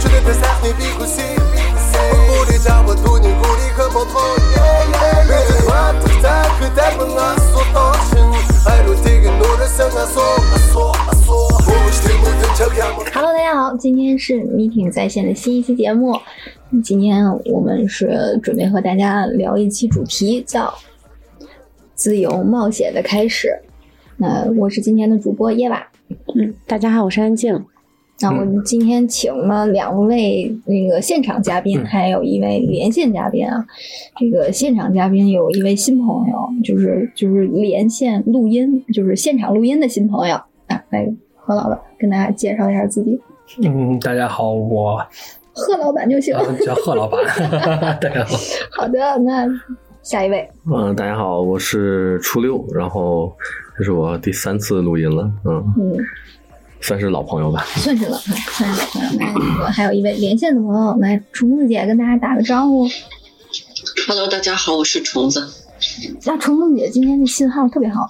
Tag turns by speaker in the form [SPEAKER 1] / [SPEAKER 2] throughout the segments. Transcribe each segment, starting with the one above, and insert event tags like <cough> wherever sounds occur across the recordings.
[SPEAKER 1] 距离的三米比呼吸，不理找我途径，鼓励和摩托。每句话都在回答我阿索多情，爱如提个努力想阿索阿索阿索，我是听不见这样吗？
[SPEAKER 2] Hello，大家好，今天是 Meeting 在线的新一期节目。今天我们是准备和大家聊一期主题，叫“自由冒险的开始”。那我是今天的主播耶娃。
[SPEAKER 3] 嗯，大家好，我是安静。
[SPEAKER 2] 那我们今天请了两位那个现场嘉宾，还有一位连线嘉宾啊。这个现场嘉宾有一位新朋友，就是就是连线录音，就是现场录音的新朋友啊。来，何老板跟大家介绍一下自己，
[SPEAKER 4] 嗯，大家好，我
[SPEAKER 2] 贺老板就行。
[SPEAKER 4] 呃叫贺老板， <laughs> 大家好，
[SPEAKER 2] 好的，那下一位，
[SPEAKER 5] 嗯，大家好，我是初六，然后这是我第三次录音了，嗯，
[SPEAKER 2] 嗯，
[SPEAKER 5] 算是老朋友吧。
[SPEAKER 2] 算是老朋友，算是老朋友。来，我还有一位连线的朋友，来，虫子姐跟大家打个招呼。
[SPEAKER 6] Hello，大家好，我是虫子。
[SPEAKER 2] 那虫子姐今天的信号特别好，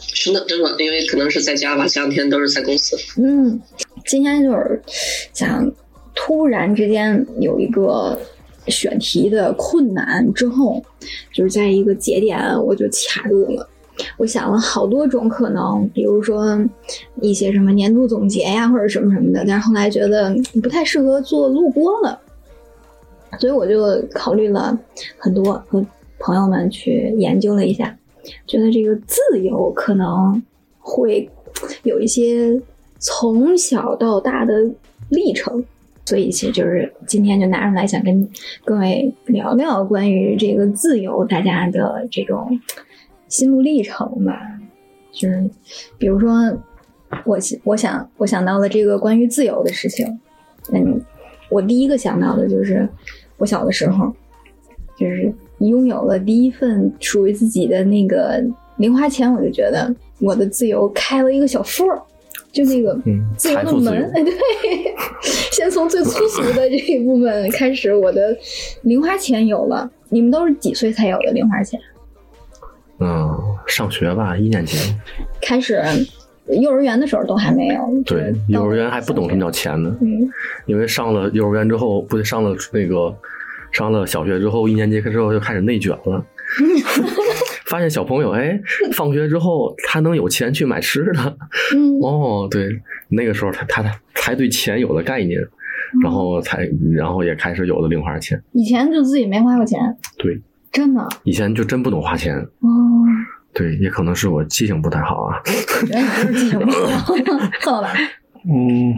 [SPEAKER 6] 是的，真的，因为可能是在家吧，前两天都是在公司。
[SPEAKER 2] 嗯，今天就是想突然之间有一个选题的困难之后，就是在一个节点我就卡住了。我想了好多种可能，比如说一些什么年度总结呀，或者什么什么的，但是后来觉得嗯不太适合做录播了，所以我就考虑了很多，和朋友们去研究了一下，觉得这个自由可能会有一些从小到大的历程，所以其实就是今天就拿出来想跟各位聊聊关于这个自由大家的这种心路历程吧，就是比如说我我想我想到了这个关于自由的事情，嗯，我第一个想到的就是我小的时候，就是拥有了第一份属于自己的那个零花钱，我就觉得我的自由开了一个小缝儿，就那个
[SPEAKER 5] 嗯
[SPEAKER 2] 自由
[SPEAKER 5] 财
[SPEAKER 2] 的
[SPEAKER 5] 富自
[SPEAKER 2] 门
[SPEAKER 5] 由，
[SPEAKER 2] <laughs> 哎，对，先从最粗俗的这一部分开始，我的零花钱有了。你们都是几岁才有的零花钱？
[SPEAKER 5] 嗯，上学吧，一年级，
[SPEAKER 2] 开始幼儿园的时候都还没有，
[SPEAKER 5] 对，幼儿园还不懂什么叫钱呢，
[SPEAKER 2] 嗯，
[SPEAKER 5] 因为上了幼儿园之后，不对，上了那个上了小学之后，一年级之后就开始内卷了。 <laughs> 发现小朋友，哎，放学之后他能有钱去买吃的，
[SPEAKER 2] 嗯，
[SPEAKER 5] 哦，对，那个时候他他他才对钱有了概念，然后才然后也开始有了零花钱。
[SPEAKER 2] 以前就自己没花过钱，
[SPEAKER 5] 对，
[SPEAKER 2] 真的
[SPEAKER 5] 以前就真不懂花钱，
[SPEAKER 2] 哦，
[SPEAKER 5] 对，也可能是我记性不太好啊。
[SPEAKER 2] 我觉得你就是自己没 <laughs> 花，贺老板
[SPEAKER 4] 嗯，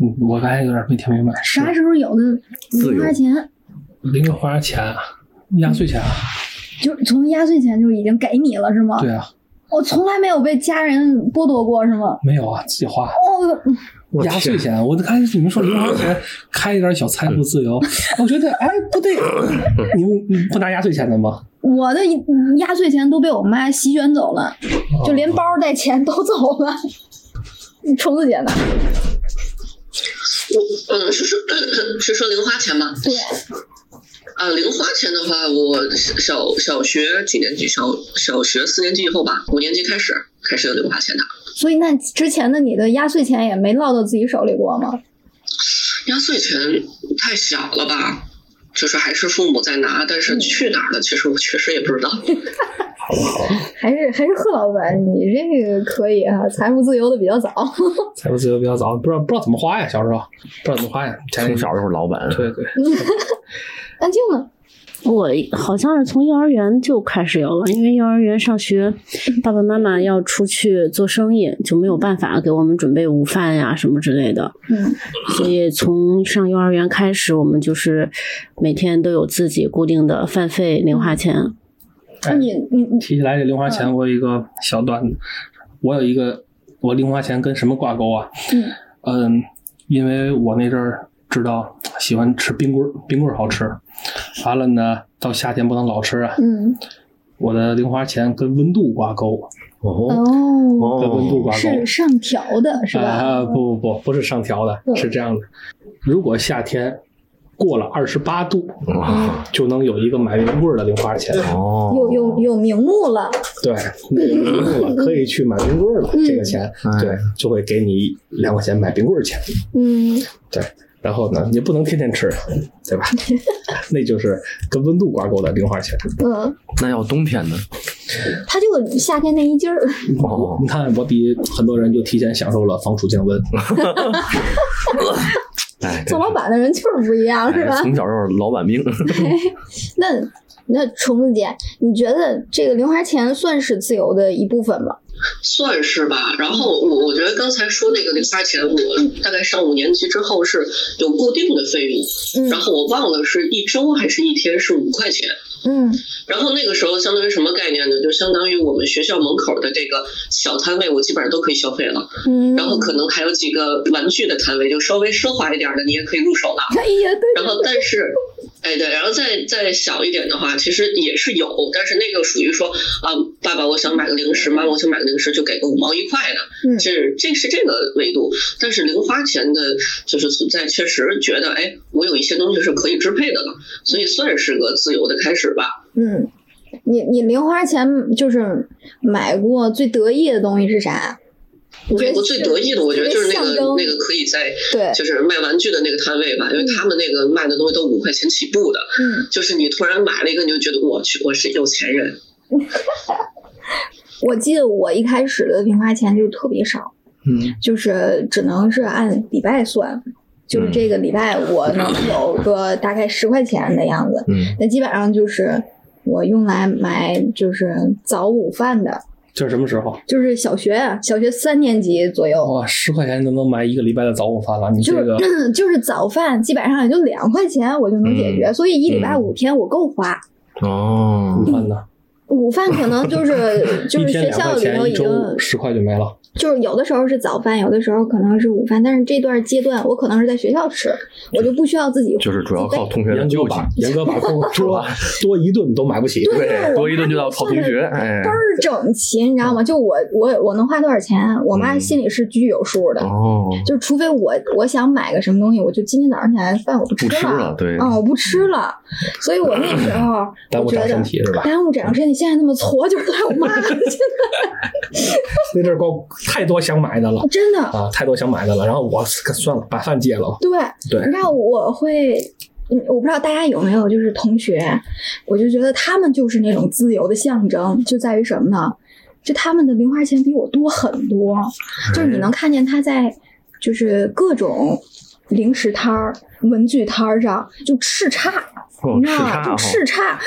[SPEAKER 4] 嗯我刚才有点没听明白，是
[SPEAKER 2] 啥时候有的
[SPEAKER 5] 自由
[SPEAKER 2] 零花钱？
[SPEAKER 4] 零花钱啊、压岁钱啊，
[SPEAKER 2] 就是从压岁钱就已经给你了是吗？
[SPEAKER 4] 对啊，
[SPEAKER 2] 我从来没有被家人剥夺过是吗？
[SPEAKER 4] 没有啊，自己花。
[SPEAKER 2] 哦，
[SPEAKER 5] 我
[SPEAKER 4] 压岁
[SPEAKER 5] 天，
[SPEAKER 4] 钱，我刚才你们说零花钱开一点小财富
[SPEAKER 2] <laughs>
[SPEAKER 4] 自由，我觉得哎不对，你们你不拿压岁钱的吗？
[SPEAKER 2] 我的压岁钱都被我妈席卷走了，
[SPEAKER 5] 哦
[SPEAKER 4] 哦
[SPEAKER 2] 就连包带钱都走了。 <laughs> 虫子姐呢？
[SPEAKER 6] 我嗯，是说是说零花钱吗？
[SPEAKER 2] 对，
[SPEAKER 6] 啊，零花钱的话，我小小学几年级？小小学四年级以后吧，五年级开始开始有零花钱的。
[SPEAKER 2] 所以那之前的你的压岁钱也没落到自己手里过吗？
[SPEAKER 6] 压岁钱太小了吧？就是还是父母在拿，但是去哪儿了？其实我确实也不知道。
[SPEAKER 2] 还是还是贺老板，你这个可以啊，财富自由的比较早。
[SPEAKER 4] 财富自由比较早，不知道不知道怎么花呀，小时
[SPEAKER 2] <laughs>
[SPEAKER 4] 候不知道怎么花呀，钱
[SPEAKER 5] 从小就是老板，
[SPEAKER 4] 对对，
[SPEAKER 2] 嗯安静呢？
[SPEAKER 3] 我好像是从幼儿园就开始有了，因为幼儿园上学，爸爸妈妈要出去做生意，就没有办法给我们准备午饭呀、什么之类的。
[SPEAKER 2] 嗯，
[SPEAKER 3] 所以从上幼儿园开始，我们就是每天都有自己固定的饭费、零花钱。
[SPEAKER 4] 哎
[SPEAKER 2] 那你嗯你你
[SPEAKER 4] 提起来这零花钱，我有一个小段子。我有一个，我零花钱跟什么挂钩啊？
[SPEAKER 2] 嗯
[SPEAKER 4] 嗯，因为我那阵儿知道喜欢吃冰棍儿，冰棍儿好吃。完了呢，到夏天不能老吃啊。
[SPEAKER 2] 嗯
[SPEAKER 4] 我的零花钱跟温度挂钩，
[SPEAKER 5] 哦
[SPEAKER 2] 哦，
[SPEAKER 4] 跟温度
[SPEAKER 5] 哦，
[SPEAKER 4] 挂钩。啊
[SPEAKER 2] 是上调的是吧？
[SPEAKER 4] 啊，不不不，不是上调的，
[SPEAKER 2] 嗯
[SPEAKER 4] 是这样的。如果夏天过了二十八度
[SPEAKER 5] 哇
[SPEAKER 4] 就能有一个买冰棍儿的零花钱。
[SPEAKER 5] 哦，
[SPEAKER 2] 嗯有有有名目了，
[SPEAKER 4] 对，有名目了，可以去买冰棍儿了。这个钱
[SPEAKER 5] 嗯，
[SPEAKER 4] 对，就会给你两块钱买冰棍儿钱。
[SPEAKER 2] 嗯，
[SPEAKER 4] 对，然后呢，你不能天天吃，对吧？ <laughs> 那就是跟温度挂钩的零花钱。
[SPEAKER 2] 嗯，
[SPEAKER 5] 那要冬天呢？
[SPEAKER 2] 他就有夏天那一劲儿，
[SPEAKER 5] 哦
[SPEAKER 4] 你看，我比很多人就提前享受了防暑
[SPEAKER 5] <laughs>
[SPEAKER 4] 降温。
[SPEAKER 5] 哎，真
[SPEAKER 2] 做
[SPEAKER 5] 是
[SPEAKER 2] 老板的人就是不一样，是吧
[SPEAKER 5] 哎？从小就是老板命，
[SPEAKER 2] <laughs> 那那虫子姐，你觉得这个零花钱算是自由的一部分吗？
[SPEAKER 6] 算是吧。然后我我觉得刚才说那个零花钱，我大概上五年级之后是有固定的费用，
[SPEAKER 2] 嗯
[SPEAKER 6] 然后我忘了是一周还是一天是五块钱。
[SPEAKER 2] 嗯
[SPEAKER 6] 然后那个时候相当于什么概念呢？就相当于我们学校门口的这个小摊位，我基本上都可以消费了。
[SPEAKER 2] 嗯，
[SPEAKER 6] 然后可能还有几个玩具的摊位，就稍微奢华一点的，你也可以入手了。
[SPEAKER 2] 哎呀，对，
[SPEAKER 6] 然后但是，哎对，然后再再小一点的话，其实也是有，但是那个属于说啊，爸爸我想买个零食，妈妈我想买个零食，就给个五毛一块
[SPEAKER 2] 嗯
[SPEAKER 6] 的，这这是这个维度。但是零花钱的，就是存在，确实觉得哎，我有一些东西是可以支配的了，所以算是个自由的开始吧。
[SPEAKER 2] 嗯，你你零花钱就是买过最得意的东西是啥？你觉
[SPEAKER 6] 美
[SPEAKER 2] 得
[SPEAKER 6] 国最得意的，我觉得就是那
[SPEAKER 2] 象
[SPEAKER 6] 个
[SPEAKER 2] 征
[SPEAKER 6] 那个可以在
[SPEAKER 2] 对，
[SPEAKER 6] 就是卖玩具的那个摊位吧，因为他们那个卖的东西都五块钱起步的，
[SPEAKER 2] 嗯，
[SPEAKER 6] 就是你突然买了一个，你就觉得我去，我是有钱人。
[SPEAKER 2] 我记得我一开始的零花钱就特别少，
[SPEAKER 5] 嗯，
[SPEAKER 2] 就是只能是按礼拜算，就是
[SPEAKER 5] 嗯
[SPEAKER 2] 这个礼拜我能有个大概十块钱的样子，
[SPEAKER 5] 嗯，
[SPEAKER 2] 那基本上就是我用来买就是早午饭的，
[SPEAKER 4] 这是什么时候？
[SPEAKER 2] 就是小学啊，小学三年级左右，
[SPEAKER 4] 哇，哦十块钱就能买一个礼拜的早午饭了。你这
[SPEAKER 2] 就 <laughs>
[SPEAKER 4] 个，
[SPEAKER 2] 是 <clears throat> 就是早饭基本上也就两块钱我就能解决，
[SPEAKER 5] 嗯
[SPEAKER 2] 所以一礼拜五天我够花。
[SPEAKER 5] 哦
[SPEAKER 4] 午，饭呢？
[SPEAKER 2] 午饭可能就是就
[SPEAKER 4] 一
[SPEAKER 2] 是
[SPEAKER 4] 天
[SPEAKER 2] 学
[SPEAKER 4] 两
[SPEAKER 2] 校
[SPEAKER 4] 块
[SPEAKER 2] 里头
[SPEAKER 4] 钱，
[SPEAKER 2] 已
[SPEAKER 4] 一
[SPEAKER 2] 经
[SPEAKER 4] 周十块就没了。
[SPEAKER 2] 就是有的时候是早饭，有的时候可能是午饭，但是这段阶段我可能是在学校吃，我就不需要自己
[SPEAKER 5] 就是主要靠同学的
[SPEAKER 4] 严
[SPEAKER 5] 救
[SPEAKER 4] 哥
[SPEAKER 5] 济，
[SPEAKER 4] 把严
[SPEAKER 2] <laughs>
[SPEAKER 4] 哥把多多多一顿都买不起。
[SPEAKER 2] 啊
[SPEAKER 5] 对，多一顿就
[SPEAKER 2] <laughs>
[SPEAKER 5] 要靠同学，哎
[SPEAKER 2] 倍，儿整齐，你知道吗？就我我我能花多少钱，我妈
[SPEAKER 5] 嗯
[SPEAKER 2] 心里是具有数的。
[SPEAKER 5] 哦，
[SPEAKER 2] 就除非我我想买个什么东西，我就今天早上起来饭我不吃
[SPEAKER 5] 不吃
[SPEAKER 2] 了，
[SPEAKER 5] 了，对，
[SPEAKER 2] 啊、我不吃了，所以我那时候
[SPEAKER 4] 嗯耽误
[SPEAKER 2] 我觉
[SPEAKER 4] 长
[SPEAKER 2] 得
[SPEAKER 4] 身体是吧
[SPEAKER 2] 耽误长身体，现在那么矬就是赖我妈，真的
[SPEAKER 4] 那阵儿光太多想买的了
[SPEAKER 2] <laughs> 真的
[SPEAKER 4] 啊，太多想买的了。然后我算了，把饭戒了吧。
[SPEAKER 2] 对。
[SPEAKER 4] 对
[SPEAKER 2] 你知道我会，嗯，我不知道大家有没有就是同学，我就觉得他们就是那种自由的象征，就在于什么呢？就他们的零花钱比我多很多，
[SPEAKER 4] 哎
[SPEAKER 2] 就是你能看见他在就是各种零食摊儿、文具摊儿上就叱咤。
[SPEAKER 5] 哦
[SPEAKER 2] 你，知
[SPEAKER 5] 叱
[SPEAKER 2] 道吗？
[SPEAKER 5] 咤
[SPEAKER 2] 就
[SPEAKER 5] 哈，
[SPEAKER 2] 叱咤，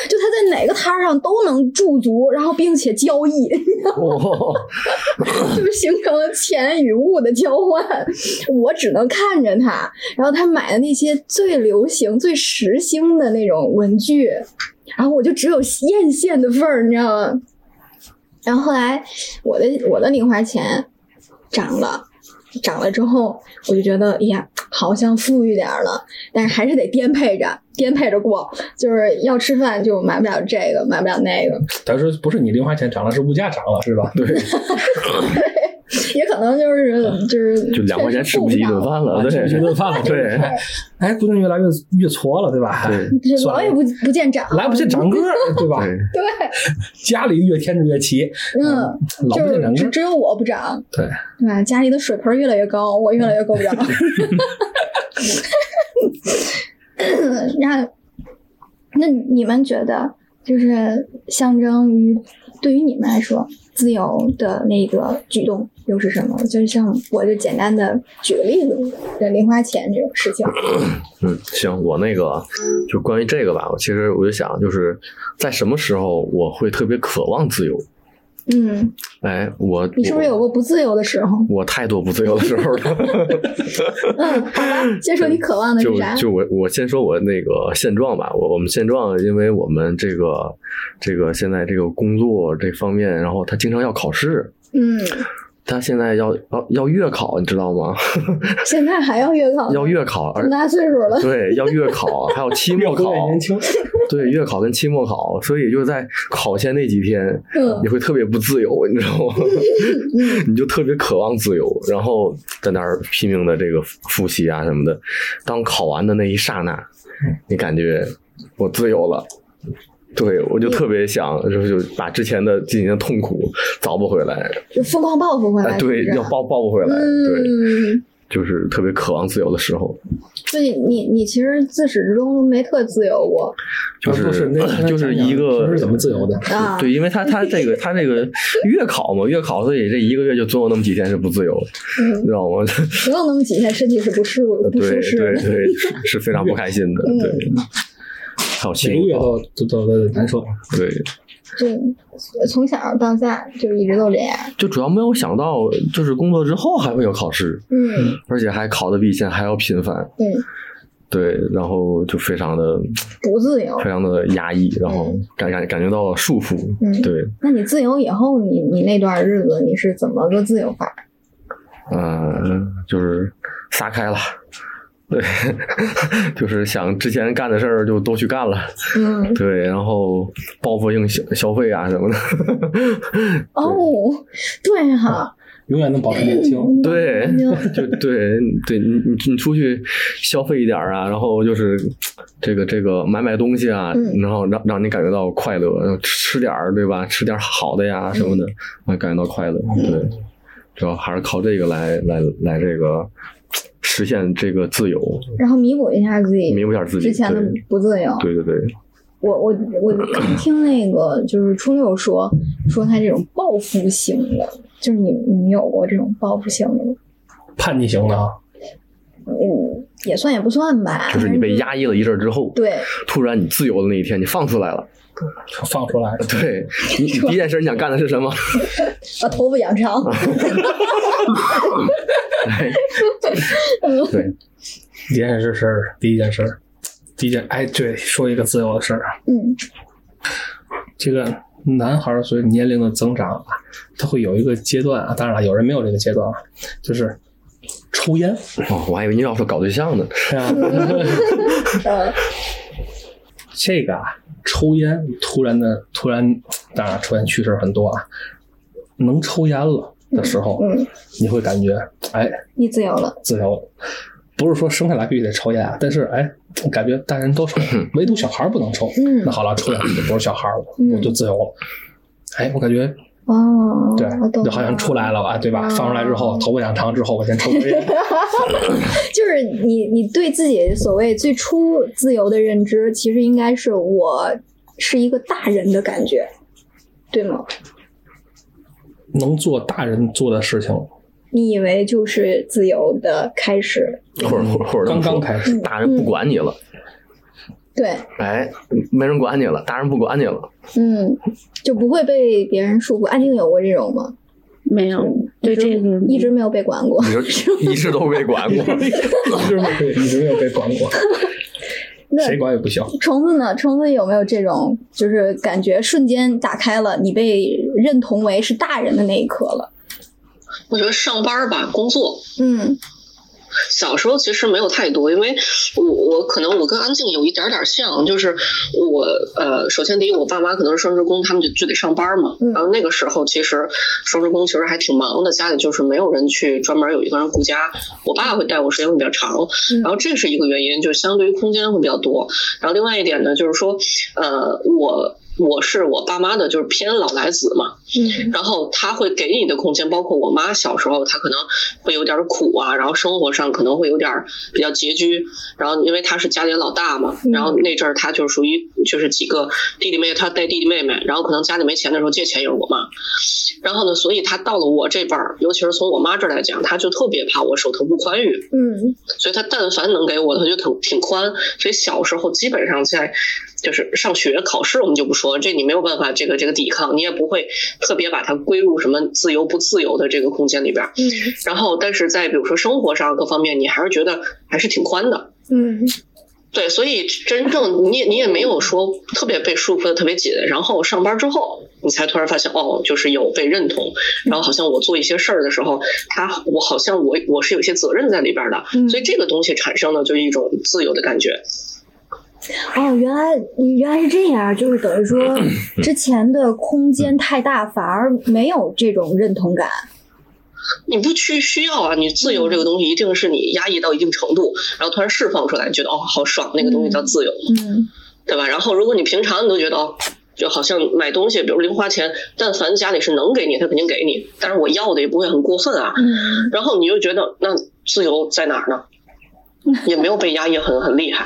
[SPEAKER 2] 就他在哪个摊儿上都能驻足，然后并且交易，
[SPEAKER 5] 哦，
[SPEAKER 2] 啊
[SPEAKER 5] <laughs>
[SPEAKER 2] 就是 <coughs> 形成了钱与物的交换。我只能看着他，然后他买的那些最流行、最时兴的那种文具，然后我就只有艳羡的份儿，你知道吗？然后后来我的我的零花钱涨了，涨了之后，我就觉得，哎呀，好像富裕点儿了，但是还是得颠沛着，颠沛着过，就是要吃饭就买不了这个，买不了那个，
[SPEAKER 4] 他说不是你零花钱涨了，是物价涨了是吧？对，
[SPEAKER 2] 也可能就是就是
[SPEAKER 5] 就两块钱吃不
[SPEAKER 2] 确
[SPEAKER 5] 起
[SPEAKER 2] 实
[SPEAKER 5] 一
[SPEAKER 2] 上
[SPEAKER 5] 顿饭了，
[SPEAKER 4] 啊吃不起一
[SPEAKER 5] 对，
[SPEAKER 4] 顿饭了。
[SPEAKER 5] 对，
[SPEAKER 4] 哎，估计越来越越矬了，对吧？
[SPEAKER 5] 对，
[SPEAKER 2] 这
[SPEAKER 4] <laughs> 算
[SPEAKER 2] 老
[SPEAKER 4] 了
[SPEAKER 2] 也不不见长，
[SPEAKER 4] 来不及长个儿，对吧？
[SPEAKER 5] 对，
[SPEAKER 2] 对，
[SPEAKER 4] 家里越添置越齐，
[SPEAKER 2] 嗯，
[SPEAKER 4] 老不
[SPEAKER 2] 就是
[SPEAKER 4] 见长个
[SPEAKER 2] 只
[SPEAKER 4] 儿。
[SPEAKER 2] 只有我不长，
[SPEAKER 4] 对，
[SPEAKER 2] 对吧？家里的水盆越来越高，我越来越够不着。
[SPEAKER 4] 嗯
[SPEAKER 2] <laughs> 那那你们觉得，就是象征于对于你们来说，自由的那个举动又是什么？就是像我就简单的举个例子，对零花钱这种事情，
[SPEAKER 5] 嗯，行，我那个就关于这个吧，我其实我就想，就是在什么时候我会特别渴望自由？
[SPEAKER 2] 嗯，
[SPEAKER 5] 哎，我
[SPEAKER 2] 你是不是有过不自由的时候？
[SPEAKER 5] 我太多不自由的时
[SPEAKER 2] <laughs>
[SPEAKER 5] 候了？
[SPEAKER 2] 嗯，好吧，先说你渴望的嗯是
[SPEAKER 5] 就
[SPEAKER 2] 啥？
[SPEAKER 5] 就我我先说我那个现状吧，我我们现状，因为我们这个这个现在这个工作这方面，然后他经常要考试，
[SPEAKER 2] 嗯
[SPEAKER 5] 他现在要要要月考，你知道吗？
[SPEAKER 2] <laughs>
[SPEAKER 5] <laughs>
[SPEAKER 2] 现在还要月考呢，
[SPEAKER 5] 要月考，
[SPEAKER 2] 这么
[SPEAKER 5] 而
[SPEAKER 2] 大岁数了，
[SPEAKER 5] 对要月考，还有期末考，
[SPEAKER 4] 年轻，
[SPEAKER 2] <laughs>
[SPEAKER 5] 对月考跟期末考，所以就在考前那几天，
[SPEAKER 2] 嗯
[SPEAKER 5] 你会特别不自由，你知道吗？ <laughs> 你就特别渴望自由，然后在那儿拼命的这个复习啊什么的。当考完的那一刹那，
[SPEAKER 2] 嗯
[SPEAKER 5] 你感觉我自由了。对，我
[SPEAKER 2] 嗯
[SPEAKER 5] 就特别想，就是就把之前的几年的痛苦找不回来，
[SPEAKER 2] 就疯狂报复回来，
[SPEAKER 5] 哎，对，
[SPEAKER 2] 是不是
[SPEAKER 5] 要报报不回来，对，
[SPEAKER 2] 嗯，
[SPEAKER 5] 就是特别渴望自由的时候，
[SPEAKER 2] 就你你你其实自始至终都没特自由过
[SPEAKER 5] 就
[SPEAKER 4] 啊不是那那
[SPEAKER 5] 就是
[SPEAKER 4] 讲讲
[SPEAKER 5] 一个
[SPEAKER 4] 平时怎么自由的？
[SPEAKER 2] 啊，
[SPEAKER 5] 对，因为他他这个他这个月考嘛，月考，所以这一个月就总有那么几天是不自由的，
[SPEAKER 2] 嗯
[SPEAKER 5] 你知道吗？ <laughs>
[SPEAKER 2] 总有那么几天身体是不适不
[SPEAKER 5] 对
[SPEAKER 2] 舒适
[SPEAKER 5] 对
[SPEAKER 2] 的， <laughs>
[SPEAKER 5] 对，是是非常不开心的，
[SPEAKER 2] 嗯
[SPEAKER 5] 对。还有期
[SPEAKER 4] 每个月
[SPEAKER 5] 末考，
[SPEAKER 4] 都都都都难受。
[SPEAKER 5] 对，
[SPEAKER 2] 就从小到大就一直都这样，
[SPEAKER 5] 就主要没有想到，就是工作之后还会有考试，
[SPEAKER 2] 嗯
[SPEAKER 5] 而且还考的比以前还要频繁，
[SPEAKER 2] 嗯，
[SPEAKER 5] 对，然后就非常的
[SPEAKER 2] 不自由
[SPEAKER 5] 非。常的压抑，然后感感感觉到了束缚，
[SPEAKER 2] 嗯
[SPEAKER 5] 对，
[SPEAKER 2] 那你自由以后，你你那段日子你是怎么个自由法？
[SPEAKER 5] 嗯，就是撒开了，对， <laughs> 就是想之前干的事儿就都去干了，
[SPEAKER 2] 嗯，
[SPEAKER 5] 对，然后报复性消消费啊什么的， <laughs>
[SPEAKER 2] 哦，对哈，
[SPEAKER 4] 永远能保持嗯年轻。
[SPEAKER 5] 对
[SPEAKER 2] 嗯，
[SPEAKER 5] 就对对，你你你出去消费一点儿啊，然后就是这个这个买买东西啊，
[SPEAKER 2] 嗯
[SPEAKER 5] 然后让让你感觉到快乐，然后吃吃点儿对吧？吃点儿好的呀什么的，啊，感觉到快乐，对，主要还是靠这个来来来这个实现这个自由，
[SPEAKER 2] 然后弥补一下自己
[SPEAKER 5] 弥补一下自己
[SPEAKER 2] 之前的不自由。
[SPEAKER 5] 对对对，
[SPEAKER 2] 我我我刚听那个就是初六说说他这种报复型的，就是你你们有过这种报复型的吗？
[SPEAKER 4] 叛逆型的啊，
[SPEAKER 2] 嗯，也算也不算吧，
[SPEAKER 5] 就是你被压抑了一阵儿之后，
[SPEAKER 2] 对，
[SPEAKER 5] 突然你自由的那一天，你放出来了， <laughs>
[SPEAKER 4] 放出来。
[SPEAKER 5] 对你你第一件事你想干的是什么？ <laughs>
[SPEAKER 2] 把头发养
[SPEAKER 4] <laughs>
[SPEAKER 2] 长，
[SPEAKER 5] 对，
[SPEAKER 4] 第一件事是第一件事儿，第一件哎，对，说一个自由的事儿啊，
[SPEAKER 2] 嗯
[SPEAKER 4] 这个男孩儿随着年龄的增长啊，他会有一个阶段啊，当然了，有人没有这个阶段啊，就是抽烟。 <laughs>
[SPEAKER 5] 哦，我还以为你要说搞对象呢，
[SPEAKER 4] 哎呀
[SPEAKER 2] 呃
[SPEAKER 4] <laughs> 这个啊，抽烟突然的突然，当然抽烟趣事儿很多啊，能抽烟了的时候，
[SPEAKER 2] 嗯，
[SPEAKER 4] 你会感觉哎
[SPEAKER 2] 你自由了，
[SPEAKER 4] 自由。不是说生下来必须得抽烟啊，但是哎，感觉大人都
[SPEAKER 2] <laughs>
[SPEAKER 4] 抽，唯独小孩儿不能抽。
[SPEAKER 2] 嗯
[SPEAKER 4] 那好了，抽烟就不是小孩儿了，
[SPEAKER 2] 嗯
[SPEAKER 4] 我就自由了。哎，我感觉
[SPEAKER 2] 哦，
[SPEAKER 4] 对
[SPEAKER 2] 我，懂
[SPEAKER 4] 就好像
[SPEAKER 2] 了
[SPEAKER 4] 出来了啊吧，对吧？
[SPEAKER 2] 哦
[SPEAKER 4] 放出来之后，头发养长之后，我先抽根
[SPEAKER 2] <laughs>
[SPEAKER 4] 烟。
[SPEAKER 2] 就是你，你对自己所谓最初自由的认知，其实应该是我是一个大人的感觉，对吗？
[SPEAKER 4] 能做大人做的事情， <laughs>
[SPEAKER 2] 你以为就是自由的开始，
[SPEAKER 5] 或者或者或者这么
[SPEAKER 4] 刚刚
[SPEAKER 5] 说
[SPEAKER 4] 开始，
[SPEAKER 5] 大人不管你了，
[SPEAKER 2] 对，
[SPEAKER 5] 哎，没人管你了，大人不管你了，
[SPEAKER 2] 嗯，就不会被别人束缚。安静有过这种吗？
[SPEAKER 3] 没有对
[SPEAKER 2] 一直
[SPEAKER 3] 这个
[SPEAKER 2] 一直没有被管过。
[SPEAKER 5] 你
[SPEAKER 2] <laughs>
[SPEAKER 5] 说一直都没管过，
[SPEAKER 4] 一直没被一直没有被管过，
[SPEAKER 2] 那
[SPEAKER 4] 谁管也不行。
[SPEAKER 2] 虫子呢？虫子有没有这种，就是感觉瞬间打开了，你被认同为是大人的那一刻了？
[SPEAKER 6] 我觉得上班儿吧，工作，
[SPEAKER 2] 嗯
[SPEAKER 6] 小时候其实没有太多，因为我我可能我跟安静有一点点像，就是我呃，首先第一，我爸妈可能是双职工，他们就就得上班嘛。
[SPEAKER 2] 嗯
[SPEAKER 6] 然后那个时候其实双职工其实还挺忙的，家里就是没有人去专门有一个人顾家。我爸会带我时间会比较长，
[SPEAKER 2] 嗯
[SPEAKER 6] 然后这是一个原因，就是相对于空间会比较多。然后另外一点呢，就是说呃，我我是我爸妈的，就是偏老来子嘛，
[SPEAKER 2] 嗯
[SPEAKER 6] 然后他会给你的空间，包括我妈小时候，她可能会有点苦啊，然后生活上可能会有点比较拮据，然后因为她是家里的老大嘛，
[SPEAKER 2] 嗯
[SPEAKER 6] 然后那阵儿她就属于就是几个弟弟妹，她带弟弟妹妹，然后可能家里没钱的时候借钱也是我妈，然后呢，所以她到了我这辈儿，尤其是从我妈这儿来讲，她就特别怕我手头不宽裕，
[SPEAKER 2] 嗯
[SPEAKER 6] 所以他但凡能给我的，他就挺挺宽。所以小时候基本上在就是上学考试，我们就不说这，你没有办法这个这个抵抗，你也不会特别把它归入什么自由不自由的这个空间里边儿。
[SPEAKER 2] 嗯
[SPEAKER 6] 然后，但是在比如说生活上各方面，你还是觉得还是挺宽的。
[SPEAKER 2] 嗯
[SPEAKER 6] 对，所以真正你也你也没有说特别被束缚的特别紧，然后上班之后，你才突然发现哦，就是有被认同，然后好像我做一些事儿的时候，他我好像我我是有些责任在里边儿的，
[SPEAKER 2] 嗯
[SPEAKER 6] 所以这个东西产生的就是一种自由的感觉。
[SPEAKER 2] 哦，原来原来是这样，就是等于说之前的空间太大，反而没有这种认同感。
[SPEAKER 6] 你不去需要啊，你自由这个
[SPEAKER 2] 嗯
[SPEAKER 6] 东西一定是你压抑到一定程度，然后突然释放出来，觉得哦好爽，那个东西叫自由，
[SPEAKER 2] 嗯
[SPEAKER 6] 对吧？然后如果你平常你都觉得哦。就好像买东西，比如零花钱，但凡家里是能给你，他肯定给你。但是我要的也不会很过分啊，
[SPEAKER 2] 嗯，
[SPEAKER 6] 然后你就觉得那自由在哪儿呢？也没有被压抑很很厉害，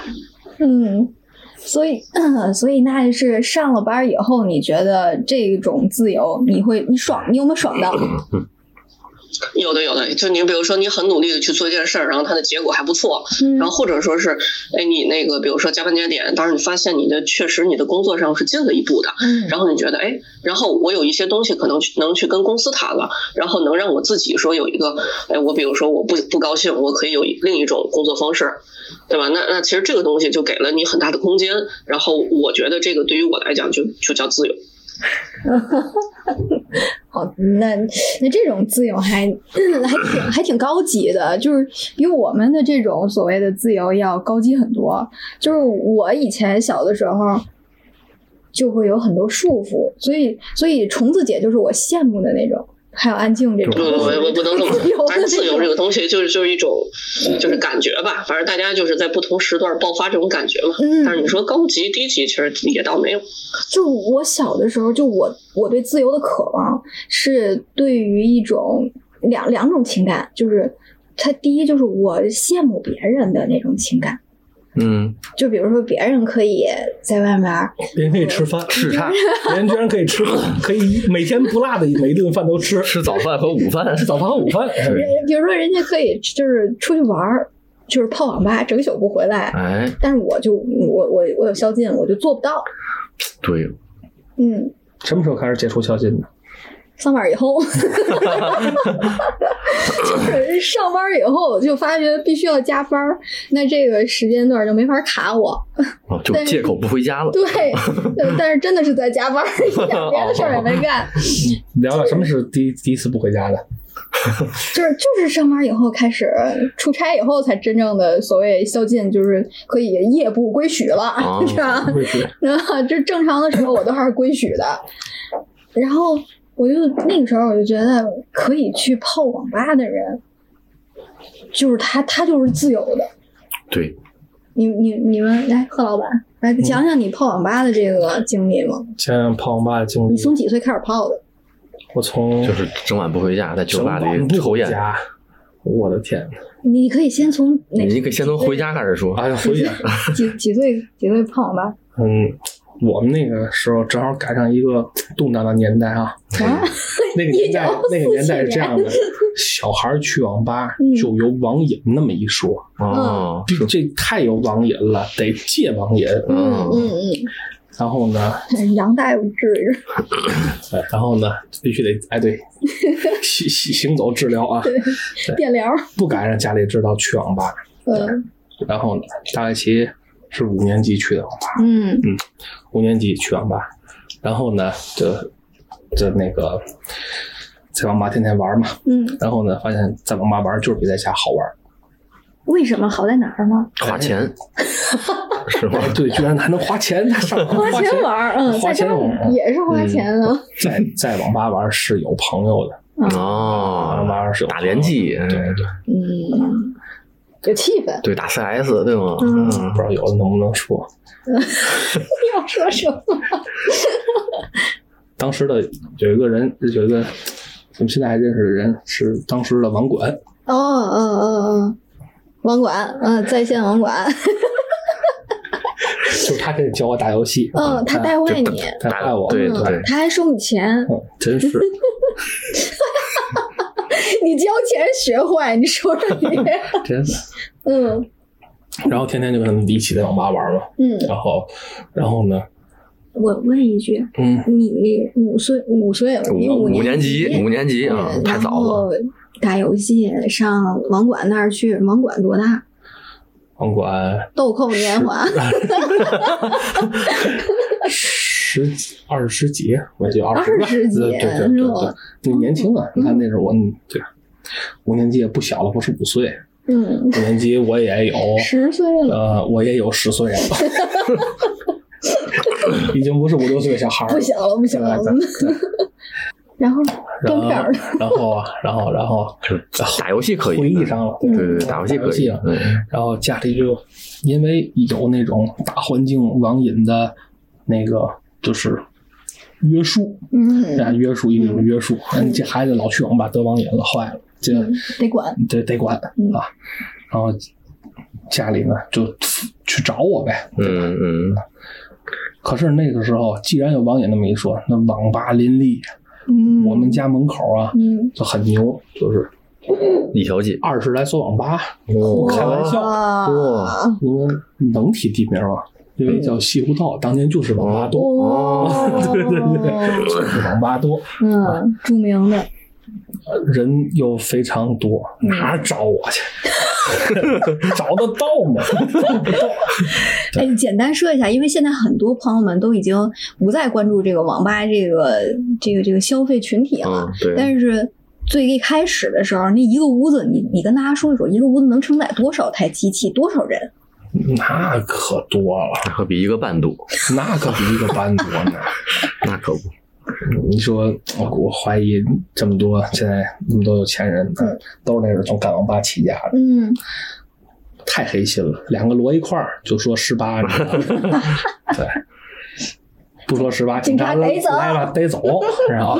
[SPEAKER 2] 嗯，所以 <clears throat> 所以那是上了班以后，你觉得这种自由，你会你爽，你有没有爽到？
[SPEAKER 6] 有的有的，就你比如说你很努力的去做一件事儿，然后它的结果还不错，
[SPEAKER 2] 嗯
[SPEAKER 6] 然后或者说是，哎，你那个比如说加班加点，当然你发现你的确实你的工作上是进了一步的，
[SPEAKER 2] 嗯
[SPEAKER 6] 然后你觉得哎，然后我有一些东西可能去能去跟公司谈了，然后能让我自己说有一个，哎，我比如说我不不高兴，我可以有一另一种工作方式，对吧？那那其实这个东西就给了你很大的空间，然后我觉得这个对于我来讲就就叫自由。
[SPEAKER 2] 好，哦那那这种自由还 <clears throat> 还挺还挺高级的，就是比我们的这种所谓的自由要高级很多。就是我以前小的时候就会有很多束缚，所以所以虫子姐就是我羡慕的那种，还有安静这种
[SPEAKER 6] <laughs> 不，不不不不能这么
[SPEAKER 2] 自由
[SPEAKER 6] 说，但
[SPEAKER 2] 的
[SPEAKER 6] 是自由
[SPEAKER 2] 那
[SPEAKER 6] 这
[SPEAKER 2] 种。
[SPEAKER 6] 个东西就是就是一种就是感觉吧，反正大家就是在不同时段爆发这种感觉嘛。
[SPEAKER 2] 嗯
[SPEAKER 6] 但是你说高级低级，其实也倒没有。
[SPEAKER 2] 就我小的时候，就我我对自由的渴望是对于一种两两种情感，就是它第一就是我羡慕别人的那种情感。
[SPEAKER 5] <laughs> 嗯，
[SPEAKER 2] 就比如说别人可以在外面儿，
[SPEAKER 4] 别人可以吃饭，
[SPEAKER 5] 叱咤
[SPEAKER 4] <laughs> 别人居然可以吃，可以每天不落的每一顿饭都吃，
[SPEAKER 5] 吃早饭和午饭，
[SPEAKER 4] 早饭和午饭。哎
[SPEAKER 5] 对，
[SPEAKER 2] 人比如说人家可以就是出去玩儿，就是泡网吧整宿不回来，
[SPEAKER 5] 哎，
[SPEAKER 2] 但是我就我我我有宵禁，我就做不到。
[SPEAKER 5] 对，
[SPEAKER 2] 嗯，
[SPEAKER 4] 什么时候开始接触孝心的？
[SPEAKER 2] 上班以后，就是上班以后就发觉必须要加班儿，那这个时间段就没法卡我。
[SPEAKER 5] 哦，就
[SPEAKER 2] 对
[SPEAKER 5] 借口不回家了。
[SPEAKER 2] 对，呃但是真的是在加班儿，一点别的事儿也没干，
[SPEAKER 4] 聊聊什么是第一第一次不回家的？
[SPEAKER 2] 就是就是上班以后开始出差以后才真正的所谓宵禁，就是可以夜不归宿了，
[SPEAKER 5] 哦
[SPEAKER 2] 是吧？
[SPEAKER 4] 会去
[SPEAKER 2] <laughs> 啊，这正常的时候我都还是规矩的。然后我就那个时候我就觉得，可以去泡网吧的人，就是他，他就是自由的。
[SPEAKER 5] 对，
[SPEAKER 2] 你你你们来，贺老板来讲讲你泡网吧的这个经历吗？
[SPEAKER 4] 想想泡网吧的经
[SPEAKER 2] 你
[SPEAKER 4] 历，
[SPEAKER 2] 从几岁开始泡的？
[SPEAKER 4] 我从
[SPEAKER 5] 就是整晚不回家，在酒
[SPEAKER 4] 整
[SPEAKER 5] 吧
[SPEAKER 4] 晚
[SPEAKER 5] 里
[SPEAKER 4] 不
[SPEAKER 5] 抽
[SPEAKER 4] 回
[SPEAKER 5] 烟。
[SPEAKER 4] 家，我的天！
[SPEAKER 2] 你可以先从哪
[SPEAKER 5] 你可以先从回家开始说。
[SPEAKER 4] 哎呀，回家。
[SPEAKER 2] 几几岁几岁泡网吧？
[SPEAKER 4] 嗯，我们那个时候正好赶上一个动荡的年代啊，
[SPEAKER 2] 啊，
[SPEAKER 4] 那个
[SPEAKER 2] <laughs>
[SPEAKER 4] 年代
[SPEAKER 2] 1947
[SPEAKER 4] 那个年代是这样的， <laughs> 小孩儿去网吧
[SPEAKER 2] 嗯
[SPEAKER 4] 就有网瘾那么一说，
[SPEAKER 5] 哦，
[SPEAKER 4] 这这太有网瘾了，得戒网瘾。
[SPEAKER 2] 嗯
[SPEAKER 5] 嗯，
[SPEAKER 2] 嗯
[SPEAKER 4] 然后呢，
[SPEAKER 2] 嗯，杨大夫治治，
[SPEAKER 4] 呃然后呢，必须得
[SPEAKER 2] <laughs>
[SPEAKER 4] 哎对，行行行走治疗啊，
[SPEAKER 2] 电疗，
[SPEAKER 4] 不敢让家里知道去网吧。
[SPEAKER 2] 嗯
[SPEAKER 4] 然后呢，大概其是五年级去的网吧，
[SPEAKER 2] 嗯
[SPEAKER 4] 五年级去网吧，然后呢，就就那个在网吧天天玩嘛，
[SPEAKER 2] 嗯，
[SPEAKER 4] 然后呢，发现在网吧玩就是比在家好玩。
[SPEAKER 2] 为什么好在哪儿吗？
[SPEAKER 5] 花钱 <laughs>
[SPEAKER 4] 哎
[SPEAKER 5] 是
[SPEAKER 4] <laughs>
[SPEAKER 5] 吗？
[SPEAKER 4] <laughs> 对，居然还能花钱，他上网
[SPEAKER 2] 花钱玩儿，嗯，在
[SPEAKER 4] 花
[SPEAKER 2] 这
[SPEAKER 4] 钱玩
[SPEAKER 2] 儿
[SPEAKER 4] 儿，
[SPEAKER 2] 也是花钱啊。
[SPEAKER 4] 在在网吧玩是有朋友的，网吧
[SPEAKER 5] 哦，
[SPEAKER 4] 玩是有
[SPEAKER 5] 打
[SPEAKER 4] 朋友
[SPEAKER 5] 联
[SPEAKER 4] 的
[SPEAKER 5] 机，
[SPEAKER 4] 对对，
[SPEAKER 2] 嗯，有气氛。
[SPEAKER 5] 对，打 CS 对吗？
[SPEAKER 2] 嗯
[SPEAKER 4] 不知道有的能不能说。
[SPEAKER 2] <laughs> 要说什么？
[SPEAKER 4] 当时的有一个人，有一个我们现在还认识的人，是当时的网管，
[SPEAKER 2] 哦，嗯嗯嗯，网管，嗯，在线网管，
[SPEAKER 4] 就是他开始教我打游戏，啊
[SPEAKER 2] 嗯，他带坏你，
[SPEAKER 5] 啊
[SPEAKER 4] 他带我，
[SPEAKER 5] 对
[SPEAKER 2] 嗯
[SPEAKER 5] 对
[SPEAKER 2] 他还收你钱，
[SPEAKER 4] 嗯真是
[SPEAKER 2] <laughs> 你交钱学坏，你说说你， <laughs>
[SPEAKER 4] 真
[SPEAKER 5] <laughs>
[SPEAKER 4] 是。
[SPEAKER 2] 嗯
[SPEAKER 4] 然后天天就跟他们一起在网吧玩嘛，
[SPEAKER 2] 嗯，
[SPEAKER 4] 然后，然后呢，
[SPEAKER 2] 我问一句，
[SPEAKER 4] 嗯，
[SPEAKER 2] 你五岁五岁了，你
[SPEAKER 5] 五
[SPEAKER 2] 年
[SPEAKER 5] 年级，五年级啊，太早了。
[SPEAKER 2] 了。打游戏上网管那儿去，网管多大？
[SPEAKER 4] 甭管
[SPEAKER 2] 豆蔻年华，
[SPEAKER 4] 十几、二十几，我记得二十吧，
[SPEAKER 2] 二十几
[SPEAKER 4] 对对对对对
[SPEAKER 2] 哇，
[SPEAKER 4] 你年轻啊！你看那时候我，对，五年级也不小了，我是五岁，
[SPEAKER 2] 嗯，
[SPEAKER 5] <laughs>
[SPEAKER 4] 五年级我也有，
[SPEAKER 2] 十岁了，
[SPEAKER 4] 呃，我也有十岁了，已经不是五六岁的小孩儿
[SPEAKER 2] 不
[SPEAKER 4] 了。
[SPEAKER 2] 小了，不小了。
[SPEAKER 4] 对对
[SPEAKER 2] 然后
[SPEAKER 4] 然
[SPEAKER 2] 断
[SPEAKER 4] 后
[SPEAKER 2] 片儿了，
[SPEAKER 4] 然后啊，然后然后
[SPEAKER 5] 打游戏可以，
[SPEAKER 4] 回忆上了，
[SPEAKER 5] 对对对，打游戏可以
[SPEAKER 4] 啊，。
[SPEAKER 5] 嗯
[SPEAKER 4] 然后家里就因为有那种大环境网瘾的，那个就是约束，
[SPEAKER 2] 嗯，
[SPEAKER 4] 啊，约束一种约束。你这孩子老去网吧得网瘾了，坏了，这
[SPEAKER 2] 得管，
[SPEAKER 4] 得得管
[SPEAKER 2] 嗯
[SPEAKER 4] 啊。然后家里呢就去找我呗。
[SPEAKER 5] 嗯嗯，
[SPEAKER 4] 可是那个时候，既然有网瘾那么一说，那网吧林立，
[SPEAKER 2] 嗯，
[SPEAKER 4] 我们，家门口啊
[SPEAKER 2] 嗯，
[SPEAKER 4] 就很牛，就是
[SPEAKER 5] 一条街，
[SPEAKER 4] 二十来所网吧，
[SPEAKER 5] 哇
[SPEAKER 4] 哦开玩笑，
[SPEAKER 2] 哇，
[SPEAKER 4] 因为能提地名吗？因
[SPEAKER 2] 嗯
[SPEAKER 4] 为叫西湖道，当年就是网吧多，
[SPEAKER 5] 哦
[SPEAKER 2] <laughs> 对对对，
[SPEAKER 4] 就是网吧多，
[SPEAKER 2] 嗯，著名的，
[SPEAKER 4] 人又非常多，
[SPEAKER 2] 嗯
[SPEAKER 4] 哪儿找我去？ <laughs> 找得到吗？ <laughs> 找不到。
[SPEAKER 2] 哎，简单说一下，因为现在很多朋友们都已经不再关注这个网吧这个这个这个消费群体了，
[SPEAKER 5] 嗯，对，
[SPEAKER 2] 但是最一开始的时候，那一个屋子，你你跟大家说一说，一个屋子能承载多少台机器，多少人？
[SPEAKER 4] 那可多了，
[SPEAKER 5] 可比一个半度，
[SPEAKER 4] 那可比一个班多呢。
[SPEAKER 5] 那可不，
[SPEAKER 4] 你说，我我怀疑这么多现在那么多有钱人，嗯，都是那种从干网吧起家的，
[SPEAKER 2] 嗯，
[SPEAKER 4] 太黑心了。两个摞一块儿就说十八，你知道
[SPEAKER 2] <laughs>
[SPEAKER 4] 吗对，不说十八，
[SPEAKER 2] 警
[SPEAKER 4] 警
[SPEAKER 2] 察
[SPEAKER 4] 察
[SPEAKER 2] 逮走
[SPEAKER 4] 来了逮走，然后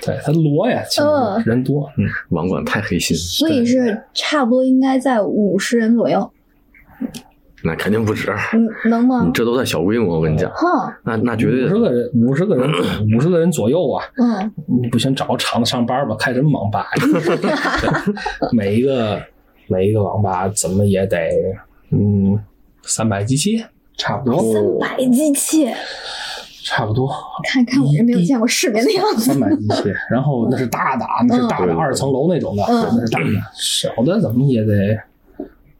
[SPEAKER 4] 对他摞呀，其实
[SPEAKER 2] 嗯
[SPEAKER 4] 人多，嗯，
[SPEAKER 5] 网管太黑心，
[SPEAKER 2] 所以是差不多应该在五十人左右，
[SPEAKER 5] 那肯定不止，
[SPEAKER 2] 嗯，能吗
[SPEAKER 5] 你？这都在小规模，我跟你
[SPEAKER 4] 哦
[SPEAKER 5] 讲，
[SPEAKER 2] 哈，
[SPEAKER 5] 那那绝对
[SPEAKER 4] 五十个人，五十个人，
[SPEAKER 5] <clears throat>
[SPEAKER 4] 五十个人左右啊！
[SPEAKER 2] 嗯，
[SPEAKER 4] 你不行，找个厂子上班吧，开什么
[SPEAKER 5] <laughs>
[SPEAKER 4] 网吧呀？每一个每一个网吧怎么也得嗯三百机器，差不多，
[SPEAKER 2] 三百机器，
[SPEAKER 4] 差不多
[SPEAKER 2] 看看我这没有见过世面的样子。
[SPEAKER 4] 三百机器。然后那是大的，啊那是大的，
[SPEAKER 5] 嗯
[SPEAKER 4] 二层楼那种的，
[SPEAKER 2] 嗯
[SPEAKER 4] 那是大的。小的怎么也得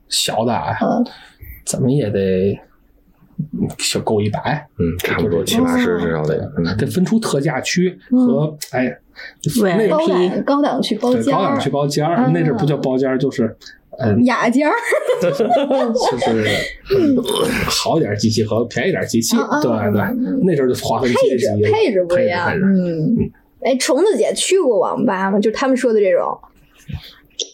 [SPEAKER 4] 小的啊，
[SPEAKER 2] 嗯，
[SPEAKER 4] 怎么也得嗯就够一百。
[SPEAKER 5] 嗯，差不多七八十至
[SPEAKER 2] 哦
[SPEAKER 5] 少得，嗯
[SPEAKER 4] 得分出特价区和哎
[SPEAKER 3] 喂
[SPEAKER 4] 那
[SPEAKER 2] 高档高档去包
[SPEAKER 4] 对，
[SPEAKER 2] 间
[SPEAKER 4] 高
[SPEAKER 2] 儿
[SPEAKER 4] 档，去包间儿，
[SPEAKER 2] 嗯
[SPEAKER 4] 那阵儿不叫包间儿，
[SPEAKER 2] <laughs>
[SPEAKER 4] 就是嗯，
[SPEAKER 2] 雅间
[SPEAKER 4] <laughs>
[SPEAKER 2] 儿，
[SPEAKER 4] 就是好一点机器和便宜点机器，
[SPEAKER 2] 啊啊
[SPEAKER 4] 对对
[SPEAKER 2] 嗯，
[SPEAKER 4] 那阵儿就划分阶
[SPEAKER 2] 配
[SPEAKER 4] 级
[SPEAKER 2] 置，配置不一样
[SPEAKER 4] 配。置
[SPEAKER 2] 嗯，哎，虫子姐去过网吧吗？就他们说的这种，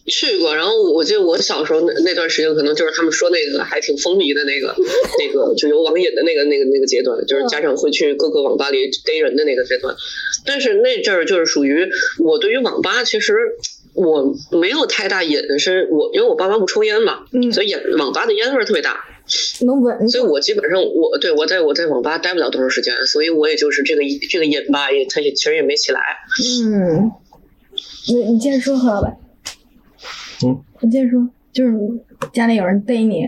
[SPEAKER 6] 去过，然后我记得我小时候那那段时间，可能就是他们说那个还挺风靡的那个那个，就有网瘾的那个那个那个阶段，就是家长会去各个网吧里逮人的那个阶段。但是那阵儿就是属于我对于网吧其实。我没有太大瘾，是我因为我爸妈不抽烟嘛，
[SPEAKER 2] 嗯
[SPEAKER 6] 所以烟网吧的烟味儿特别大，
[SPEAKER 2] 能闻
[SPEAKER 6] 所以我基本上我对我在我在网吧待不了多长时间，所以我也就是这个这个瘾吧，也它也其实也没起来。
[SPEAKER 2] 嗯，你你接着说，何老板。
[SPEAKER 4] 嗯，
[SPEAKER 2] 你接着说，就是你家里有人逮你，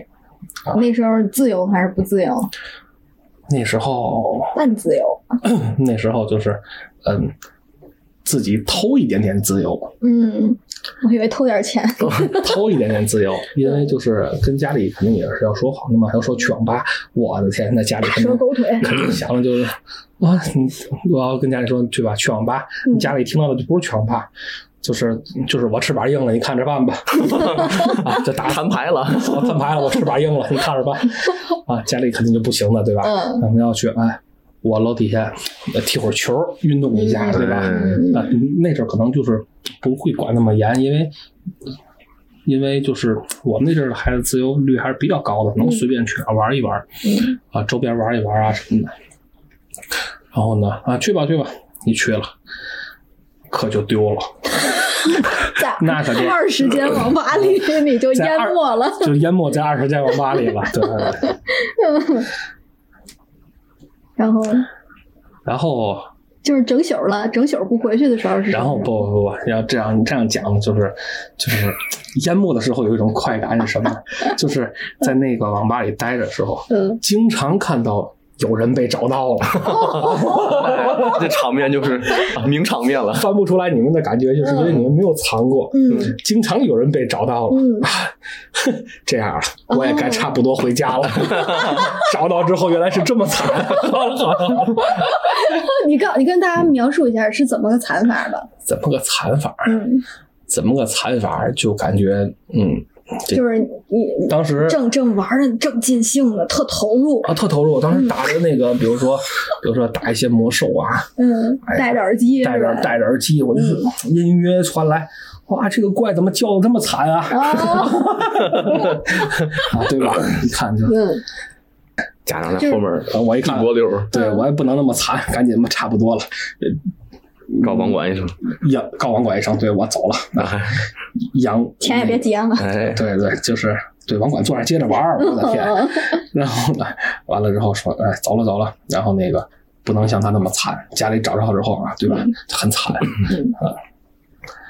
[SPEAKER 4] 啊
[SPEAKER 2] 那时候自由还是不自由？
[SPEAKER 4] 那时候
[SPEAKER 2] 半自由。
[SPEAKER 4] 那时候就是嗯，自己偷一点点自由，
[SPEAKER 2] 嗯，我以为偷点钱。
[SPEAKER 4] 偷一点点自由，因为就是跟家里肯定也是要说好的嘛，要说去网吧，我的天，那家里肯
[SPEAKER 2] 蛇
[SPEAKER 4] 定
[SPEAKER 2] 狗腿
[SPEAKER 4] 肯定 <laughs> 想的就是，哇，你我要跟家里说去吧，去网吧，
[SPEAKER 2] 嗯
[SPEAKER 4] 家里听到的就不是去网吧。就是就是我翅膀硬了，你看着办吧。啊，这打
[SPEAKER 5] 摊牌了，
[SPEAKER 4] 我摊牌了，我翅膀硬了，你看着办。啊，家里肯定就不行的，对吧？
[SPEAKER 2] 嗯
[SPEAKER 4] 我们要去，哎，我楼底下呃踢会儿球，运动一下，对吧？
[SPEAKER 5] 嗯
[SPEAKER 4] 啊，那阵儿可能就是不会管那么严，因为因为就是我们那阵儿的孩子自由率还是比较高的，能随便去哪儿玩一玩，
[SPEAKER 2] 嗯
[SPEAKER 4] 啊，周边玩一玩啊什么的。然后呢，啊，去吧去吧，你去了，可就丢了，
[SPEAKER 2] 在
[SPEAKER 4] 那可就嗯
[SPEAKER 2] 二十间网吧里，你就淹没了。
[SPEAKER 4] 就淹没在二十家网吧里了。 <laughs> 对对对。
[SPEAKER 2] 然后
[SPEAKER 4] 然后
[SPEAKER 2] 就是整宿了，整宿不回去的时候是什么
[SPEAKER 4] 然后
[SPEAKER 2] 时
[SPEAKER 4] 不
[SPEAKER 2] 候
[SPEAKER 4] 不不，要这样这样讲，就是就是淹没的时候有一种快感是什么呢？就是在那个网吧里待着的时候，
[SPEAKER 2] 嗯
[SPEAKER 4] 经常看到有人被找到了， <laughs>
[SPEAKER 5] 这场面就是 <laughs> 啊名场面了。
[SPEAKER 4] 翻不出来你们的感觉，就是因为你们没有藏过。
[SPEAKER 2] 嗯
[SPEAKER 4] 经常有人被找到了，
[SPEAKER 2] 嗯
[SPEAKER 4] <laughs> 这样啊，我也该差不多回家了。 <laughs> 找到之后原来是这么惨， <laughs>
[SPEAKER 2] 你告你跟大家描述一下是怎么个惨法的？
[SPEAKER 4] 怎么个惨法？
[SPEAKER 2] 嗯，
[SPEAKER 4] 怎么个惨法？就感觉嗯，这
[SPEAKER 2] 就是你
[SPEAKER 4] 当时
[SPEAKER 2] 正正玩的正尽兴呢，特投入，
[SPEAKER 4] 啊特投入，当时打的那个，比
[SPEAKER 2] <laughs>
[SPEAKER 4] 如说比如说打一些魔兽啊，
[SPEAKER 2] 嗯，
[SPEAKER 4] 哎
[SPEAKER 2] 戴着耳嗯机，
[SPEAKER 4] 戴着
[SPEAKER 2] 是吧
[SPEAKER 4] 戴着耳机，我就是隐隐约约传来，哇，这个怪怎么叫的这么惨啊？
[SPEAKER 2] 哦，
[SPEAKER 4] 啊，对
[SPEAKER 2] <laughs>
[SPEAKER 4] 吧？一看就，
[SPEAKER 2] 嗯，
[SPEAKER 5] 家长在后面
[SPEAKER 4] 啊我一
[SPEAKER 5] 一
[SPEAKER 4] 看，
[SPEAKER 5] 波溜儿，
[SPEAKER 2] 嗯
[SPEAKER 4] 对我也不能那么惨，赶紧吧，差不多了，
[SPEAKER 5] 告网管一声，
[SPEAKER 4] 呀，告网管一声，对我走了，
[SPEAKER 5] 哎
[SPEAKER 4] 养
[SPEAKER 2] 钱也别结了，
[SPEAKER 5] 哎，
[SPEAKER 4] 对对，就是对网管坐那儿接着玩儿， <laughs> 我的天！
[SPEAKER 2] 哦
[SPEAKER 4] <laughs> 然后呢，完了之后说，哎，走了走了，然后那个不能像他那么惨，家里找着之后啊，对吧？很惨，
[SPEAKER 2] <laughs>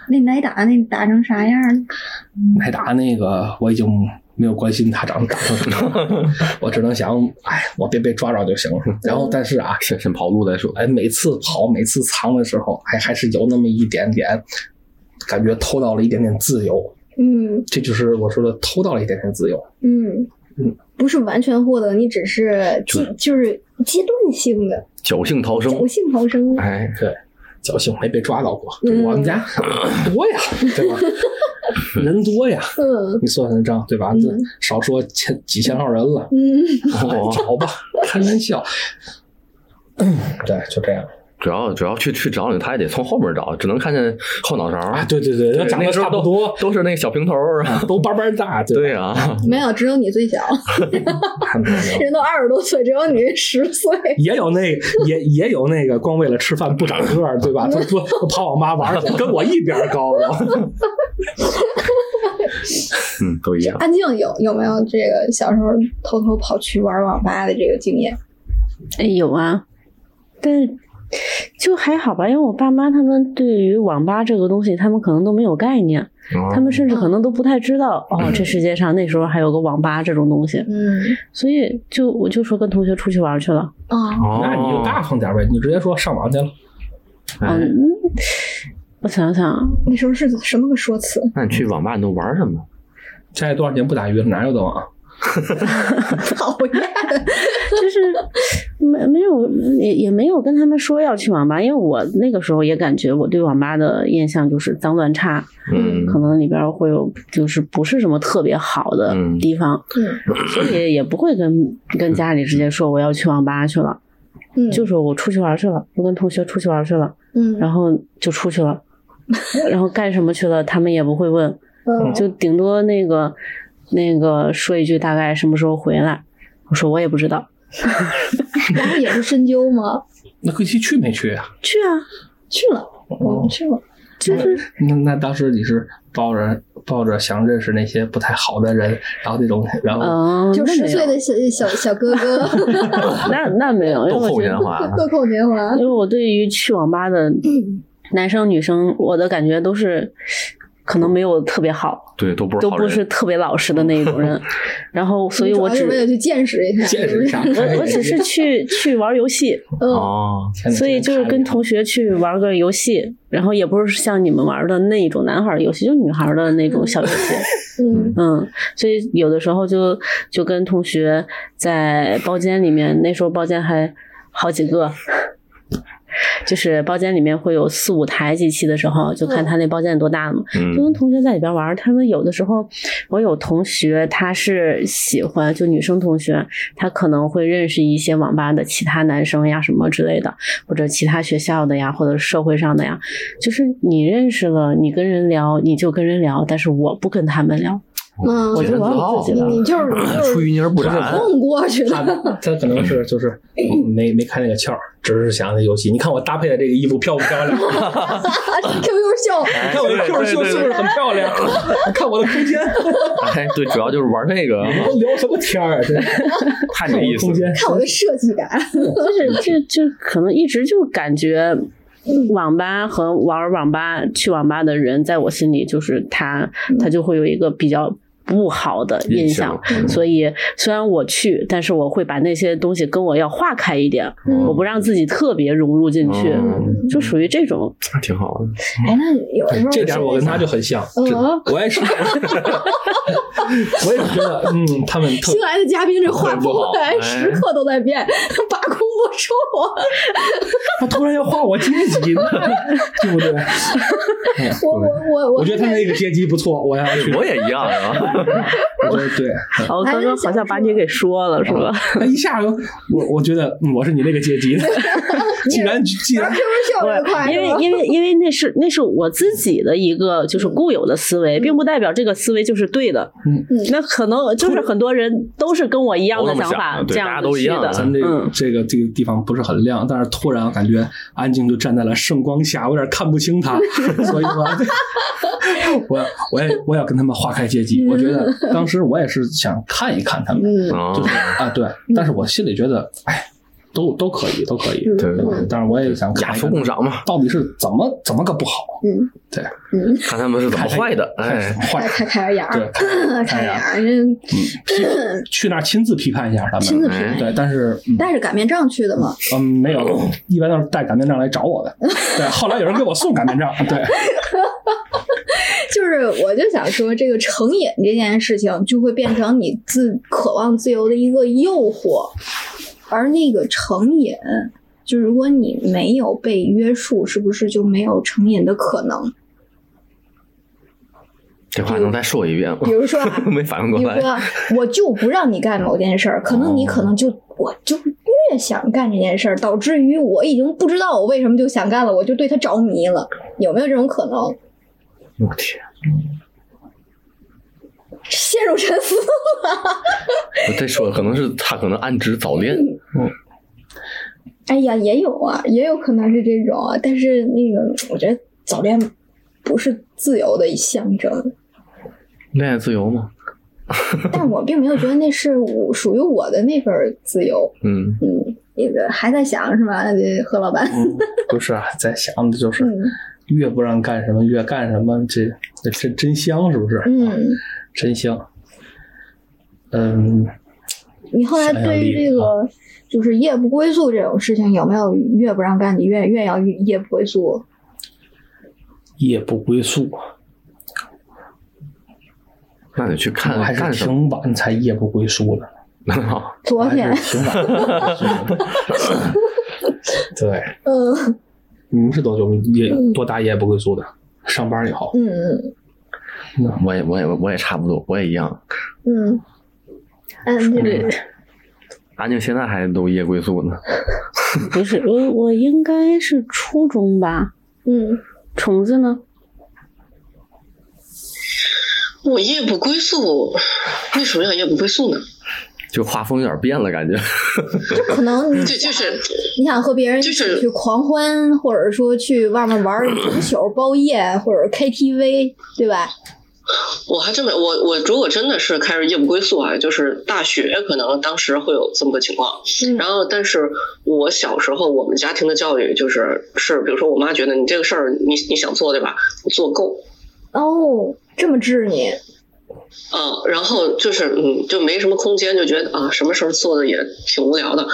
[SPEAKER 2] 那奶打那打成啥样了？
[SPEAKER 4] 挨打那个我已经没有关心他长长成什么样， <laughs> 我只能想，哎，我别被抓着就行了。然后但是啊，
[SPEAKER 5] 先先跑路再说。
[SPEAKER 4] 哎，每次跑，每次藏的时候，还还是有那么一点点感觉偷到了一点点自由，
[SPEAKER 2] 嗯
[SPEAKER 4] 这就是我说的偷到了一点点自由。
[SPEAKER 2] 嗯
[SPEAKER 4] 嗯，
[SPEAKER 2] 不是完全获得，你只是
[SPEAKER 5] 就
[SPEAKER 2] 阶就是阶段性的
[SPEAKER 5] 侥幸逃生，
[SPEAKER 2] 侥幸逃生。
[SPEAKER 5] 哎，
[SPEAKER 4] 嗯对，侥幸没被抓到过。
[SPEAKER 2] 嗯
[SPEAKER 4] 我们家 <laughs> 多呀，对吧？ <laughs> 人多呀，
[SPEAKER 2] 嗯
[SPEAKER 4] 你算算账，对吧？
[SPEAKER 2] 嗯
[SPEAKER 4] 这少说千几千号人了，
[SPEAKER 2] 嗯，
[SPEAKER 4] <laughs> 找吧，哦开玩笑。 <clears throat> 对，就这样
[SPEAKER 5] 主要主要去去找你，他也得从后面找，只能看见后脑勺
[SPEAKER 4] 啊！对对对，
[SPEAKER 5] 对
[SPEAKER 4] 要长得
[SPEAKER 5] 那时候
[SPEAKER 4] 差不多，
[SPEAKER 5] 都是那个小平头儿啊。
[SPEAKER 4] <laughs> 都班班大，对
[SPEAKER 5] 对啊，
[SPEAKER 2] 没有，只有你最小，
[SPEAKER 4] 吧？没有没有
[SPEAKER 2] 人都二十多岁，只有你十岁。
[SPEAKER 4] <laughs> 也有那也也有那个光为了吃饭不长个儿，对吧？都说跑网吧玩儿去，跟我一边儿高的。
[SPEAKER 5] 嗯，都一样。
[SPEAKER 2] 安静有有没有这个小时候偷偷跑去玩网吧的这个经验？
[SPEAKER 3] 哎，有啊，但就还好吧，因为我爸妈他们对于网吧这个东西，他们可能都没有概念，
[SPEAKER 5] 哦
[SPEAKER 3] 他们甚至可能都不太知道哦，这世界上那时候还有个网吧这种东西，
[SPEAKER 2] 嗯
[SPEAKER 3] 所以就我就说跟同学出去玩去了。
[SPEAKER 2] 啊，
[SPEAKER 5] 哦，
[SPEAKER 4] <laughs> 那你就大方点儿呗，你直接说上网去了。哦
[SPEAKER 5] 哎
[SPEAKER 3] 嗯，我想想啊，
[SPEAKER 2] 那时候是什么个说辞？
[SPEAKER 5] 那你去网吧你都玩什么？
[SPEAKER 4] 现在多少年不打鱼了，哪有的网？啊
[SPEAKER 2] 讨厌，
[SPEAKER 3] 就是没没有也也没有跟他们说要去网吧，因为我那个时候也感觉我对网吧的印象就是脏乱差，
[SPEAKER 5] 嗯
[SPEAKER 3] 可能里边会有就是不是什么特别好的
[SPEAKER 5] 嗯
[SPEAKER 3] 地方，所以也不会跟跟家里直接说我要去网吧去了，
[SPEAKER 2] 嗯，
[SPEAKER 3] 就说我出去玩去了，我跟同学出去玩去了，
[SPEAKER 2] 嗯，
[SPEAKER 3] 然后就出去
[SPEAKER 2] <laughs>
[SPEAKER 3] 了，然后干什么去了，他们也不会问，
[SPEAKER 2] 嗯
[SPEAKER 3] 就顶多那个那个说一句大概什么时候回来，我说我也不知道，
[SPEAKER 2] 然后也是深究吗？
[SPEAKER 4] 那可惜去没去啊？
[SPEAKER 3] 去啊，
[SPEAKER 2] 去了，我
[SPEAKER 3] 嗯
[SPEAKER 2] 去了，
[SPEAKER 3] 就是
[SPEAKER 4] 那那当时你是抱着抱着想认识那些不太好的人，然后那种，然后、
[SPEAKER 3] 嗯，
[SPEAKER 2] 就
[SPEAKER 3] 那
[SPEAKER 2] 十
[SPEAKER 3] 没
[SPEAKER 2] 岁
[SPEAKER 3] 有
[SPEAKER 2] 的小小小哥哥，
[SPEAKER 3] 那那没有，因为
[SPEAKER 5] 豆
[SPEAKER 3] 我
[SPEAKER 5] 蔻
[SPEAKER 3] 觉得
[SPEAKER 5] 年华，
[SPEAKER 2] 豆蔻年华
[SPEAKER 3] 因，为我对于去网吧的
[SPEAKER 2] 嗯
[SPEAKER 3] 男生女生，我的感觉都是可能没有特别好，
[SPEAKER 5] 对，都不是
[SPEAKER 3] 都
[SPEAKER 5] 好
[SPEAKER 3] 不
[SPEAKER 5] 人
[SPEAKER 3] 是特别老实的那一种
[SPEAKER 5] <laughs>
[SPEAKER 3] 人。然后，所以我
[SPEAKER 2] 主要
[SPEAKER 3] 只
[SPEAKER 2] 是为了去见识一下，
[SPEAKER 4] 见识一下，
[SPEAKER 3] 我我只是 <laughs> 去去玩游戏，
[SPEAKER 2] 嗯，
[SPEAKER 5] 哦，
[SPEAKER 4] 前两天
[SPEAKER 3] 所以就是跟同学去玩个游戏，然后也不是像你们玩的那一种男孩儿的游戏，就女孩儿的那种小游戏。
[SPEAKER 2] 嗯
[SPEAKER 3] 嗯，所以有的时候就就跟同学在包间里面，那时候包间还好几个，就是包间里面会有四五台机器的时候，就看他那包间多大嘛，
[SPEAKER 5] 嗯
[SPEAKER 3] 就跟同学在里边玩儿。他们有的时候，我有同学他是喜欢，就女生同学，她可能会认识一些网吧的其他男生呀什么之类的，或者其他学校的呀，或者社会上的呀，就是你认识了，你跟人聊，你就跟人聊，但是我不跟他们聊。
[SPEAKER 2] 嗯
[SPEAKER 5] 我
[SPEAKER 3] 我就玩我自
[SPEAKER 2] 你
[SPEAKER 3] 己的
[SPEAKER 2] 你
[SPEAKER 5] <laughs>
[SPEAKER 2] 就是
[SPEAKER 5] 出
[SPEAKER 2] 就是
[SPEAKER 5] 淤泥而不染，
[SPEAKER 2] 混过去
[SPEAKER 4] 他
[SPEAKER 2] 的，
[SPEAKER 4] 他可能是就是没没开那个窍儿，只是想那游戏。你看我搭配的这个衣服漂不漂亮？啊
[SPEAKER 2] ，QQ 秀，
[SPEAKER 4] <laughs> 你看我的 Q 秀是不是很漂亮？啊 <laughs> 你看我的空间，
[SPEAKER 5] 哎，对，主要就是玩这个，
[SPEAKER 4] <laughs> 都聊什么天儿啊？这
[SPEAKER 5] 太
[SPEAKER 4] 看
[SPEAKER 5] 没
[SPEAKER 4] 我
[SPEAKER 5] 意
[SPEAKER 4] 的
[SPEAKER 5] 思
[SPEAKER 4] 空。间，
[SPEAKER 2] 看我的设计 <laughs> 感，
[SPEAKER 3] 就是这就可能一直就感觉网吧和玩网吧去网吧的人，在我心里就是他，他就会有一个比较。不好的印
[SPEAKER 5] 印
[SPEAKER 3] 象
[SPEAKER 5] 象。嗯
[SPEAKER 3] 所以虽然我去，但是我会把那些东西跟我要化开一点，
[SPEAKER 2] 嗯
[SPEAKER 3] 我不让自己特别融入进去，
[SPEAKER 5] 嗯
[SPEAKER 3] 就属于这种。
[SPEAKER 5] 挺好的。
[SPEAKER 2] 哎，那有时候
[SPEAKER 4] 这点我跟他就很像，
[SPEAKER 2] 嗯
[SPEAKER 4] 真的我也是， <laughs> 我也是觉得，嗯，他们特
[SPEAKER 2] 新来的嘉宾这话
[SPEAKER 4] 很不好
[SPEAKER 2] 不来
[SPEAKER 5] 哎
[SPEAKER 2] 时刻都在变，把控不住。
[SPEAKER 4] 他突然要画我阶级呢，对不对？
[SPEAKER 2] <laughs> 我我我
[SPEAKER 4] 我觉得他那个阶级不错，我要去。
[SPEAKER 5] 我也一样啊，
[SPEAKER 4] 我觉得对，
[SPEAKER 3] 哦，
[SPEAKER 2] 还
[SPEAKER 3] 刚
[SPEAKER 2] 是
[SPEAKER 3] 刚好
[SPEAKER 2] 想
[SPEAKER 3] 像把你给说了，是吧？
[SPEAKER 4] 他一下就我我觉得嗯我是你那个
[SPEAKER 2] <laughs>
[SPEAKER 4] 阶级的，既然既然
[SPEAKER 2] 是不是效率快？
[SPEAKER 3] 因为
[SPEAKER 2] 是吧
[SPEAKER 3] 因为因为那是那是我自己的一个就是固有的思维，并不代表这个思维就是对的。
[SPEAKER 4] 嗯
[SPEAKER 2] 嗯
[SPEAKER 3] 那可能就是很多人都是跟我一样的
[SPEAKER 5] 都那么想
[SPEAKER 3] 法，
[SPEAKER 5] 的对
[SPEAKER 3] 这
[SPEAKER 5] 大
[SPEAKER 3] 样
[SPEAKER 5] 家
[SPEAKER 3] 子
[SPEAKER 5] 都一
[SPEAKER 3] 去
[SPEAKER 5] 样
[SPEAKER 3] 的。
[SPEAKER 4] <laughs> 咱这个
[SPEAKER 3] 嗯
[SPEAKER 4] 这个这个地方不是很亮，但是突然我感觉安静就站在了圣光下，我有点看不
[SPEAKER 2] <laughs>
[SPEAKER 4] 清他，所以我 <laughs> 我我也我也要跟他们划开阶级。我觉得当时我也是想看一看他们，
[SPEAKER 2] 嗯
[SPEAKER 5] 哦
[SPEAKER 4] 就是啊对，但是我心里觉得，哎，都都可以，都可
[SPEAKER 2] 嗯
[SPEAKER 4] 以，
[SPEAKER 5] 对
[SPEAKER 4] 对吧？但是我也想
[SPEAKER 5] 雅
[SPEAKER 4] 看一
[SPEAKER 5] 俗
[SPEAKER 4] 看
[SPEAKER 5] 共赏嘛，
[SPEAKER 4] 到底是怎么怎么个不好，
[SPEAKER 2] 嗯
[SPEAKER 4] 对，
[SPEAKER 5] 看他们是怎么坏的。哎，
[SPEAKER 4] 坏
[SPEAKER 2] 开开开个眼
[SPEAKER 4] 对
[SPEAKER 2] 儿，，<laughs>
[SPEAKER 4] 看
[SPEAKER 2] 开
[SPEAKER 4] 一
[SPEAKER 2] 眼
[SPEAKER 4] 眼，
[SPEAKER 2] 儿，这
[SPEAKER 4] 去那儿亲自批判一下他们，
[SPEAKER 2] 亲自批判
[SPEAKER 4] 对，但是嗯。
[SPEAKER 2] 带着擀面杖去的嘛。
[SPEAKER 4] 嗯，没有，一般都是带擀面杖来找我
[SPEAKER 2] <laughs>
[SPEAKER 4] 的。对，后来有人给我送擀面杖，对，
[SPEAKER 2] 就是我就想说，这个成瘾这件事情就会变成你自渴望自由的一个诱惑，而那个成瘾，就如果你没有被约束，是不是就没有成瘾的可能？
[SPEAKER 5] 这话能再说一遍吗
[SPEAKER 2] 比？如说
[SPEAKER 5] <laughs>
[SPEAKER 2] 啊，
[SPEAKER 5] 没反应
[SPEAKER 2] 比
[SPEAKER 5] 过
[SPEAKER 2] 如
[SPEAKER 5] 来。
[SPEAKER 2] 说我就不让你干某件事儿，可能你
[SPEAKER 5] 哦
[SPEAKER 2] 可能就我就越想干这件事儿，导致于我已经不知道我为什么就想干了，我就对它着迷了，有没有这种可能？
[SPEAKER 5] 我天，
[SPEAKER 2] 陷入沉思。
[SPEAKER 5] 我这说的可能是他可能暗指早恋，
[SPEAKER 2] 嗯哎呀，也有啊，也有可能是这种啊，但是那个，我觉得早恋不是自由的象征，
[SPEAKER 5] 恋爱自由嘛。
[SPEAKER 2] 但我并没有觉得那是我属于我的那份儿自由。
[SPEAKER 5] 嗯，
[SPEAKER 2] 嗯，那个还在想是吧，呃何老板？
[SPEAKER 4] 嗯，不是啊，在想的就是
[SPEAKER 2] 嗯
[SPEAKER 4] 越不让干什么越干什么，这这真真香是不是？
[SPEAKER 2] 嗯，
[SPEAKER 4] 真香。嗯，
[SPEAKER 2] 你后来对于这个就是夜不归宿这种事情，有没有越不让干你越越要夜不归宿？
[SPEAKER 4] 夜不归宿，
[SPEAKER 5] 那得去看
[SPEAKER 4] 我还
[SPEAKER 5] 干
[SPEAKER 4] 是
[SPEAKER 5] 什么。
[SPEAKER 4] 挺晚才夜不归宿的，
[SPEAKER 5] <laughs>
[SPEAKER 2] 昨
[SPEAKER 4] 还
[SPEAKER 2] 天，
[SPEAKER 4] 是挺晚的。
[SPEAKER 2] <laughs>
[SPEAKER 4] 对，
[SPEAKER 2] 嗯
[SPEAKER 4] 你们是多久夜多大夜不归宿的？上班以后，
[SPEAKER 2] 嗯
[SPEAKER 5] 我也我也我也差不多，我也一样。
[SPEAKER 2] 嗯嗯，这个
[SPEAKER 5] 安静现在还都夜归宿呢。
[SPEAKER 3] 不是我，我应该是初中吧。
[SPEAKER 2] 嗯
[SPEAKER 3] 虫子呢？
[SPEAKER 6] 我夜不归宿，为什么要夜不归宿呢？
[SPEAKER 5] 就画风有点变了，感觉。
[SPEAKER 2] 就可能你
[SPEAKER 6] 这就是
[SPEAKER 2] 你想和别人
[SPEAKER 6] 就
[SPEAKER 2] 一
[SPEAKER 6] 是
[SPEAKER 2] 起去狂欢，或者说去外面玩儿
[SPEAKER 6] <clears throat>
[SPEAKER 2] 足球、包夜或者 KTV，对吧？
[SPEAKER 6] 我还真没我我如果真的是开始夜不归宿啊，就是大学可能当时会有这么个情况。
[SPEAKER 2] 嗯
[SPEAKER 6] 然后，但是我小时候我们家庭的教育就是是，比如说我妈觉得你这个事儿你你想做对吧，做够。
[SPEAKER 2] 哦，这么治你，
[SPEAKER 6] 嗯，然后就是嗯，就没什么空间，就觉得啊，什么事儿做的也挺无聊的。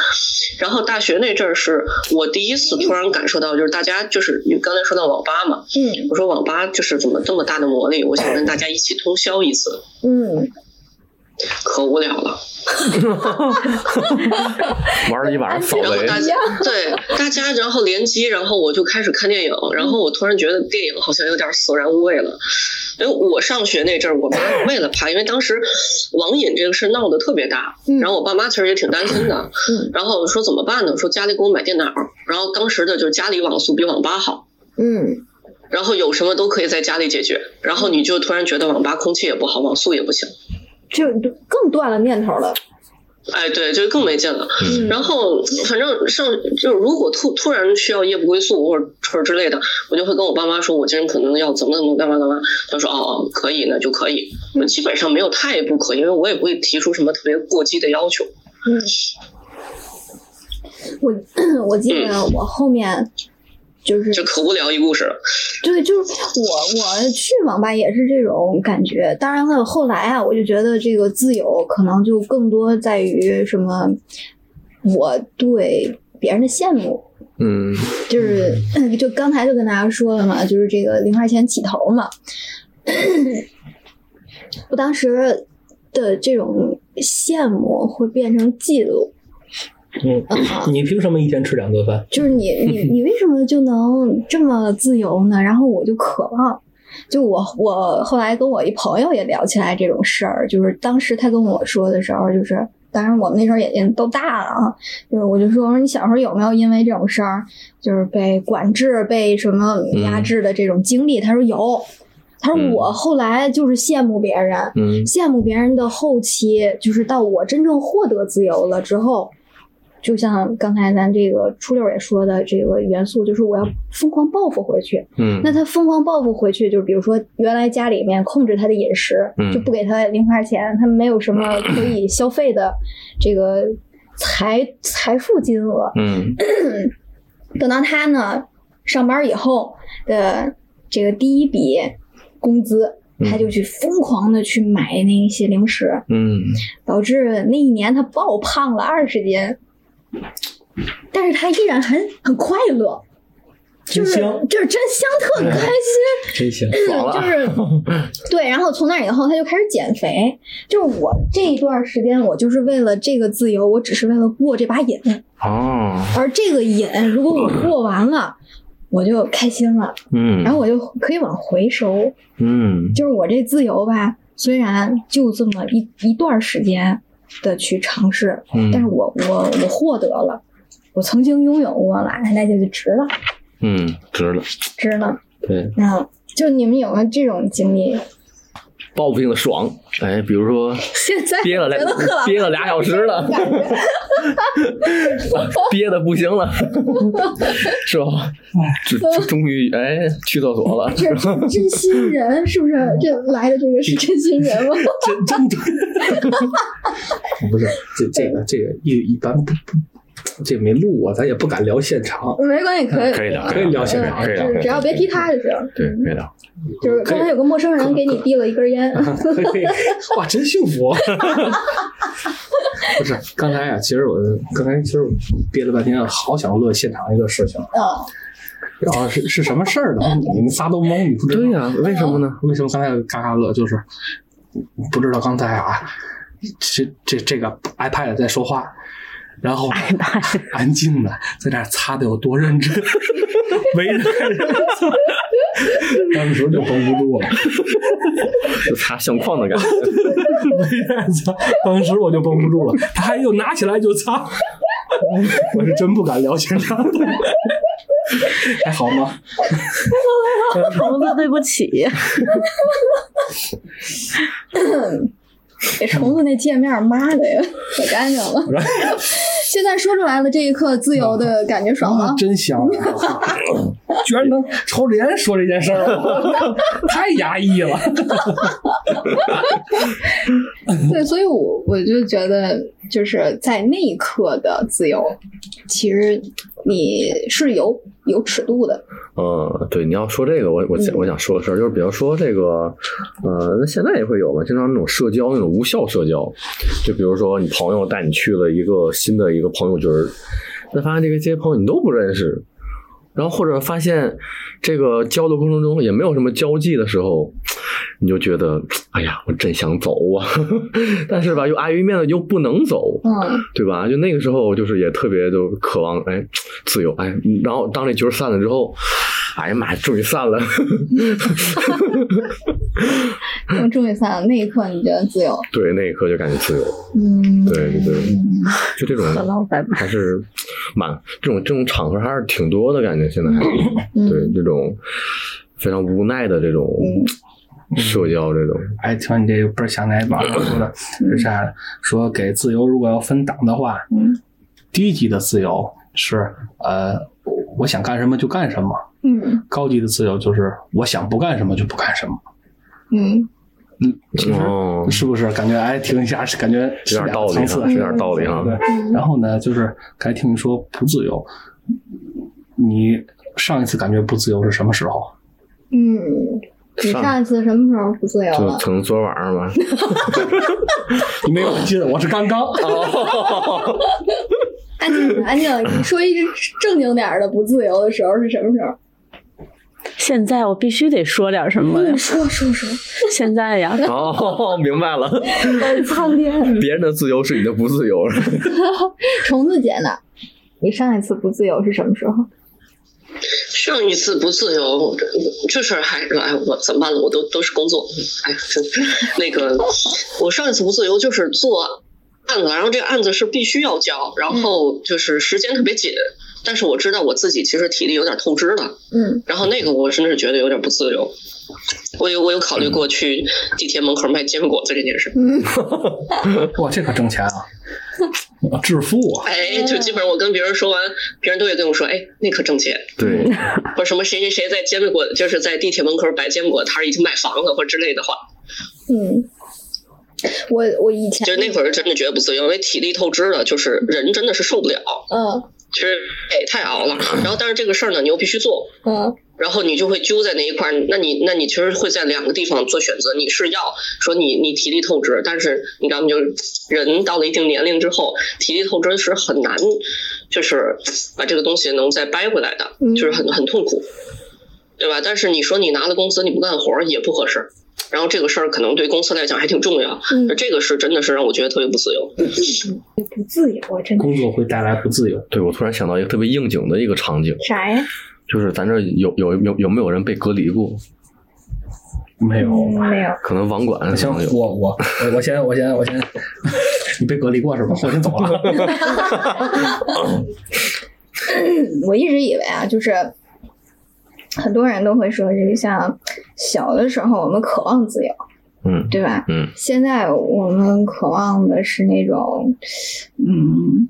[SPEAKER 6] 然后大学那阵儿是我第一次突然感受到，就是大家就是你刚才说到网吧嘛，
[SPEAKER 2] 嗯
[SPEAKER 6] 我说网吧就是怎么这么大的魔力，我想跟大家一起通宵一次，
[SPEAKER 2] 嗯，
[SPEAKER 6] 可无聊了。
[SPEAKER 5] 玩了一晚上扫
[SPEAKER 6] 然后
[SPEAKER 5] 雷，
[SPEAKER 6] 大家对大家，然后联机，然后我就开始看电影，然后我突然觉得电影好像有点索然无味了。因为我上学那阵儿，我妈为了怕，因为当时网瘾这个事闹得特别大，
[SPEAKER 2] 嗯
[SPEAKER 6] 然后我爸妈其实也挺担心的，
[SPEAKER 2] 嗯
[SPEAKER 6] 然后说怎么办呢？说家里给我买电脑，然后当时的就是家里网速比网吧好。
[SPEAKER 2] 嗯
[SPEAKER 6] 然后有什么都可以在家里解决，然后你就突然觉得网吧空气也不好，网速也不行，
[SPEAKER 2] 就更断了念头了。
[SPEAKER 6] 哎，对，就更没劲了。
[SPEAKER 2] 嗯
[SPEAKER 6] 然后反正上就是如果突突然需要夜不归宿或者或者之类的，我就会跟我爸妈说，我今天可能要怎么怎么干嘛干嘛。他说哦哦，可以，那就可以。我基本上没有太不可以，因为我也不会提出什么特别过激的要求。
[SPEAKER 2] <clears throat> 我我记得我后面就是
[SPEAKER 6] 这嗯可无聊一故事了。
[SPEAKER 2] 对，就是我我去网吧也是这种感觉。当然了，后来啊，我就觉得这个自由可能就更多在于什么，我对别人的羡慕。
[SPEAKER 5] 嗯，
[SPEAKER 2] 就是嗯 <clears throat> 就刚才就跟大家说了嘛，就是这个零花钱起头嘛。 <coughs> 我当时的这种羡慕会变成嫉妒，啊
[SPEAKER 4] 嗯，你凭什么一天吃两顿饭？
[SPEAKER 2] 就是你你你为什么就能这么自由呢？然后我就渴望。就我，我后来跟我一朋友也聊起来这种事儿，就是当时他跟我说的时候，就是当然我们那时候也也都大了啊，就是我就说，我说你小时候有没有因为这种事儿，就是被管制、被什么压制的这种经历？他说有，他说
[SPEAKER 5] 嗯
[SPEAKER 2] 我后来就是羡慕别人，
[SPEAKER 5] 嗯
[SPEAKER 2] 羡慕别人的后期，就是到我真正获得自由了之后，就像刚才咱这个初六也说的，这个元素就是我要疯狂报复回去。
[SPEAKER 5] 嗯
[SPEAKER 2] 那他疯狂报复回去，就是比如说原来家里面控制他的饮食，
[SPEAKER 5] 嗯
[SPEAKER 2] 就不给他零花钱，他没有什么可以消费的这个财财富金额。
[SPEAKER 5] 嗯
[SPEAKER 2] 等到他呢上班以后的这个第一笔工资，
[SPEAKER 5] 嗯
[SPEAKER 2] 他就去疯狂的去买那一些零食，
[SPEAKER 5] 嗯
[SPEAKER 2] 导致那一年他爆胖了二十斤，但是他依然很很快乐，就是
[SPEAKER 4] 真香
[SPEAKER 2] 就是真香，特开心，
[SPEAKER 4] 真行，
[SPEAKER 5] 爽了
[SPEAKER 2] 就是对。然后从那以后，他就开始减肥。就是我这一段时间，我就是为了这个自由，我只是为了过这把瘾。
[SPEAKER 5] 哦，
[SPEAKER 2] 而这个瘾，如果我过完了，我就开心了，然
[SPEAKER 5] 嗯
[SPEAKER 2] 后我就可以往回收。
[SPEAKER 5] 嗯
[SPEAKER 2] 就是我这自由吧，虽然就这么一一段时间的去尝试，
[SPEAKER 5] 嗯
[SPEAKER 2] 但是我我我获得了，我曾经拥有过了，那就值了，
[SPEAKER 5] 嗯，值了，
[SPEAKER 2] 值了。
[SPEAKER 5] 对，
[SPEAKER 2] 那就你们有没有这种经历？
[SPEAKER 5] 报复性的爽，哎，比
[SPEAKER 2] <laughs>
[SPEAKER 5] 如说
[SPEAKER 2] 现在
[SPEAKER 5] 憋了
[SPEAKER 2] 觉得喝
[SPEAKER 5] 俩
[SPEAKER 2] 完
[SPEAKER 5] 憋了俩小时
[SPEAKER 2] <laughs>
[SPEAKER 5] 了，
[SPEAKER 2] 感觉
[SPEAKER 5] 憋的不行了，是吧？ <laughs> 终终于哎去厕所了， <laughs>
[SPEAKER 2] 这是真心人是不是？这来的这个是真心人吗？ <laughs>
[SPEAKER 4] 真真的 <laughs> 不是这这个这个一一般不不，这没录啊，咱也不敢聊现场。
[SPEAKER 2] 没关系，可以
[SPEAKER 5] 可以聊，
[SPEAKER 4] 可以聊现
[SPEAKER 2] 嗯
[SPEAKER 4] 场
[SPEAKER 5] 可以聊，
[SPEAKER 2] 只只要别提他就行。嗯
[SPEAKER 5] 对，可以聊，
[SPEAKER 2] 就是刚才有个陌生人给你递了一根 <laughs>
[SPEAKER 5] 嗯
[SPEAKER 2] 烟，
[SPEAKER 4] 可以可以， <laughs> 哇，真幸福！ <laughs> 不是，刚才啊，其实我刚才其实我憋了半天，好想乐现场一个事情，
[SPEAKER 2] 嗯，
[SPEAKER 4] 然后是是什么事儿呢？你们仨都懵，你不知道
[SPEAKER 5] 对呀，为什么呢？
[SPEAKER 4] 为什么刚才嘎嘎乐？就是不知道刚才啊，这这这个 iPad 在说话，然后安静的在那儿擦的有多认真，围着擦，当时就绷不住了，
[SPEAKER 5] 就擦相框的感觉，
[SPEAKER 4] 围着擦，当时我就绷不住了，他还又拿起来就擦，我是真不敢聊现场， <laughs> 还好吗？
[SPEAKER 3] 虫子，对不起。
[SPEAKER 2] 给虫子那界面，妈的呀，可干净了。 <laughs> 现在说出来了，这一刻自由的感觉爽吗？
[SPEAKER 4] 啊真香、啊 <laughs> 居然能抽着烟说这件事 <laughs> 儿，太压抑了。
[SPEAKER 5] 嗯
[SPEAKER 2] 对，所以我我就觉得，就是在那一刻的自由，其实你是有有尺度的。
[SPEAKER 5] 嗯，对，你要说这个，我我想我想说的事儿就是，比如说这个，呃，那现在也会有嘛，经常那种社交，那种无效社交，就比如说你朋友带你去了一个新的一个朋友局儿，那发现这个这些朋友你都不认识，然后或者发现这个交流过程中也没有什么交际的时候，你就觉得，哎呀，我真想走啊， <laughs> 但是吧，又碍于面子又不能走，
[SPEAKER 2] 嗯，
[SPEAKER 5] 对吧？就那个时候，就是也特别就渴望哎自由哎，然后当这局儿散了之后，哎呀妈呀，终于散了， <laughs>
[SPEAKER 2] 用终于散了，那一刻你觉得自由？
[SPEAKER 5] 对，那一刻就感觉自由，
[SPEAKER 2] 嗯，
[SPEAKER 5] 对对对，
[SPEAKER 2] <laughs>
[SPEAKER 5] 就这种
[SPEAKER 3] 何老板吧
[SPEAKER 5] 还是蛮这种这种场合还是挺多的感觉，现在还是
[SPEAKER 2] 嗯
[SPEAKER 5] 对这种非常无奈的这种
[SPEAKER 2] 嗯
[SPEAKER 5] 社交这种，
[SPEAKER 4] <laughs> 哎，听完你这个倍儿想起来网上说的是啥？说给自由如果要分档的话，
[SPEAKER 2] 嗯
[SPEAKER 4] 低级的自由是呃，我我想干什么就干什么；
[SPEAKER 2] 嗯
[SPEAKER 4] 高级的自由就是我想不干什么就不干什么。
[SPEAKER 2] 嗯，
[SPEAKER 4] 其实
[SPEAKER 5] 哦
[SPEAKER 4] 嗯是不是感觉哎，听一下是感觉是
[SPEAKER 5] 有点
[SPEAKER 4] 两
[SPEAKER 5] 道
[SPEAKER 4] 个
[SPEAKER 5] 理
[SPEAKER 4] 层
[SPEAKER 5] 啊，
[SPEAKER 4] 次
[SPEAKER 5] 有点道
[SPEAKER 4] 嗯
[SPEAKER 5] 理啊，
[SPEAKER 4] 对，然后呢，就是该听你说不自由，你上一次感觉不自由是什么时候？
[SPEAKER 2] 嗯，你
[SPEAKER 5] 上
[SPEAKER 2] 上一次什么时候不自由
[SPEAKER 5] 就
[SPEAKER 2] 了？
[SPEAKER 5] 可能昨晚
[SPEAKER 2] <laughs>
[SPEAKER 5] 上吧。
[SPEAKER 4] 你 <laughs> 没有劲，我是刚刚。
[SPEAKER 2] 安静，安静，你说一正经点儿的不自由的时候是什么时候？
[SPEAKER 3] 现在我必须得说点什么呀
[SPEAKER 2] 嗯，？说说说，
[SPEAKER 3] 现在呀，
[SPEAKER 5] 哦，明白了，
[SPEAKER 2] <laughs> 苍天，
[SPEAKER 5] 别人的自由是你的不自由。 <laughs>
[SPEAKER 2] 虫子姐呢？你上一次不自由是什么时候？
[SPEAKER 6] 上一次不自由，这事儿还哎，我怎么办了？我都都是工作，哎，真那个，我上一次不自由就是做案子，然后这个案子是必须要交，然后就是时间特别紧，但是我知道我自己其实体力有点透支了，
[SPEAKER 2] 嗯，
[SPEAKER 6] 然后那个我真是觉得有点不自由。我有我有考虑过去地铁门口卖煎饼果子这件事，
[SPEAKER 4] <laughs> 哇，这可挣钱啊！致富啊！
[SPEAKER 6] 哎，就基本上我跟别人说完，别人都会跟我说，哎，那可挣钱。
[SPEAKER 2] 嗯
[SPEAKER 5] 对，
[SPEAKER 6] 或者什么谁谁谁在煎饼果，就是在地铁门口摆煎饼果摊儿已经买房了或者之类的话，
[SPEAKER 2] 嗯，我我以前
[SPEAKER 6] 就是那会儿真的觉得不自由，因为体力透支了，就是人真的是受不了，
[SPEAKER 2] 嗯
[SPEAKER 6] 就是哎太熬了。然后但是这个事儿呢，你又必须做，
[SPEAKER 2] 嗯
[SPEAKER 6] 然后你就会揪在那一块儿。那你那你其实会在两个地方做选择，你是要说你你体力透支，但是你知道吗？就是人到了一定年龄之后，体力透支是很难，就是把这个东西能再掰回来的，
[SPEAKER 2] 嗯
[SPEAKER 6] 就是很很痛苦，对吧？但是你说你拿了工资你不干活儿也不合适。然后这个事儿可能对公司来讲还挺重要，
[SPEAKER 2] 嗯
[SPEAKER 6] 这个是真的是让我觉得特别不自由。
[SPEAKER 2] 不自由啊，真的
[SPEAKER 4] 工作会带来不自由。
[SPEAKER 5] 对我突然想到一个特别应景的一个场景，
[SPEAKER 2] 啥呀？
[SPEAKER 5] 就是咱这儿有有有有没有人被隔离过？
[SPEAKER 4] 没有，
[SPEAKER 2] 没有，
[SPEAKER 5] 可能网管可
[SPEAKER 4] 行
[SPEAKER 5] 能，有。
[SPEAKER 4] 我我我我先我先我 <laughs> 先，你被隔离过是吧？我先走了。 <laughs>
[SPEAKER 2] 我一直以为啊，就是很多人都会说，就是像小的时候我们渴望自由，
[SPEAKER 5] 嗯
[SPEAKER 2] 对吧？
[SPEAKER 5] 嗯，
[SPEAKER 2] 现在我们渴望的是那种，嗯，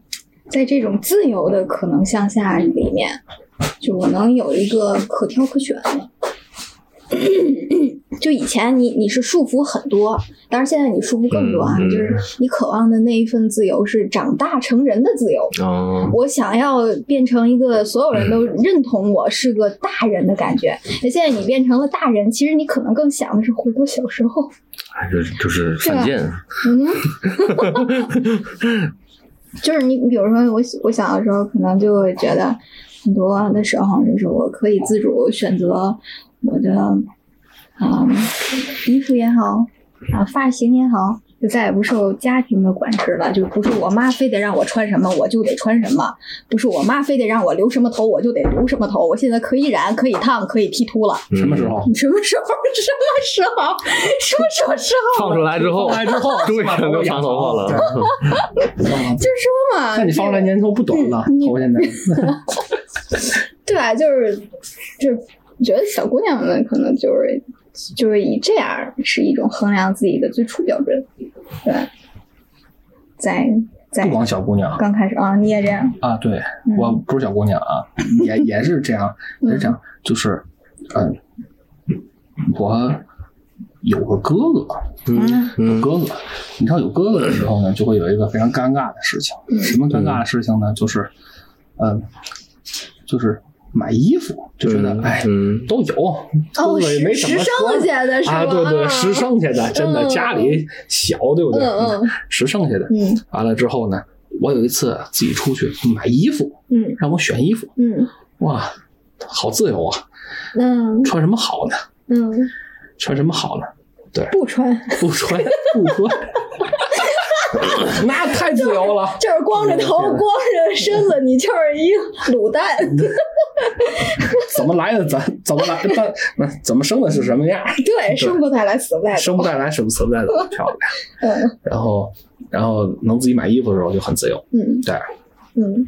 [SPEAKER 2] 在这种自由的可能向下里面，就我能有一个可挑可选的。 <coughs> 就以前你你是束缚很多，当然现在你束缚更多啊，
[SPEAKER 5] 嗯嗯
[SPEAKER 2] 就是你渴望的那一份自由是长大成人的自由。
[SPEAKER 5] 哦，
[SPEAKER 2] 我想要变成一个所有人都认同我是个大人的感觉。那现在你变成了大人，其实你可能更想的是回到小时候。
[SPEAKER 5] 哎就是就是犯贱，
[SPEAKER 2] 嗯， <laughs> 就是你，你比如说我，我小的时候可能就会觉得很多的时候，就是我可以自主选择我的啊、衣服也好啊发型也好，就再也不受家庭的管制了，就不是我妈非得让我穿什么我就得穿什么，不是我妈非得让我留什么头我就得留什么头，我现在可以染，可以烫，可以剃秃了。 <laughs>
[SPEAKER 5] 嗯
[SPEAKER 4] 什么时？候？
[SPEAKER 2] 你什么时候？什么时候？什么时候？ <laughs> 时候？
[SPEAKER 5] 放出来之后，
[SPEAKER 4] 放出来之后
[SPEAKER 5] 终于能够长头发了。
[SPEAKER 2] 就说嘛，
[SPEAKER 4] 那你放出来年头不短了，头现在。
[SPEAKER 2] 对啊，就是就是觉得小姑娘们可能就是就是以这样是一种衡量自己的最初标准，对吧，在在
[SPEAKER 4] 不光小姑娘
[SPEAKER 2] 刚开始啊，你也这样，
[SPEAKER 4] 啊，对
[SPEAKER 2] 嗯
[SPEAKER 4] 我不是小姑娘啊，也也是这样，也是这样，就是，嗯，我有个哥哥，
[SPEAKER 5] 嗯 <laughs>
[SPEAKER 4] 有
[SPEAKER 5] 嗯
[SPEAKER 4] 哥哥，你知道有哥哥的时候呢，就会有一个非常尴尬的事情。
[SPEAKER 2] 嗯
[SPEAKER 4] 什么尴尬的事情呢？就是，嗯，就是买衣服就觉得
[SPEAKER 5] 嗯
[SPEAKER 4] 哎。
[SPEAKER 5] 嗯，
[SPEAKER 4] 都有，哥
[SPEAKER 2] 哦，
[SPEAKER 4] 哥也
[SPEAKER 2] 时
[SPEAKER 4] 没怎
[SPEAKER 2] 时
[SPEAKER 4] 么
[SPEAKER 2] 剩
[SPEAKER 4] 穿
[SPEAKER 2] 下的是吧？
[SPEAKER 4] 啊，对对，时剩下的，真的
[SPEAKER 2] 嗯
[SPEAKER 4] 家里小，对不对
[SPEAKER 2] 嗯嗯？
[SPEAKER 4] 时剩下的，
[SPEAKER 2] 嗯
[SPEAKER 4] 完了之后呢，我有一次自己出去买衣服，
[SPEAKER 2] 嗯
[SPEAKER 4] 让我选衣服，
[SPEAKER 2] 嗯
[SPEAKER 4] 哇，好自由啊！
[SPEAKER 2] 嗯
[SPEAKER 4] 穿什么好呢？
[SPEAKER 2] 嗯，
[SPEAKER 4] 穿什么好呢？
[SPEAKER 2] 不穿，
[SPEAKER 4] 不穿，不穿， <laughs> 那太自由了。
[SPEAKER 2] <laughs> 就是光着头，光着身子，你就是一卤蛋。
[SPEAKER 4] 怎么来的？咱
[SPEAKER 2] <laughs>
[SPEAKER 4] 怎么来？咱怎么生的是什么样？
[SPEAKER 2] 对，生不带来，死不带走
[SPEAKER 4] 生。不带来，死不带走，漂亮。
[SPEAKER 2] 嗯
[SPEAKER 4] 然后，然后能自己买衣服的时候就很自由。
[SPEAKER 2] 嗯。
[SPEAKER 4] 对，
[SPEAKER 2] 嗯，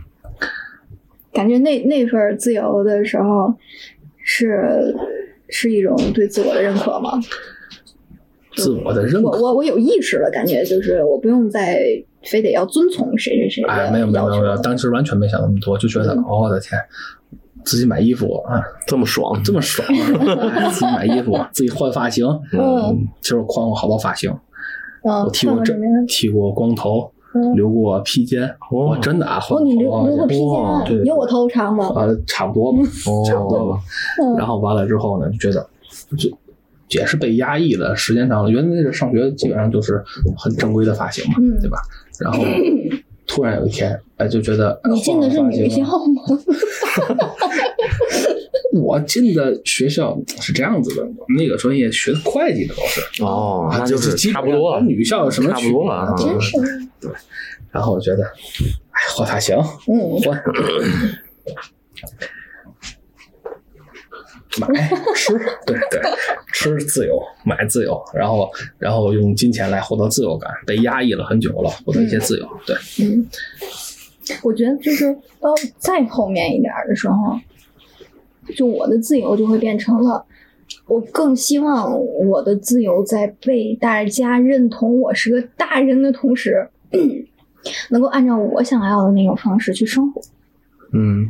[SPEAKER 2] 感觉那那份自由的时候是是一种对自我的认可吗？
[SPEAKER 4] 自我的认
[SPEAKER 2] 我
[SPEAKER 4] 可。
[SPEAKER 2] 我我有意识了，感觉就是我不用再非得要遵从谁谁谁的
[SPEAKER 4] 哎，没有没有
[SPEAKER 2] 要
[SPEAKER 4] 没
[SPEAKER 2] 求嗯
[SPEAKER 4] 有没有，当时完全没想那么多，就觉得，哦我的天，自己买衣服啊，
[SPEAKER 5] 这么爽，
[SPEAKER 4] 这么爽、啊，自己买衣服，自己换发型。
[SPEAKER 2] 嗯
[SPEAKER 4] 其实我换过好多发型，
[SPEAKER 2] 嗯，
[SPEAKER 4] 我剃
[SPEAKER 2] 换
[SPEAKER 4] 过
[SPEAKER 2] 个
[SPEAKER 4] 这
[SPEAKER 2] 什么呀？
[SPEAKER 4] 剃过光头，留过披肩，
[SPEAKER 5] 哦
[SPEAKER 4] 我真的啊，
[SPEAKER 2] 嗯哦，
[SPEAKER 4] 换过
[SPEAKER 2] 你
[SPEAKER 4] 好
[SPEAKER 2] 留
[SPEAKER 4] 多
[SPEAKER 2] 留过
[SPEAKER 4] 好多
[SPEAKER 2] 披肩啊
[SPEAKER 4] 对对，对
[SPEAKER 2] 有我头长吗？嗯
[SPEAKER 4] 呃，差不
[SPEAKER 2] <laughs>
[SPEAKER 4] 多吧，
[SPEAKER 5] 哦
[SPEAKER 4] 差不多吧。然后完了之后呢，就觉得就也是被压抑了，时间长了。原来这上学基本上就是很正规的发型嘛，
[SPEAKER 2] 嗯
[SPEAKER 4] 对吧？然后突然有一天，哎，就觉得哎
[SPEAKER 2] 你进的是
[SPEAKER 4] 换了发
[SPEAKER 2] 女
[SPEAKER 4] 型
[SPEAKER 2] 校
[SPEAKER 4] 了
[SPEAKER 2] 吗？
[SPEAKER 4] 我进的学校是这样子的，我们那个专业学的会计的都是，
[SPEAKER 5] 哦，那就是
[SPEAKER 4] 基
[SPEAKER 5] 差
[SPEAKER 4] 本
[SPEAKER 5] 不多
[SPEAKER 4] 上
[SPEAKER 5] 了
[SPEAKER 4] 跟。女校有什么
[SPEAKER 5] 差不多了啊
[SPEAKER 4] 区别
[SPEAKER 2] 真
[SPEAKER 4] 呢
[SPEAKER 2] 是，
[SPEAKER 4] 然后我觉得，哎，换发型，
[SPEAKER 2] 嗯，
[SPEAKER 4] 换。买吃，对对，吃自由，买自由，然后然后用金钱来获得自由感，被压抑了很久了，获得一些自由，对，
[SPEAKER 2] 嗯，我觉得就是到再后面一点儿的时候，就我的自由就会变成了，我更希望我的自由在被大家认同我是个大人的同时， <clears throat> 能够按照我想要的那种方式去生活，
[SPEAKER 5] 嗯，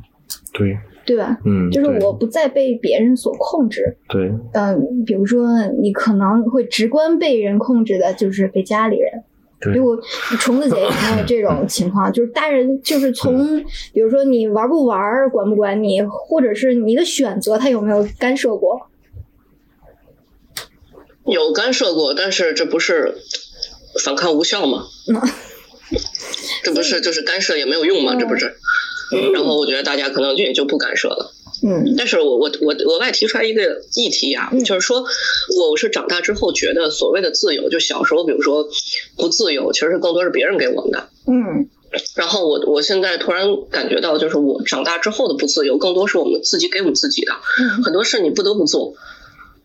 [SPEAKER 5] 对，
[SPEAKER 2] 对吧？
[SPEAKER 5] 嗯，
[SPEAKER 2] 就是
[SPEAKER 5] 对
[SPEAKER 2] 我不再被别人所控制，
[SPEAKER 5] 对，
[SPEAKER 2] 嗯，比如说你可能会直观被人控制的，就是被家里人。
[SPEAKER 5] 对
[SPEAKER 2] 如果虫子姐有没有这
[SPEAKER 5] <laughs>
[SPEAKER 2] 种情况？就是大人就是
[SPEAKER 5] 嗯
[SPEAKER 2] 从，比如说你玩不玩儿、管不管你，或者是你的选择，他有没有干涉过？
[SPEAKER 6] 有干涉过，但是这不是反抗无效吗？
[SPEAKER 2] 嗯
[SPEAKER 6] 这不是就是干涉也没有用吗？这不是。然后我觉得大家可能就也就不干涉了。
[SPEAKER 2] 嗯
[SPEAKER 6] 但是我我我额外提出来一个议题啊，
[SPEAKER 2] 嗯
[SPEAKER 6] 就是说，我是长大之后觉得所谓的自由，就小时候比如说不自由，其实更多是别人给我们的。
[SPEAKER 2] 嗯
[SPEAKER 6] 然后我我现在突然感觉到，就是我长大之后的不自由，更多是我们自己给我们自己的。
[SPEAKER 2] 嗯
[SPEAKER 6] 很多事你不得不做，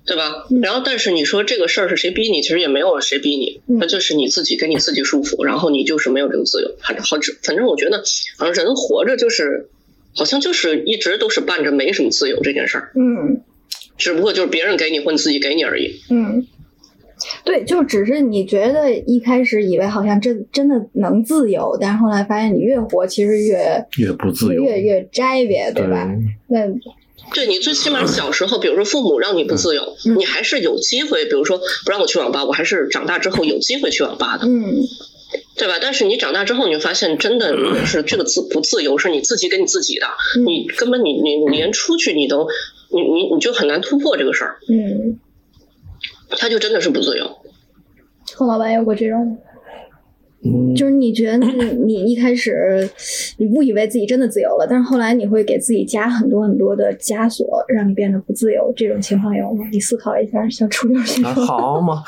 [SPEAKER 6] 对吧？
[SPEAKER 2] 嗯
[SPEAKER 6] 然后，但是你说这个事儿是谁逼你，其实也没有谁逼你，
[SPEAKER 2] 嗯
[SPEAKER 6] 那就是你自己给你自己束缚，然后你就是没有这个自由。反正好，反正我觉得，好像人活着就是，好像就是一直都是伴着没什么自由这件事儿，
[SPEAKER 2] 嗯
[SPEAKER 6] 只不过就是别人给你或你自己给你而已。
[SPEAKER 2] 嗯，对，就只是你觉得一开始以为好像真真的能自由，但是后来发现你越活其实越
[SPEAKER 5] 越不自由，
[SPEAKER 2] 越越摘别，对
[SPEAKER 5] 对
[SPEAKER 2] 吧？
[SPEAKER 4] 嗯
[SPEAKER 2] 那
[SPEAKER 6] 对你最起码小时候，比如说父母让你不自由，
[SPEAKER 2] 嗯
[SPEAKER 6] 你还是有机会，比如说不让我去网吧，我还是长大之后有机会去网吧的。
[SPEAKER 2] 嗯
[SPEAKER 6] 对吧？但是你长大之后，你就发现真的是这个自不自由是你自己给你自己的，
[SPEAKER 2] 嗯
[SPEAKER 6] 你根本你你你连出去你都你你你就很难突破这个事儿，
[SPEAKER 2] 嗯，
[SPEAKER 6] 他就真的是不自由。
[SPEAKER 2] 臭老板有过这种吗？
[SPEAKER 5] 嗯
[SPEAKER 2] 就是你觉得你一开始你误以为自己真的自由了，但是后来你会给自己加很多很多的枷锁，让你变得不自由。这种情况有吗？你思考一下，像初六先
[SPEAKER 5] 啊
[SPEAKER 2] 生，
[SPEAKER 5] 好 <laughs> 嘛，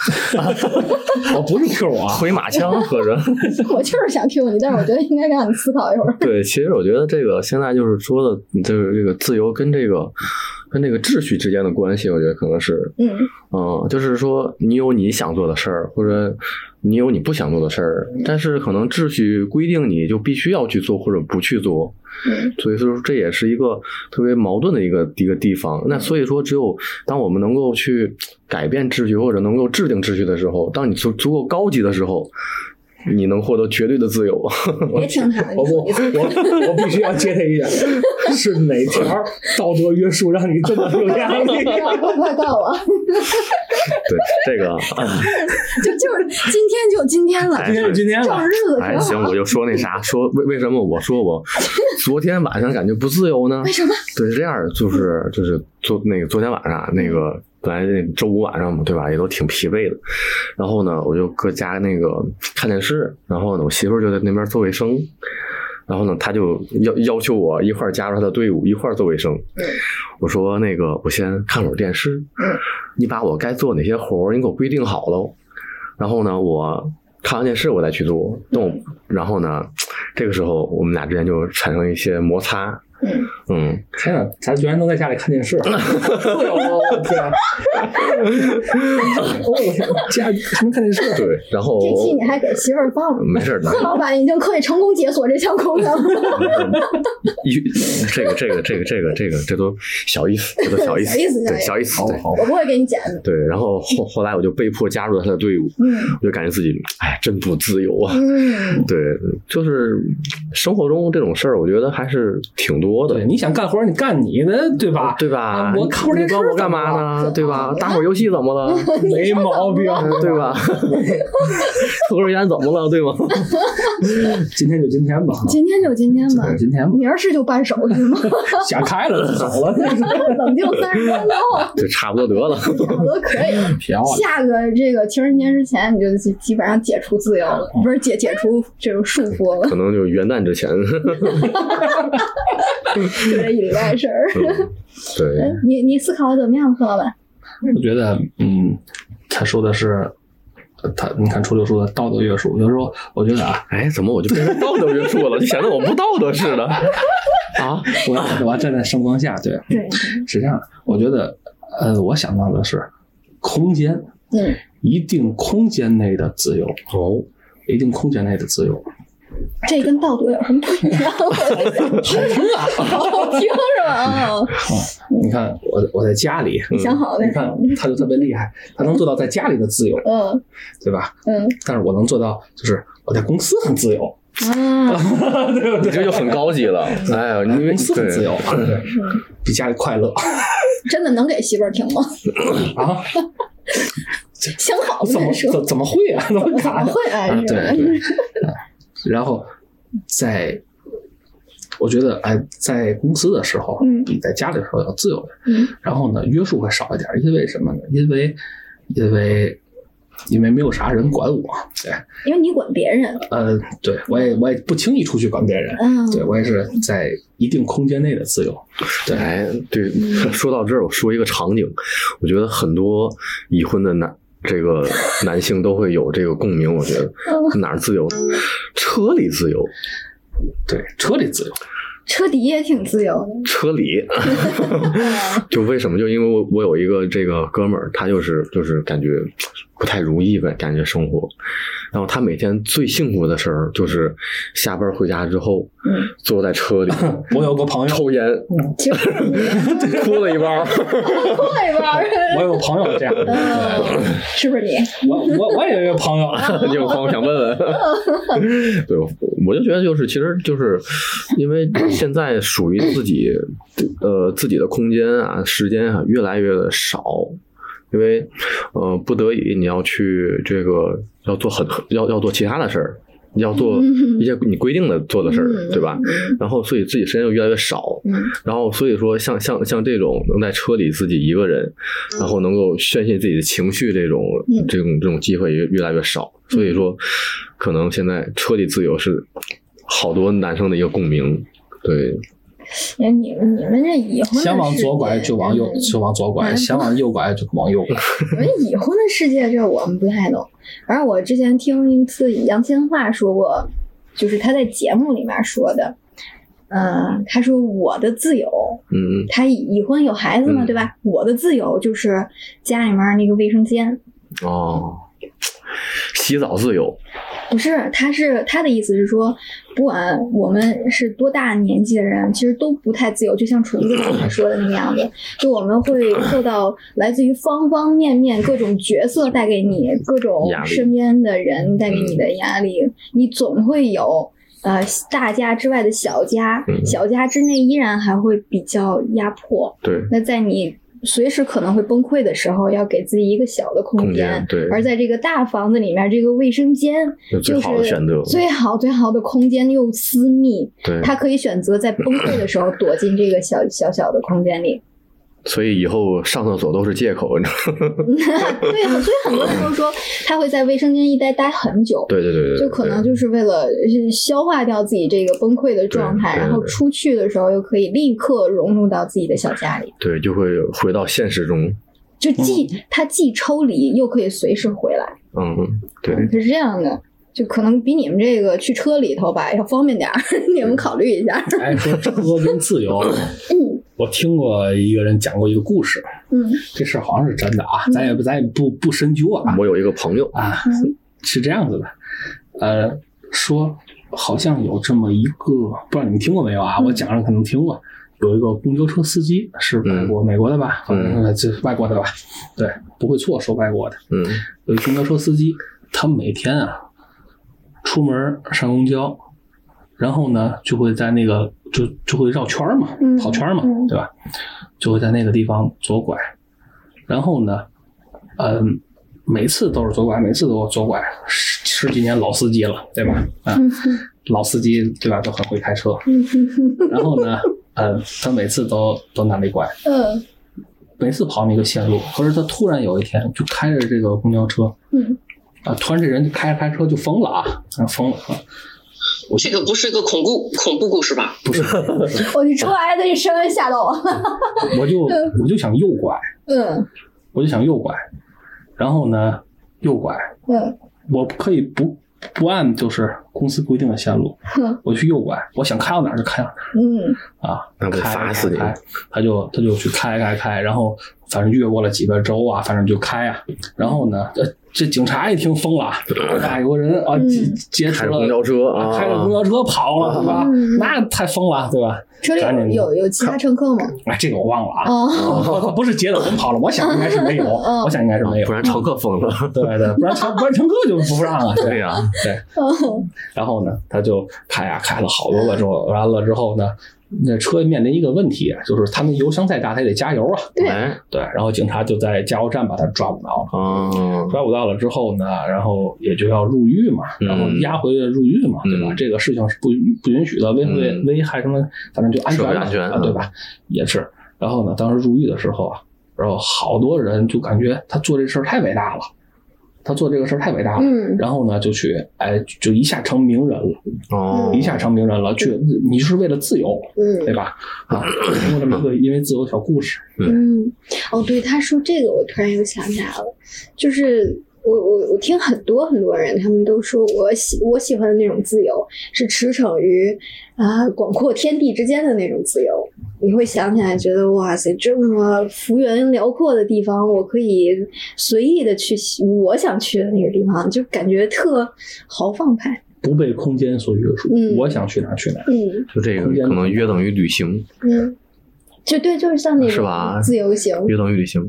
[SPEAKER 4] 我不是 Q 我啊，
[SPEAKER 5] <laughs> 回马枪可是。
[SPEAKER 2] 我就是想 Q 你，但是我觉得应该让你思考一会儿。
[SPEAKER 5] 对，其实我觉得这个现在就是说的，就是这个自由跟这个跟这个秩序之间的关系，我觉得可能是，
[SPEAKER 2] 嗯
[SPEAKER 5] 嗯，就是说你有你想做的事儿，或者你有你不想做的事儿，但是可能秩序规定你就必须要去做或者不去做，
[SPEAKER 2] 嗯
[SPEAKER 5] 所以说这也是一个特别矛盾的一个一个地方。那所以说，只有当我们能够去改变秩序或者能够制定秩序的时候，当你足足够高级的时候，你能获得绝对的自
[SPEAKER 4] <laughs>
[SPEAKER 5] 由。
[SPEAKER 2] 别听他的，
[SPEAKER 4] 我
[SPEAKER 2] 你
[SPEAKER 4] 我
[SPEAKER 2] 自己思考
[SPEAKER 4] 我我必须要接他一下，是哪条道德约束让你这么有压
[SPEAKER 2] <laughs>
[SPEAKER 4] 力？
[SPEAKER 2] 快快告我！
[SPEAKER 5] <laughs>
[SPEAKER 2] <laughs>
[SPEAKER 5] 对这
[SPEAKER 4] <laughs>
[SPEAKER 5] 个。
[SPEAKER 2] 就就是今天就今天了，
[SPEAKER 5] 哎
[SPEAKER 4] 啊今天就今天
[SPEAKER 2] 这
[SPEAKER 4] 了
[SPEAKER 2] 种。日子
[SPEAKER 5] 哎，
[SPEAKER 2] 挺
[SPEAKER 5] 行，
[SPEAKER 2] 好
[SPEAKER 5] 我。就说那啥，说为为什么我说我昨天晚上感觉不自由呢？
[SPEAKER 2] 为什么？
[SPEAKER 5] 对，是这样儿，就是就是昨那个昨天晚上啊那个本来那周五晚上嘛，对吧？也都挺疲惫的。然后呢，我就搁家那个看电视，然后呢，我媳妇儿就在那边做卫生。然后呢，她就要要求我一块儿加入她的队伍，一块儿做卫生。我说那个，我先看会儿电视。你把我该做哪些活儿，你给我规定好喽。然后呢，我看完电视我再去做。那我然后呢，这个时候我们俩之间就产生一些摩擦。
[SPEAKER 2] 嗯
[SPEAKER 5] 嗯，
[SPEAKER 4] 天啊，咱居然能在家里看电视，
[SPEAKER 5] <laughs>
[SPEAKER 4] 自由啊！我天啊，我天，家里还能看电视？啊
[SPEAKER 5] 对，然后
[SPEAKER 2] 这期你还给媳妇儿放了？
[SPEAKER 5] <laughs> 没事儿的
[SPEAKER 2] 贺，老板已经可以成功解锁这项功能了， <laughs>
[SPEAKER 5] 一这个这个这个这个这个这都小意思，这都小意思
[SPEAKER 2] 小意思，
[SPEAKER 5] 对
[SPEAKER 2] 小
[SPEAKER 5] 小意思，对
[SPEAKER 2] 我不会给你剪的。
[SPEAKER 5] 对。然后后后来我就被迫加入了他的队伍，
[SPEAKER 2] 嗯
[SPEAKER 5] 我就感觉自己哎真不自由啊。
[SPEAKER 2] 嗯。
[SPEAKER 5] 对，就是生活中这种事儿，我觉得还是挺多多的
[SPEAKER 4] 对，， <laughs> 你想干活儿你干你的，对吧？
[SPEAKER 5] 对吧
[SPEAKER 4] 啊？我看会儿
[SPEAKER 5] 你
[SPEAKER 4] 电视
[SPEAKER 5] 管我干
[SPEAKER 4] 怎么
[SPEAKER 5] 嘛
[SPEAKER 4] 了
[SPEAKER 5] 呢？对吧？ <laughs> 打会儿游戏怎么了？
[SPEAKER 4] 没毛病。
[SPEAKER 5] <laughs> 对
[SPEAKER 4] <laughs>
[SPEAKER 5] 吧？抽根烟怎么了？对吗？
[SPEAKER 4] 今天就今天吧，
[SPEAKER 2] 今天就今天吧，
[SPEAKER 4] 今天吧，
[SPEAKER 2] 明儿是就办手续吗？
[SPEAKER 4] 想开了就走
[SPEAKER 5] <laughs>
[SPEAKER 4] 了，
[SPEAKER 2] 冷静三十分钟，
[SPEAKER 5] 就差不多得了。
[SPEAKER 2] 我可以了。
[SPEAKER 7] <laughs>
[SPEAKER 4] 漂亮。
[SPEAKER 2] 下个这个情人节之前，你就基基本上解除自由了，不是解解除这种束缚了，
[SPEAKER 5] 可能就是元旦之前， <laughs>
[SPEAKER 2] 就这一礼拜事儿。哎
[SPEAKER 5] 对，
[SPEAKER 2] 你你思考的怎么样，柯老板？
[SPEAKER 7] 我觉得，嗯，他说的是，呃他你看初六说的道德约束，有时候我觉得啊，
[SPEAKER 5] 哎，怎么我就变成道德约束了？就显得我不道德似的啊！
[SPEAKER 7] 我要 <laughs>
[SPEAKER 5] <laughs>
[SPEAKER 7] 我要站在圣光下，对，
[SPEAKER 2] 对，
[SPEAKER 7] 是这样的，我觉得，呃，我想到的是，空间
[SPEAKER 2] 嗯，
[SPEAKER 7] 一定空间内的自由，
[SPEAKER 5] 哦，
[SPEAKER 7] 一定空间内的自由，
[SPEAKER 2] 这跟道德有什么不一样？ <laughs> 好听啊，好听是吧？哦，
[SPEAKER 7] 你看，我我在家里，
[SPEAKER 4] 嗯
[SPEAKER 7] 嗯
[SPEAKER 2] 你想好了
[SPEAKER 7] 你。看他就特别厉害，他能做到在家里的
[SPEAKER 2] <laughs>
[SPEAKER 7] 自由，
[SPEAKER 2] 嗯
[SPEAKER 7] 对吧？
[SPEAKER 2] 嗯
[SPEAKER 7] 但是我能做到，就是我在公司很自由， <laughs>
[SPEAKER 2] 啊，
[SPEAKER 7] 对不
[SPEAKER 5] 你
[SPEAKER 7] 对？
[SPEAKER 5] 这就很高级了。哎呀，
[SPEAKER 4] <laughs>
[SPEAKER 5] 因为
[SPEAKER 7] 公司很自由，对比家里快乐
[SPEAKER 2] 真的能给媳妇儿听吗？
[SPEAKER 7] 啊？
[SPEAKER 2] 想嗯好了
[SPEAKER 7] 怎么
[SPEAKER 2] 再说，
[SPEAKER 7] 怎怎么会
[SPEAKER 2] <laughs>
[SPEAKER 7] 啊？怎么
[SPEAKER 2] 怎么
[SPEAKER 7] 敢？
[SPEAKER 2] 会啊？
[SPEAKER 7] 啊
[SPEAKER 2] 是吧
[SPEAKER 7] 对
[SPEAKER 2] <laughs>
[SPEAKER 7] 对，然后在，我觉得哎，在公司的时候
[SPEAKER 2] 嗯
[SPEAKER 7] 比在家里的时候要自由点。
[SPEAKER 2] 嗯
[SPEAKER 7] 然后呢，约束会少一点，因为什么呢？因为因为因为没有啥人管我，对，
[SPEAKER 2] 因为你管别人，
[SPEAKER 7] 呃，对我也我也不轻易出去管别人。
[SPEAKER 2] 嗯，
[SPEAKER 7] 对我也是在一定空间内的自由，对，
[SPEAKER 5] 哎，对，说到这儿，我说一个场景，我觉得很多已婚的男这个男性都会有这个共鸣。我觉得哪儿自由？车里自由，
[SPEAKER 7] 对，车里自由，
[SPEAKER 2] 车底也挺自由的。
[SPEAKER 5] 车里。就为什么？就因为我我有一个这个哥们儿，他就是就是感觉不太如意呗，感觉生活。然后他每天最幸福的事儿就是下班回家之后，坐在车里
[SPEAKER 7] 我有个朋友，
[SPEAKER 5] 抽烟，
[SPEAKER 2] 其实
[SPEAKER 5] 哭了一包儿。
[SPEAKER 2] 会吧？
[SPEAKER 7] <laughs> <laughs> 我有个朋友这样，
[SPEAKER 2] <laughs> 嗯，是不是你？
[SPEAKER 7] 我我我也有一个朋
[SPEAKER 2] <laughs>
[SPEAKER 7] 友，
[SPEAKER 5] <laughs> 你有朋友想问问？对，我我就觉得就是，其实就是因为现在属于自己呃自己的空间啊、时间啊越来越少，因为呃不得已你要去这个要做很要要做其他的事儿，要做一些你规定的做的事儿，对吧？然后所以自己时间就越来越少，然后所以说像像像这种能在车里自己一个人，然后能够宣泄自己的情绪这种
[SPEAKER 2] 嗯
[SPEAKER 5] 这种这种机会也越来越少，所以说可能现在车里自由是好多男生的一个共鸣，对，
[SPEAKER 2] 哎，你们你们这已婚的
[SPEAKER 7] 想往
[SPEAKER 2] 世
[SPEAKER 7] 左
[SPEAKER 2] 界
[SPEAKER 7] 拐就往右
[SPEAKER 2] 嗯
[SPEAKER 7] 就往左拐，
[SPEAKER 2] 嗯
[SPEAKER 7] 想往右拐就往
[SPEAKER 2] <laughs>
[SPEAKER 7] 右拐。
[SPEAKER 2] 我觉得已婚的世界，这我们不太懂。反正我之前听一次杨千嬅说过，就是她在节目里面说的，嗯，她说我的自由，
[SPEAKER 5] 嗯
[SPEAKER 2] 她已已婚有孩子嘛，
[SPEAKER 5] 嗯
[SPEAKER 2] 对吧？我的自由就是家里面那个卫生间，
[SPEAKER 5] 哦，洗澡自由，
[SPEAKER 2] 不是，她是她的意思是说，不管我们是多大年纪的人，其实都不太自由，就像虫子刚才说的那个样子，就我们会受到来自于方方面面各种角色带给你各种
[SPEAKER 5] 压力嗯
[SPEAKER 2] 身边的人带给你的压力，你总会有。呃，大家之外的小家，
[SPEAKER 5] 嗯
[SPEAKER 2] 小家之内依然还会比较压迫，
[SPEAKER 5] 对，
[SPEAKER 2] 那在你随时可能会崩溃的时候，要给自己一个小的空
[SPEAKER 5] 空间对
[SPEAKER 2] 而在这个大房子里面，这个卫生间
[SPEAKER 5] 是最好的选择
[SPEAKER 2] 就是最好最好的空间又私密，
[SPEAKER 5] 对，
[SPEAKER 2] 他可以选择在崩溃的时候躲进这个小小小的空间里。 <laughs>
[SPEAKER 5] 所以以后上厕所都是借口，你知道吗？ <laughs>
[SPEAKER 2] 对啊，所以很多人都说他会在卫生间一待待很久。
[SPEAKER 5] 对对对对，
[SPEAKER 2] 就可能
[SPEAKER 5] 对
[SPEAKER 2] 就是为了呃消化掉自己这个崩溃的状态，
[SPEAKER 5] 对对
[SPEAKER 2] 然后
[SPEAKER 5] 对
[SPEAKER 2] 出去的时候又可以立刻融入到自己的小家里，
[SPEAKER 5] 对就会回到现实中，
[SPEAKER 2] 就既、他既抽离又可以随时回来。
[SPEAKER 5] 嗯，对，
[SPEAKER 2] 是这样的，就可能比你们这个去车里头吧要方便点儿， <laughs> 你们考虑一下。
[SPEAKER 4] 哎，说车跟自
[SPEAKER 7] <laughs>
[SPEAKER 4] 由，
[SPEAKER 2] 嗯
[SPEAKER 4] 我听过一个人讲过一个故事，
[SPEAKER 2] 嗯
[SPEAKER 4] 这事儿好像是真的啊，咱也不咱也不不深究啊
[SPEAKER 5] 我有一个朋友，
[SPEAKER 4] 啊
[SPEAKER 2] 嗯，
[SPEAKER 4] <laughs> 是这样子的，呃，说好像有这么一个，不知道你们听过没有啊？我讲上可能听过，有一个公交车司机是外国美国的吧，
[SPEAKER 5] 嗯
[SPEAKER 4] 反正这外国的吧，对，不会错，说外国的，
[SPEAKER 5] 嗯
[SPEAKER 4] 有一公交车司机，他每天啊出门上公交，然后呢就会在那个就就会绕圈儿嘛
[SPEAKER 2] 嗯，
[SPEAKER 4] 跑圈儿嘛，
[SPEAKER 2] 嗯
[SPEAKER 4] 对吧？就会在那个地方左拐，然后呢，嗯，每次都是左拐，每次都是左拐，十十几年老司机了，对吧？啊，
[SPEAKER 2] 嗯
[SPEAKER 4] 老司机对吧，都很会开
[SPEAKER 2] <laughs>
[SPEAKER 4] 车。然后呢，呃，他每次都都那里拐，
[SPEAKER 2] 嗯
[SPEAKER 4] 每次跑那个线路。可是他突然有一天就开着这个公交车，
[SPEAKER 2] 嗯，
[SPEAKER 4] 啊，突然这人就开着开着车就疯了啊，啊疯了啊！我
[SPEAKER 6] 这个不是一个恐怖恐怖故事吧？
[SPEAKER 4] 不是，
[SPEAKER 2] 我去出来的一声吓到我了。
[SPEAKER 4] 我就我就想右拐，
[SPEAKER 2] <laughs> 嗯
[SPEAKER 4] 我就想右拐，然后呢右拐，
[SPEAKER 2] 嗯
[SPEAKER 4] 我可以不不按就是公司规定的线路
[SPEAKER 2] 哼，
[SPEAKER 4] 我去右拐，我想开到哪儿就开到哪儿
[SPEAKER 2] 嗯
[SPEAKER 4] 啊，
[SPEAKER 5] 那不得
[SPEAKER 4] 开
[SPEAKER 5] 罚死你
[SPEAKER 4] 开开他就他就去开开开，然后反正越过了几个州啊，反正就开啊，然后呢，呃，这警察一
[SPEAKER 5] <laughs>
[SPEAKER 4] 听疯了啊，大有个人啊
[SPEAKER 2] 嗯
[SPEAKER 4] 劫劫持
[SPEAKER 5] 开着
[SPEAKER 4] 了
[SPEAKER 5] 公交车
[SPEAKER 4] 啊
[SPEAKER 5] 啊，
[SPEAKER 4] 开着公交车跑了，对吧
[SPEAKER 2] 嗯？
[SPEAKER 4] 那太疯了，对吧？
[SPEAKER 2] 车里
[SPEAKER 4] 赶紧的
[SPEAKER 2] 有有有其他乘客吗？
[SPEAKER 4] 哎，这个我忘了啊，
[SPEAKER 2] 哦，
[SPEAKER 4] 我不是截的，我们跑了，我想应该是没有，
[SPEAKER 2] 嗯
[SPEAKER 4] 我想应该是没有嗯
[SPEAKER 5] 不，然乘客疯了。
[SPEAKER 4] 对对，不然乘不然乘客就不让啊，
[SPEAKER 5] 对
[SPEAKER 4] 对。
[SPEAKER 5] 呀、
[SPEAKER 2] 哦
[SPEAKER 4] 然后呢，他就开呀、开了好多个之后，完了之后呢，那车面临一个问题，就是他们油箱再大，他也得加油啊。
[SPEAKER 2] 对
[SPEAKER 5] <laughs> 哎，
[SPEAKER 4] 对，然后警察就在加油站把他抓捕到了。
[SPEAKER 5] 嗯，
[SPEAKER 4] 抓捕到了之后呢，然后也就要入狱嘛，然后押回入狱嘛，
[SPEAKER 5] 嗯
[SPEAKER 4] 对吧？这个事情是不允不允许的，危会
[SPEAKER 5] 嗯
[SPEAKER 4] 危害什么，反正就安全
[SPEAKER 5] 社会
[SPEAKER 4] 嘛
[SPEAKER 5] 安全
[SPEAKER 4] 啊，
[SPEAKER 5] 嗯
[SPEAKER 4] 对吧？也是。然后呢，当时入狱的时候啊，然后好多人就感觉他做这事儿太伟大了，他做这个事儿太伟大了。
[SPEAKER 2] 嗯
[SPEAKER 4] 然后呢，就去，哎，就一下成名人了，
[SPEAKER 5] 哦，
[SPEAKER 4] 一下成名人了，去，你是为了自由，对
[SPEAKER 2] 嗯
[SPEAKER 4] 吧？啊，通过这么一个因为自由的小故事，
[SPEAKER 2] 嗯，哦，对，他说这个，我突然又想起来了，就是。我我我听很多很多人，他们都说我喜我喜欢的那种自由是驰骋于啊、广阔天地之间的那种自由。你会想起来，觉得哇塞，这么幅员辽阔的地方，我可以随意的去我想去的那个地方，就感觉特豪放派。
[SPEAKER 4] 不被空间所约束，
[SPEAKER 2] 嗯
[SPEAKER 4] 我想去哪儿去哪儿。
[SPEAKER 2] 嗯
[SPEAKER 5] 就这个可能约等于旅行，
[SPEAKER 2] 嗯，就对，就是像那
[SPEAKER 5] 是
[SPEAKER 2] 种
[SPEAKER 5] 吧
[SPEAKER 2] 自由行，
[SPEAKER 5] 约等于旅行。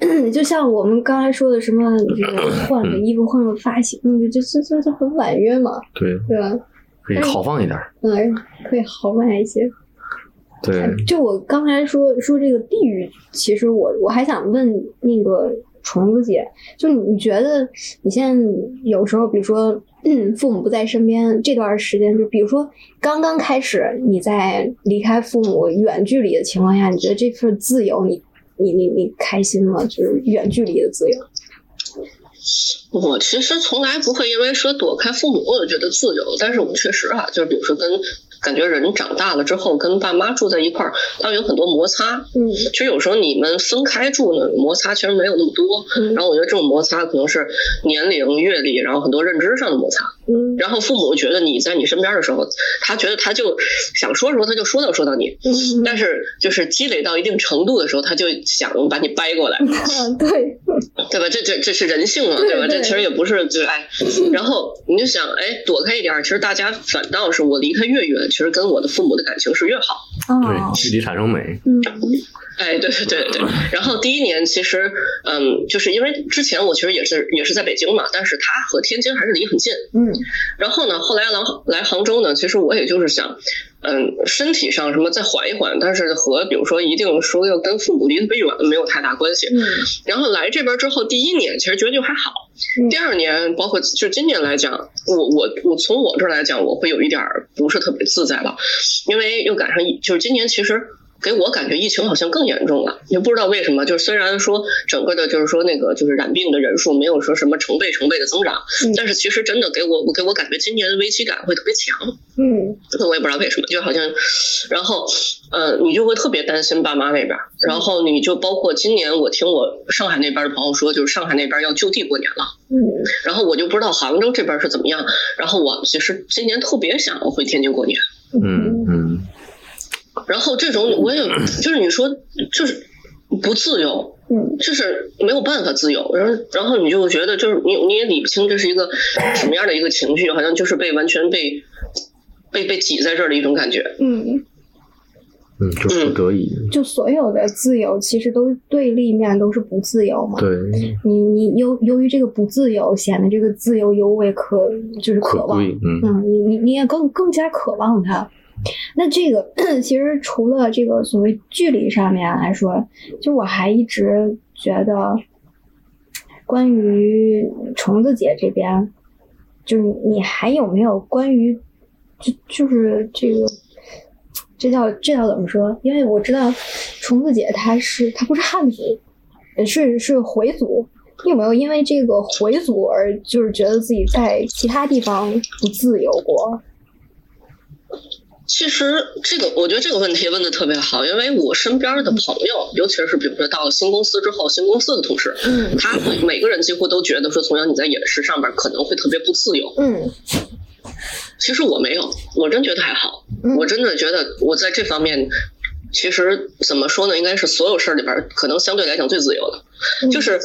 [SPEAKER 2] 嗯， <clears throat> 就像我们刚才说的什么，这个换个衣服、换个发型，嗯，就就就就很婉约嘛，
[SPEAKER 5] 对，
[SPEAKER 2] 对吧？
[SPEAKER 5] 可以豪放一点。
[SPEAKER 2] 嗯，可以豪迈一些。
[SPEAKER 5] 对，
[SPEAKER 2] 就我刚才说说这个地域，其实我我还想问那个虫子姐，就你你觉得你现在有时候，比如说，嗯，父母不在身边这段时间，就比如说刚刚开始你在离开父母远距离的情况下，你觉得这份自由你，你你你开心吗？就是远距离的自由。
[SPEAKER 6] 我其实从来不会因为说躲开父母我觉得自由，但是我们确实啊，就是比如说跟感觉人长大了之后跟爸妈住在一块儿，他有很多摩擦。
[SPEAKER 2] 嗯
[SPEAKER 6] 其实有时候你们分开住呢，摩擦其实没有那么多。
[SPEAKER 2] 嗯
[SPEAKER 6] 然后我觉得这种摩擦可能是年龄、阅历，然后很多认知上的摩擦。
[SPEAKER 2] 嗯
[SPEAKER 6] 然后父母觉得你在你身边的时候，他觉得他就想说什么他就说到说到你，
[SPEAKER 2] 嗯
[SPEAKER 6] 但是就是积累到一定程度的时候，他就想把你掰过来。
[SPEAKER 2] 嗯，对，
[SPEAKER 6] 对吧？这这这是人性嘛，
[SPEAKER 2] 对
[SPEAKER 6] 吧？这
[SPEAKER 2] 对
[SPEAKER 6] 其实也不是，就是哎，然后你就想，哎，躲开一点儿，其实大家反倒是我离开越远，其实跟我的父母的感情是越好。
[SPEAKER 2] 啊
[SPEAKER 5] 对，，距离产生美。
[SPEAKER 2] 嗯
[SPEAKER 6] 哎，对对对对。然后第一年其实，嗯，就是因为之前我其实也是也是在北京嘛，但是他和天津还是离很近。
[SPEAKER 2] 嗯
[SPEAKER 6] 然后呢，后来来来杭州呢，其实我也就是想，嗯，身体上什么再缓一缓，但是和比如说一定说要跟父母离特别远没有太大关系。
[SPEAKER 2] 嗯
[SPEAKER 6] 然后来这边之后，第一年其实觉得就还好
[SPEAKER 2] 嗯，
[SPEAKER 6] 第二年包括就今年来讲，我我我从我这儿来讲，我会有一点儿不是特别自在了，因为又赶上疫就是今年其实。给我感觉疫情好像更严重了，也不知道为什么。就是虽然说整个的，就是说那个就是染病的人数没有说什么成倍成倍的增长，
[SPEAKER 2] 嗯
[SPEAKER 6] 但是其实真的给我我给我感觉今年的危机感会特别强。
[SPEAKER 2] 嗯
[SPEAKER 6] 我也不知道为什么，就好像，然后，呃，你就会特别担心爸妈那边儿，然后你就包括今年，我听我上海那边的朋友说，就是上海那边要就地过年了，
[SPEAKER 2] 嗯
[SPEAKER 6] 然后我就不知道杭州这边是怎么样，然后我其实今年特别想回天津过年，
[SPEAKER 5] 嗯嗯，
[SPEAKER 6] 然后这种我也就是你说就是不自由，
[SPEAKER 2] 嗯
[SPEAKER 6] 就是没有办法自由，然后然后你就觉得就是你你也理不清这是一个什么样的一个情绪，好像就是被完全被被被挤在这儿的一种感觉，
[SPEAKER 2] 嗯，
[SPEAKER 5] 嗯，就是不得已，
[SPEAKER 2] 就所有的自由其实都是对立面都是不自由嘛。
[SPEAKER 5] 对，
[SPEAKER 2] 你你由由于这个不自由，显得这个自由尤为可就是
[SPEAKER 5] 可
[SPEAKER 2] 渴望。
[SPEAKER 5] 贵，嗯，
[SPEAKER 2] 嗯，你你你也更更加渴望它。那这个 <coughs> 其实除了这个所谓距离上面来说，就我还一直觉得，关于虫子姐这边，就是你还有没有关于就就是这个。这叫这叫怎么说？因为我知道虫子姐她是她不是汉族，呃是是回族，你有没有因为这个回族而就是觉得自己在其他地方不自由过？
[SPEAKER 6] 其实这个，我觉得这个问题问的特别好，因为我身边的朋友，尤其是比如说到了新公司之后，新公司的同事，
[SPEAKER 2] 嗯
[SPEAKER 6] 他们每个人几乎都觉得说，从小你在饮食上面可能会特别不自由。
[SPEAKER 2] 嗯
[SPEAKER 6] 其实我没有，我真觉得还好，
[SPEAKER 2] 嗯
[SPEAKER 6] 我真的觉得我在这方面。其实怎么说呢，应该是所有事儿里边儿可能相对来讲最自由的。
[SPEAKER 2] 嗯
[SPEAKER 6] 就是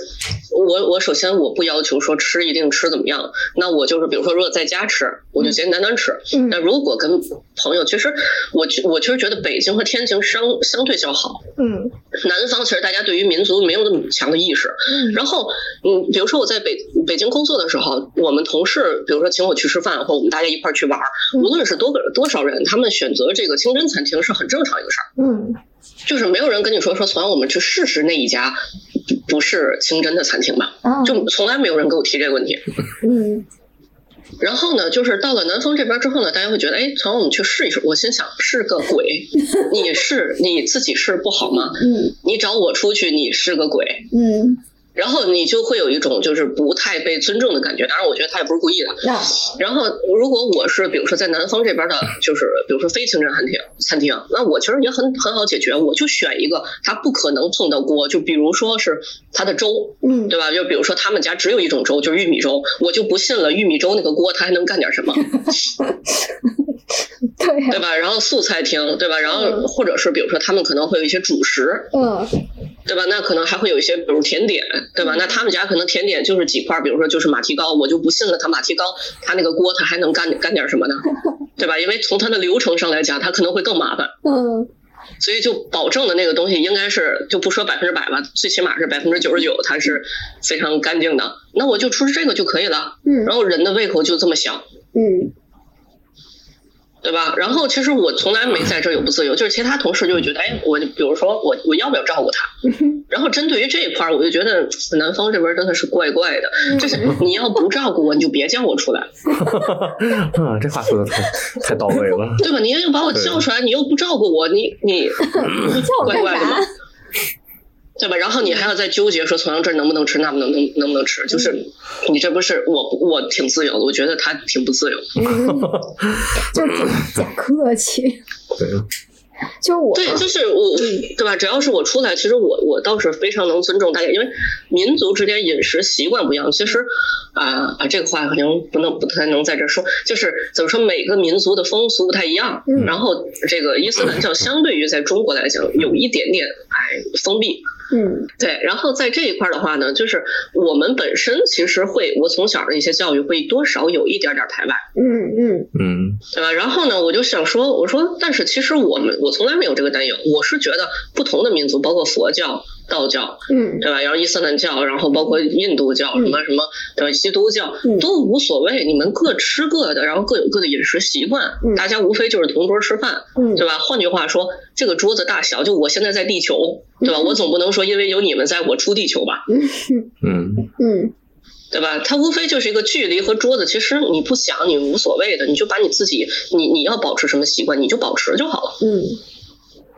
[SPEAKER 6] 我我首先我不要求说吃一定吃怎么样，那我就是比如说如果在家吃，我就简简单单吃。
[SPEAKER 2] 嗯
[SPEAKER 6] 那如果跟朋友，其实我觉我确实觉得北京和天津相相对较好，
[SPEAKER 2] 嗯
[SPEAKER 6] 南方其实大家对于民族没有那么强的意识。
[SPEAKER 2] 嗯
[SPEAKER 6] 然后，嗯，比如说我在北北京工作的时候，我们同事比如说请我去吃饭，或者我们大家一块儿去玩儿，
[SPEAKER 2] 嗯
[SPEAKER 6] 无论是多个多少人，他们选择这个清真餐厅是很正常一个事儿，
[SPEAKER 2] 嗯
[SPEAKER 6] 就是没有人跟你说说，从来我们去试试那一家不不是清真的餐厅吧，
[SPEAKER 2] 啊
[SPEAKER 6] 就从来没有人跟我提这个问题。
[SPEAKER 2] 嗯
[SPEAKER 6] 然后呢，就是到了南方这边之后呢，大家会觉得，哎，从我们去试一试。我心想，是个鬼，你是你自己试不好吗？
[SPEAKER 2] 嗯
[SPEAKER 6] 你找我出去，你是个鬼，
[SPEAKER 2] 嗯，
[SPEAKER 6] 然后你就会有一种就是不太被尊重的感觉。当然，我觉得他也不是故意的。
[SPEAKER 2] 那
[SPEAKER 6] 然后，如果我是比如说在南方这边的，就是比如说非清真餐厅餐厅，那我其实也很很好解决，我就选一个他不可能碰到锅，就比如说是他的粥，
[SPEAKER 2] 嗯
[SPEAKER 6] 对吧？就比如说他们家只有一种粥，就是玉米粥，我就不信了，玉米粥那个锅他还能干点什么，
[SPEAKER 2] 对呀
[SPEAKER 6] 对吧？然后素菜厅，对吧？然
[SPEAKER 2] 嗯
[SPEAKER 6] 后或者是比如说他们可能会有一些主食，
[SPEAKER 2] 嗯
[SPEAKER 6] 对吧？那可能还会有一些，比如甜点，对吧？那他们家可能甜点就是几块，比如说就是马蹄糕，我就不信了，他马蹄糕，他那个锅他还能干干点什么呢？ <laughs> 对吧？因为从它的流程上来讲，它可能会更麻烦，
[SPEAKER 2] 嗯
[SPEAKER 6] 所以就保证的那个东西应该是就不说百分之百吧，最起码是百分之九十九，它是非常干净的。那我就出这个就可以了，
[SPEAKER 2] 嗯
[SPEAKER 6] 然后人的胃口就这么小，
[SPEAKER 2] 嗯
[SPEAKER 6] 对吧？然后其实我从来没在这儿有不自由，就是其他同事就会觉得，哎，我就比如说我我要不要照顾他？然后针对于这一块儿，我就觉得嗯南方这边真的是怪怪
[SPEAKER 2] 嗯
[SPEAKER 6] 的，就是 <laughs> 你要不照顾我，你就别叫我出来，
[SPEAKER 2] 嗯
[SPEAKER 5] 啊，这话说的太太到位了，
[SPEAKER 6] 对吧？你又把我叫出来，你又不照顾我，你你
[SPEAKER 2] 你叫我
[SPEAKER 6] 怪
[SPEAKER 2] 干
[SPEAKER 6] 怪的嘛
[SPEAKER 2] 啥？，
[SPEAKER 6] 对吧？然后你还要再纠结说从阳这儿能不能吃，那不能能能不能吃，就是你这不是我我挺自由的，我觉得他挺不自由。
[SPEAKER 2] 嗯，就是假客气，
[SPEAKER 5] 对，
[SPEAKER 2] 就是我
[SPEAKER 6] 对，就是我，嗯对吧？只要是我出来，其实我我倒是非常能尊重大家，因为民族之间饮食习惯不一样。其实啊啊，这个话可能不能不太能在这说，就是怎么说，每个民族的风俗不太一样。
[SPEAKER 2] 嗯
[SPEAKER 6] 然后这个伊斯兰教相对于在中国来讲，有一点点哎封闭，
[SPEAKER 2] 嗯
[SPEAKER 6] 对，然后在这一块儿的话呢，就是我们本身其实会，我从小的一些教育会多少有一点点排外，
[SPEAKER 2] 嗯嗯
[SPEAKER 5] 嗯，
[SPEAKER 6] 对吧？然后呢，我就想说，我说，但是其实我们我从来没有这个担忧，我是觉得不同的民族，包括佛教、道教，
[SPEAKER 2] 嗯
[SPEAKER 6] 对吧？然后伊斯兰教，然后包括印度教，什么什么，对吧？基督教
[SPEAKER 2] 嗯
[SPEAKER 6] 都无所谓，你们各吃各的，然后各有各的饮食习惯
[SPEAKER 2] 嗯，
[SPEAKER 6] 大家无非就是同桌吃饭，
[SPEAKER 2] 嗯
[SPEAKER 6] 对吧？换句话说，这个桌子大小，就我现在在地球，对
[SPEAKER 2] 嗯
[SPEAKER 6] 吧？我总不能说因为有你们在我出地球吧，
[SPEAKER 5] 嗯，
[SPEAKER 2] 嗯
[SPEAKER 6] 对吧？它无非就是一个距离和桌子，其实你不想，你无所谓的，你就把你自己，你你要保持什么习惯，你就保持就好了。
[SPEAKER 2] 嗯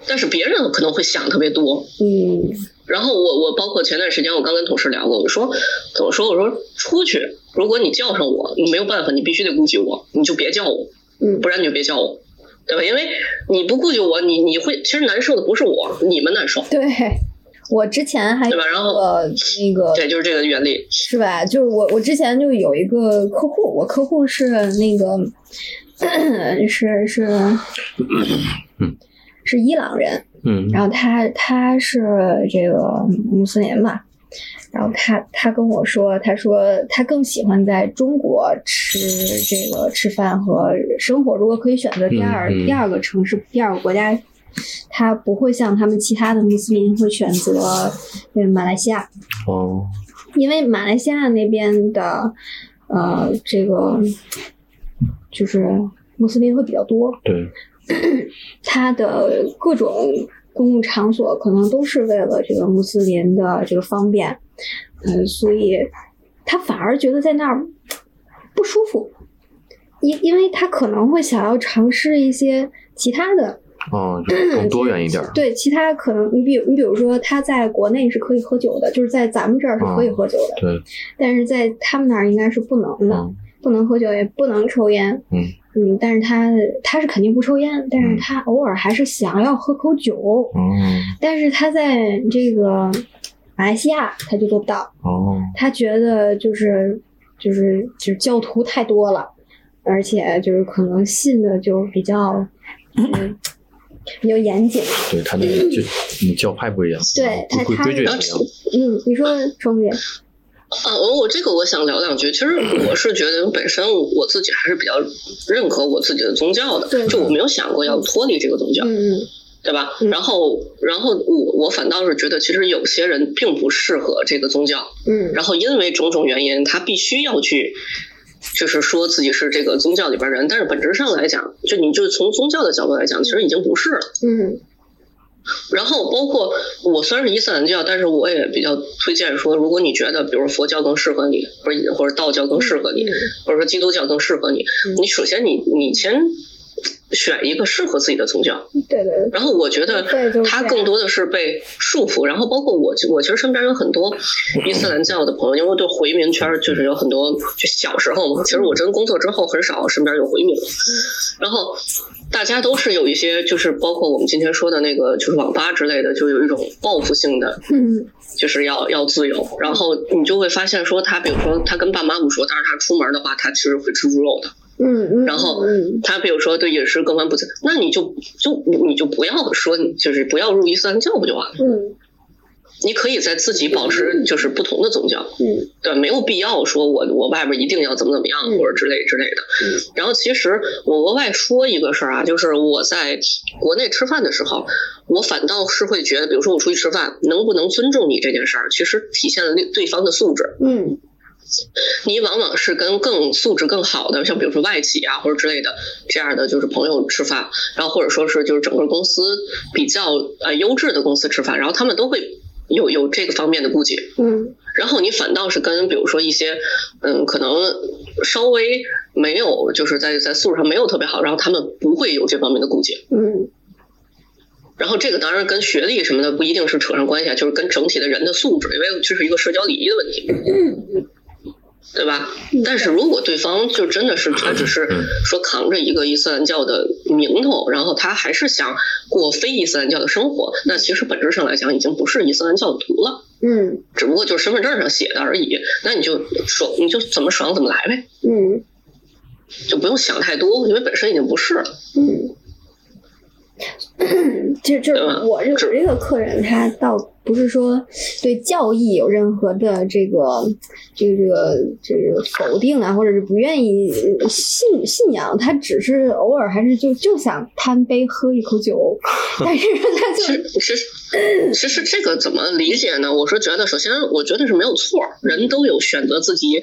[SPEAKER 6] 但是别人可能会想特别多。
[SPEAKER 2] 嗯
[SPEAKER 6] 然后我我包括前段时间我刚跟同事聊过，我说怎么说？我说出去，如果你叫上我，你没有办法，你必须得顾及我，你就别叫我，
[SPEAKER 2] 嗯
[SPEAKER 6] 不然你就别叫我，对吧？因为你不顾及我，你你会其实难受的不是我，你们难受，
[SPEAKER 2] 对，我之前还
[SPEAKER 6] 对吧？然后
[SPEAKER 2] 呃那个
[SPEAKER 6] 对，就是这个原理。
[SPEAKER 2] 是吧？就是我，我之前就有一个客户，我客户是那个是是 <clears throat> 是伊朗人，
[SPEAKER 5] 嗯，
[SPEAKER 2] 然后他他是这个穆斯林嘛，然后他他跟我说，他说他更喜欢在中国吃这个吃饭和生活，如果可以选择第二、
[SPEAKER 5] 嗯嗯
[SPEAKER 2] 第二个城市、第二个国家他不会像他们其他的穆斯林会选择嗯马来西亚，
[SPEAKER 5] 哦，
[SPEAKER 2] 因为马来西亚那边的呃这个就是穆斯林会比较多，
[SPEAKER 5] 对，
[SPEAKER 2] 它的各种公共场所可能都是为了这个穆斯林的这个方便，嗯，所以他反而觉得在那儿不舒服，因因为他可能会想要尝试一些其他的，
[SPEAKER 5] 哦，就更多元一点儿，
[SPEAKER 2] 对其他可能你比你比如说他在国内是可以喝酒的，就是在咱们这儿是可以喝酒的，
[SPEAKER 5] 对，
[SPEAKER 2] 但是在他们那儿应该是不能的，
[SPEAKER 5] 嗯
[SPEAKER 2] 不能喝酒，也不能抽烟。
[SPEAKER 5] 嗯
[SPEAKER 2] 嗯，但是他他是肯定不抽烟，但是他偶尔还是想要喝口酒。
[SPEAKER 5] 嗯，
[SPEAKER 2] 但是他在这个马来西亚他就做不到，
[SPEAKER 5] 哦，
[SPEAKER 2] 他觉得就是就是就是教徒太多了，而且就是可能信的就比较嗯比较严谨。
[SPEAKER 5] 对他那个就你教派不一样，
[SPEAKER 2] 嗯对
[SPEAKER 5] 然后
[SPEAKER 2] 他
[SPEAKER 5] 规
[SPEAKER 2] 他
[SPEAKER 5] 规矩也不
[SPEAKER 6] 那
[SPEAKER 5] 一样，
[SPEAKER 2] 嗯，你说钟姐，
[SPEAKER 6] 啊，我我这个我想聊两句。其实我是觉得本身我自己还是比较认可我自己的宗教
[SPEAKER 2] 对
[SPEAKER 6] 的，就我没有想过要脱离这个宗教，
[SPEAKER 2] 嗯嗯
[SPEAKER 6] 对吧？
[SPEAKER 2] 嗯
[SPEAKER 6] 然后，然后我我反倒是觉得，其实有些人并不适合这个宗教，
[SPEAKER 2] 嗯
[SPEAKER 6] 然后因为种种原因，他必须要去，就是说自己是这个宗教里边人，但是本质上来讲，就你就从宗教的角度来讲，其实已经不是了。
[SPEAKER 2] 嗯
[SPEAKER 6] 然后包括我虽然是伊斯兰教，但是我也比较推荐说，如果你觉得比如佛教更适合你，或者或者道教更适合你，或者说基督教更适合你
[SPEAKER 2] 嗯，
[SPEAKER 6] 你首先你你先选一个适合自己的宗教。
[SPEAKER 2] 嗯，对对对，
[SPEAKER 6] 然后我觉得
[SPEAKER 2] 对就是
[SPEAKER 6] 他
[SPEAKER 2] 这样
[SPEAKER 6] 更多的是被束缚，然后包括我，我其实身边有很多伊斯兰教的朋友，因为我对回民圈儿就是有很多，就小时候嘛，其实我真工作之后很少身边有回民了，然后大家都是有一些，就是包括我们今天说的那个，就是网吧之类的，就有一种报复性的
[SPEAKER 2] 嗯
[SPEAKER 6] 就是要要自由，然后你就会发现说他，比如说他跟爸妈不说，但是他出门的话，他其实会吃猪肉的。
[SPEAKER 2] 嗯嗯，
[SPEAKER 6] 然后
[SPEAKER 2] 嗯
[SPEAKER 6] 他比如说对饮食更完不自，那你就就你就不要说你就是不要入伊斯兰教不就完了？
[SPEAKER 2] 嗯
[SPEAKER 6] 你可以在自己保持就是不同的宗教，
[SPEAKER 2] 嗯
[SPEAKER 6] 对，没有必要说我我外边一定要怎么怎么样
[SPEAKER 2] 嗯
[SPEAKER 6] 或者之类之类的
[SPEAKER 2] 嗯。
[SPEAKER 6] 然后其实我额外说一个事儿啊，就是我在国内吃饭的时候，我反倒是会觉得，比如说我出去吃饭，能不能尊重你这件事儿，其实体现了另对方的素质。
[SPEAKER 2] 嗯
[SPEAKER 6] 你往往是跟更素质更好的，像比如说外企啊或者之类的这样的就是朋友吃饭，然后或者说是就是整个公司比较呃优质的公司吃饭，然后他们都会有有这个方面的顾忌。
[SPEAKER 2] 嗯
[SPEAKER 6] 然后你反倒是跟比如说一些，嗯，可能稍微没有就是在在素质上没有特别好，然后他们不会有这方面的顾忌。
[SPEAKER 2] 嗯
[SPEAKER 6] 然后这个当然跟学历什么的不一定是扯上关系，啊，就是跟整体的人的素质，因为这是一个社交礼仪的问题，对吧？
[SPEAKER 2] 嗯
[SPEAKER 6] 但是如果对方就真的是他只是说扛着一个伊斯兰教的名头，然后他还是想过非伊斯兰教的生活，那其实本质上来讲已经不是伊斯兰教徒了。
[SPEAKER 2] 嗯
[SPEAKER 6] 只不过就是身份证上写的而已。那你就爽，你就怎么爽怎么来呗，
[SPEAKER 2] 嗯
[SPEAKER 6] 就不用想太多，因为本身已经不是了。
[SPEAKER 2] 嗯，就就是
[SPEAKER 6] 对吧
[SPEAKER 2] 我这
[SPEAKER 6] 是
[SPEAKER 2] 我这个客人，他倒不是说对教义有任何的这个这个这个这个否定啊，或者是不愿意呃信信仰，他只是偶尔还是就就想贪杯喝一口 <laughs> 酒，但是他
[SPEAKER 6] 其
[SPEAKER 2] 就
[SPEAKER 6] 实，其实，其实这个怎么理解呢？我是觉得，首先我觉得是没有错，人都有选择自己，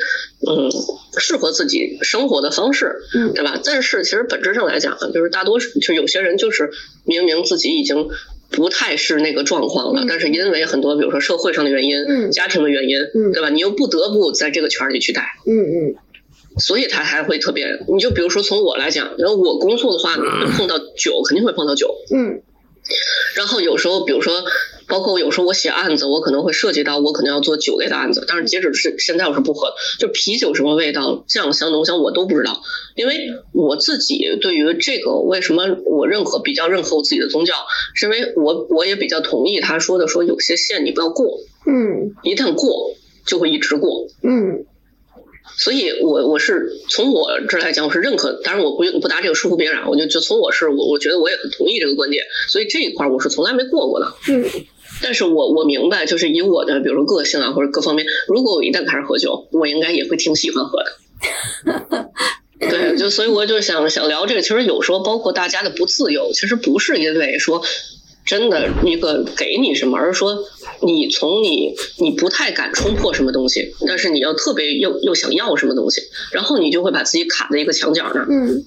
[SPEAKER 6] 嗯，适合自己生活的方式，
[SPEAKER 2] 嗯
[SPEAKER 6] 对吧？但是其实本质上来讲，啊就是大多数，就有些人就是明明自己已经。不太是那个状况了，
[SPEAKER 2] 嗯
[SPEAKER 6] 但是因为很多，比如说社会上的原因、
[SPEAKER 2] 嗯
[SPEAKER 6] 家庭的原因，
[SPEAKER 2] 嗯
[SPEAKER 6] 对吧？你又不得不在这个圈儿里去待，
[SPEAKER 2] 嗯嗯
[SPEAKER 6] 所以他还会特别，你就比如说从我来讲，然后我工作的话，碰到酒肯定会碰到酒，
[SPEAKER 2] 嗯
[SPEAKER 6] 然后有时候比如说，包括有时候我写案子，我可能会涉及到我可能要做酒类的呃案子，但是截止是现在我是不喝，就啤酒什么味道、酱香浓香我都不知道，因为我自己对于这个为什么我认可比较认可我自己的宗教，是因为我我也比较同意他说的说有些线你不要过，
[SPEAKER 2] 嗯
[SPEAKER 6] 一旦过就会一直过，
[SPEAKER 2] 嗯
[SPEAKER 6] 所以我我是从我这儿来讲，我是认可，当然我不不拿这个束缚别人啊，我就就从我是我我觉得我也很同意这个观点，所以这一块儿我是从来没过过的。
[SPEAKER 2] 嗯
[SPEAKER 6] 但是我我明白，就是以我的比如说个性啊或者各方面，如果我一旦开始喝酒，我应该也会挺喜欢喝的。对，就所以我就想想聊这个，其实有时候包括大家的不自由，其实不是因为说真的一个给你什么，而是说你从你你不太敢冲破什么东西，但是你要特别又又想要什么东西，然后你就会把自己卡在一个墙角那儿。
[SPEAKER 2] 嗯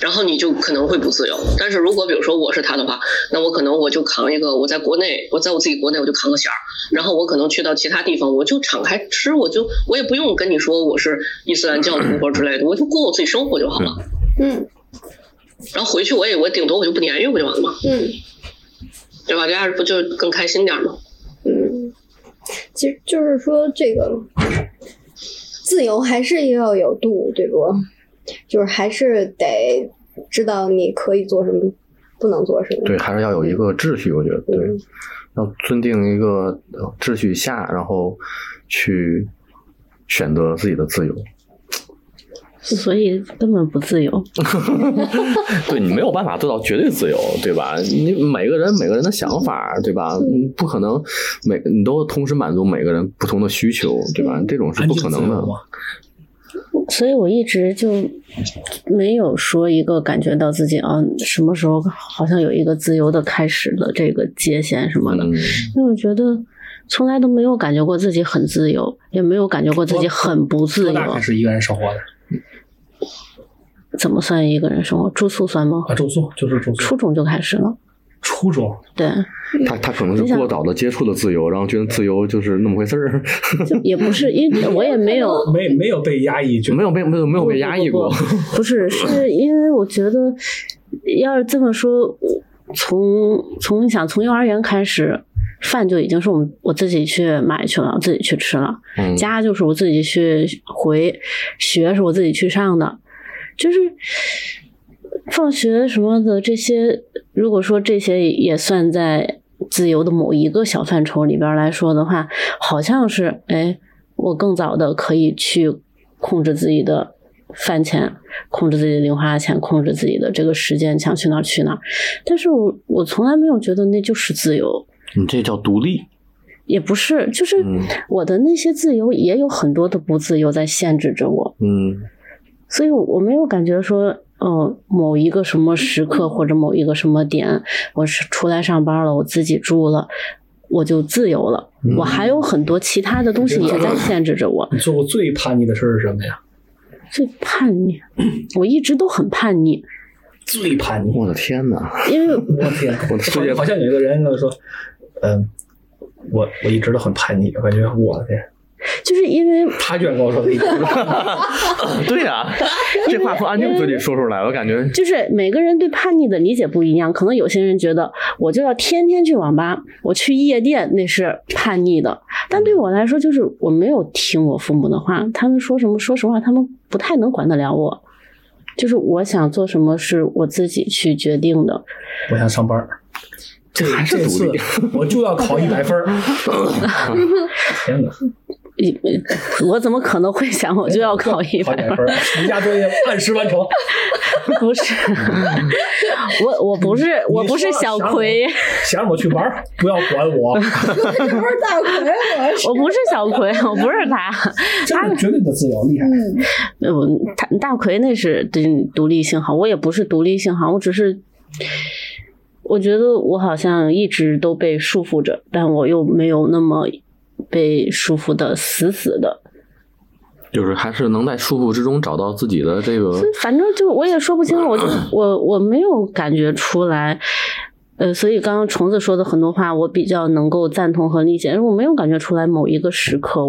[SPEAKER 6] 然后你就可能会不自由。但是如果比如说我是他的话，那我可能我就扛一个，我在国内，我在我自己国内我就扛个弦儿，然后我可能去到其他地方，我就敞开吃，我就我也不用跟你说我是伊斯兰教徒或者之类的，我就过我自己生活就好了。
[SPEAKER 2] 嗯
[SPEAKER 6] 然后回去我也我顶多我就不年月不就完了吗？
[SPEAKER 2] 嗯
[SPEAKER 6] 对吧？这样不就更开心点儿吗？
[SPEAKER 2] 嗯，其实就是说这个自由还是要有度，对不？就是还是得知道你可以做什么，不能做什么。
[SPEAKER 5] 对，还是要有一个秩序，我觉得对，要遵定一个呃秩序下，然后去选择自己的自由。
[SPEAKER 3] 所以根本不自由。
[SPEAKER 5] 对你没有办法做到绝对自由，对吧？你每个人每个人的想法，对吧？嗯不可能每你都同时满足每个人不同的需求，对吧？这种是不可能的。
[SPEAKER 3] 所以我一直就没有说一个感觉到自己啊，什么时候好像有一个自由的开始的这个界限什么的，
[SPEAKER 5] 嗯，
[SPEAKER 3] 因为我觉得从来都没有感觉过自己很自由，也没有感觉过自己很不自
[SPEAKER 7] 多大
[SPEAKER 3] 由
[SPEAKER 7] 开。始一个人生活的？
[SPEAKER 3] 怎么算一个人生活？住宿算吗？
[SPEAKER 7] 啊，住宿就是住宿，
[SPEAKER 3] 初中就开始了，
[SPEAKER 7] 初中
[SPEAKER 3] 对，
[SPEAKER 5] 他他可能是
[SPEAKER 3] 你想
[SPEAKER 5] 过早的接触了自由，然后觉得自由就是那么回事 <laughs> 儿，
[SPEAKER 3] 就也不是，因为我也没有
[SPEAKER 7] 没没有被压抑，就
[SPEAKER 5] 就没有被没有没有
[SPEAKER 3] 不
[SPEAKER 5] 被压抑过。
[SPEAKER 3] 不不不不是，是因为我觉得，要是这么说，我从从你想从幼儿园开始，饭就已经是我们我自己去买去了，自己去吃了，
[SPEAKER 5] 嗯，
[SPEAKER 3] 家就是我自己去回，学是我自己去上的，就是放学什么的这些，如果说这些也算在自由的某一个小范畴里边来说的话，好像是哎，我更早的可以去控制自己的饭钱，控制自己的零花钱，控制自己的这个时间，想去哪儿去哪儿。但是我我从来没有觉得那就是自由，
[SPEAKER 5] 你嗯这叫独立。
[SPEAKER 3] 也不是，就是
[SPEAKER 5] 嗯
[SPEAKER 3] 我的那些自由也有很多的不自由在限制着我，
[SPEAKER 5] 嗯，
[SPEAKER 3] 所以我我没有感觉说，呃，某一个什么时刻或者某一个什么点，我是出来上班了，我自己住了，我就自由了。我还有很多其他的东西也在限制着我，
[SPEAKER 7] 你做过最叛逆的事儿是什么呀？
[SPEAKER 3] 最叛逆，我一直都很叛逆，
[SPEAKER 7] 最叛逆，
[SPEAKER 5] 我的天哪！
[SPEAKER 3] 因为
[SPEAKER 7] 我天，
[SPEAKER 5] <laughs> 我的世界
[SPEAKER 7] 好像有一个人就说，嗯，我我一直都很叛逆，我感觉我的天，
[SPEAKER 3] 就是因为
[SPEAKER 7] 他居然跟我说的一样，
[SPEAKER 5] <laughs> 对
[SPEAKER 3] <laughs>
[SPEAKER 5] 呀、这话从安静嘴里说出来，我感觉
[SPEAKER 3] 就是每个人对叛逆的理解不一样，可能有些人觉得我就要天天去网吧，我去夜店那是叛逆的，但
[SPEAKER 7] 嗯
[SPEAKER 3] 对我来说就是我没有听我父母的话，他们说什么，说实话他们不太能管得了我，就是我想做什么是我自己去决定的，
[SPEAKER 7] 我想上班儿。这
[SPEAKER 5] 还是
[SPEAKER 7] 这
[SPEAKER 5] 独
[SPEAKER 7] 次
[SPEAKER 5] 立 <laughs>
[SPEAKER 7] 我就要考一百分儿，天
[SPEAKER 5] <laughs>
[SPEAKER 7] 哪！
[SPEAKER 3] 呃 <laughs> 我怎么可能会想我就
[SPEAKER 7] <laughs>
[SPEAKER 3] 要考一
[SPEAKER 7] 考
[SPEAKER 3] 百
[SPEAKER 7] 一百
[SPEAKER 3] 分
[SPEAKER 7] 分？儿，暑假作业按时完成。 <laughs>
[SPEAKER 3] <laughs> 不是，我我不是我不是小葵，
[SPEAKER 7] 想让我去玩儿，不要管
[SPEAKER 5] <laughs>
[SPEAKER 7] 我，
[SPEAKER 2] 这不是大奎，
[SPEAKER 3] <laughs>
[SPEAKER 2] 我是
[SPEAKER 3] 我不是小葵，我不是他。
[SPEAKER 7] 这是绝对的自由，厉害。
[SPEAKER 2] 嗯
[SPEAKER 3] 呃，我大大奎那是对独立性好，我也不是独立性好，我只是我觉得我好像一直都被束缚着，但我又没有那么被束缚的死死的，
[SPEAKER 5] 就是还是能在束缚之中找到自己的这个
[SPEAKER 3] 所以反正就我也说不清，我就我我没有感觉出来。呃，所以刚刚虫子说的很多话，我比较能够赞同和理解，因为我没有感觉出来某一个时刻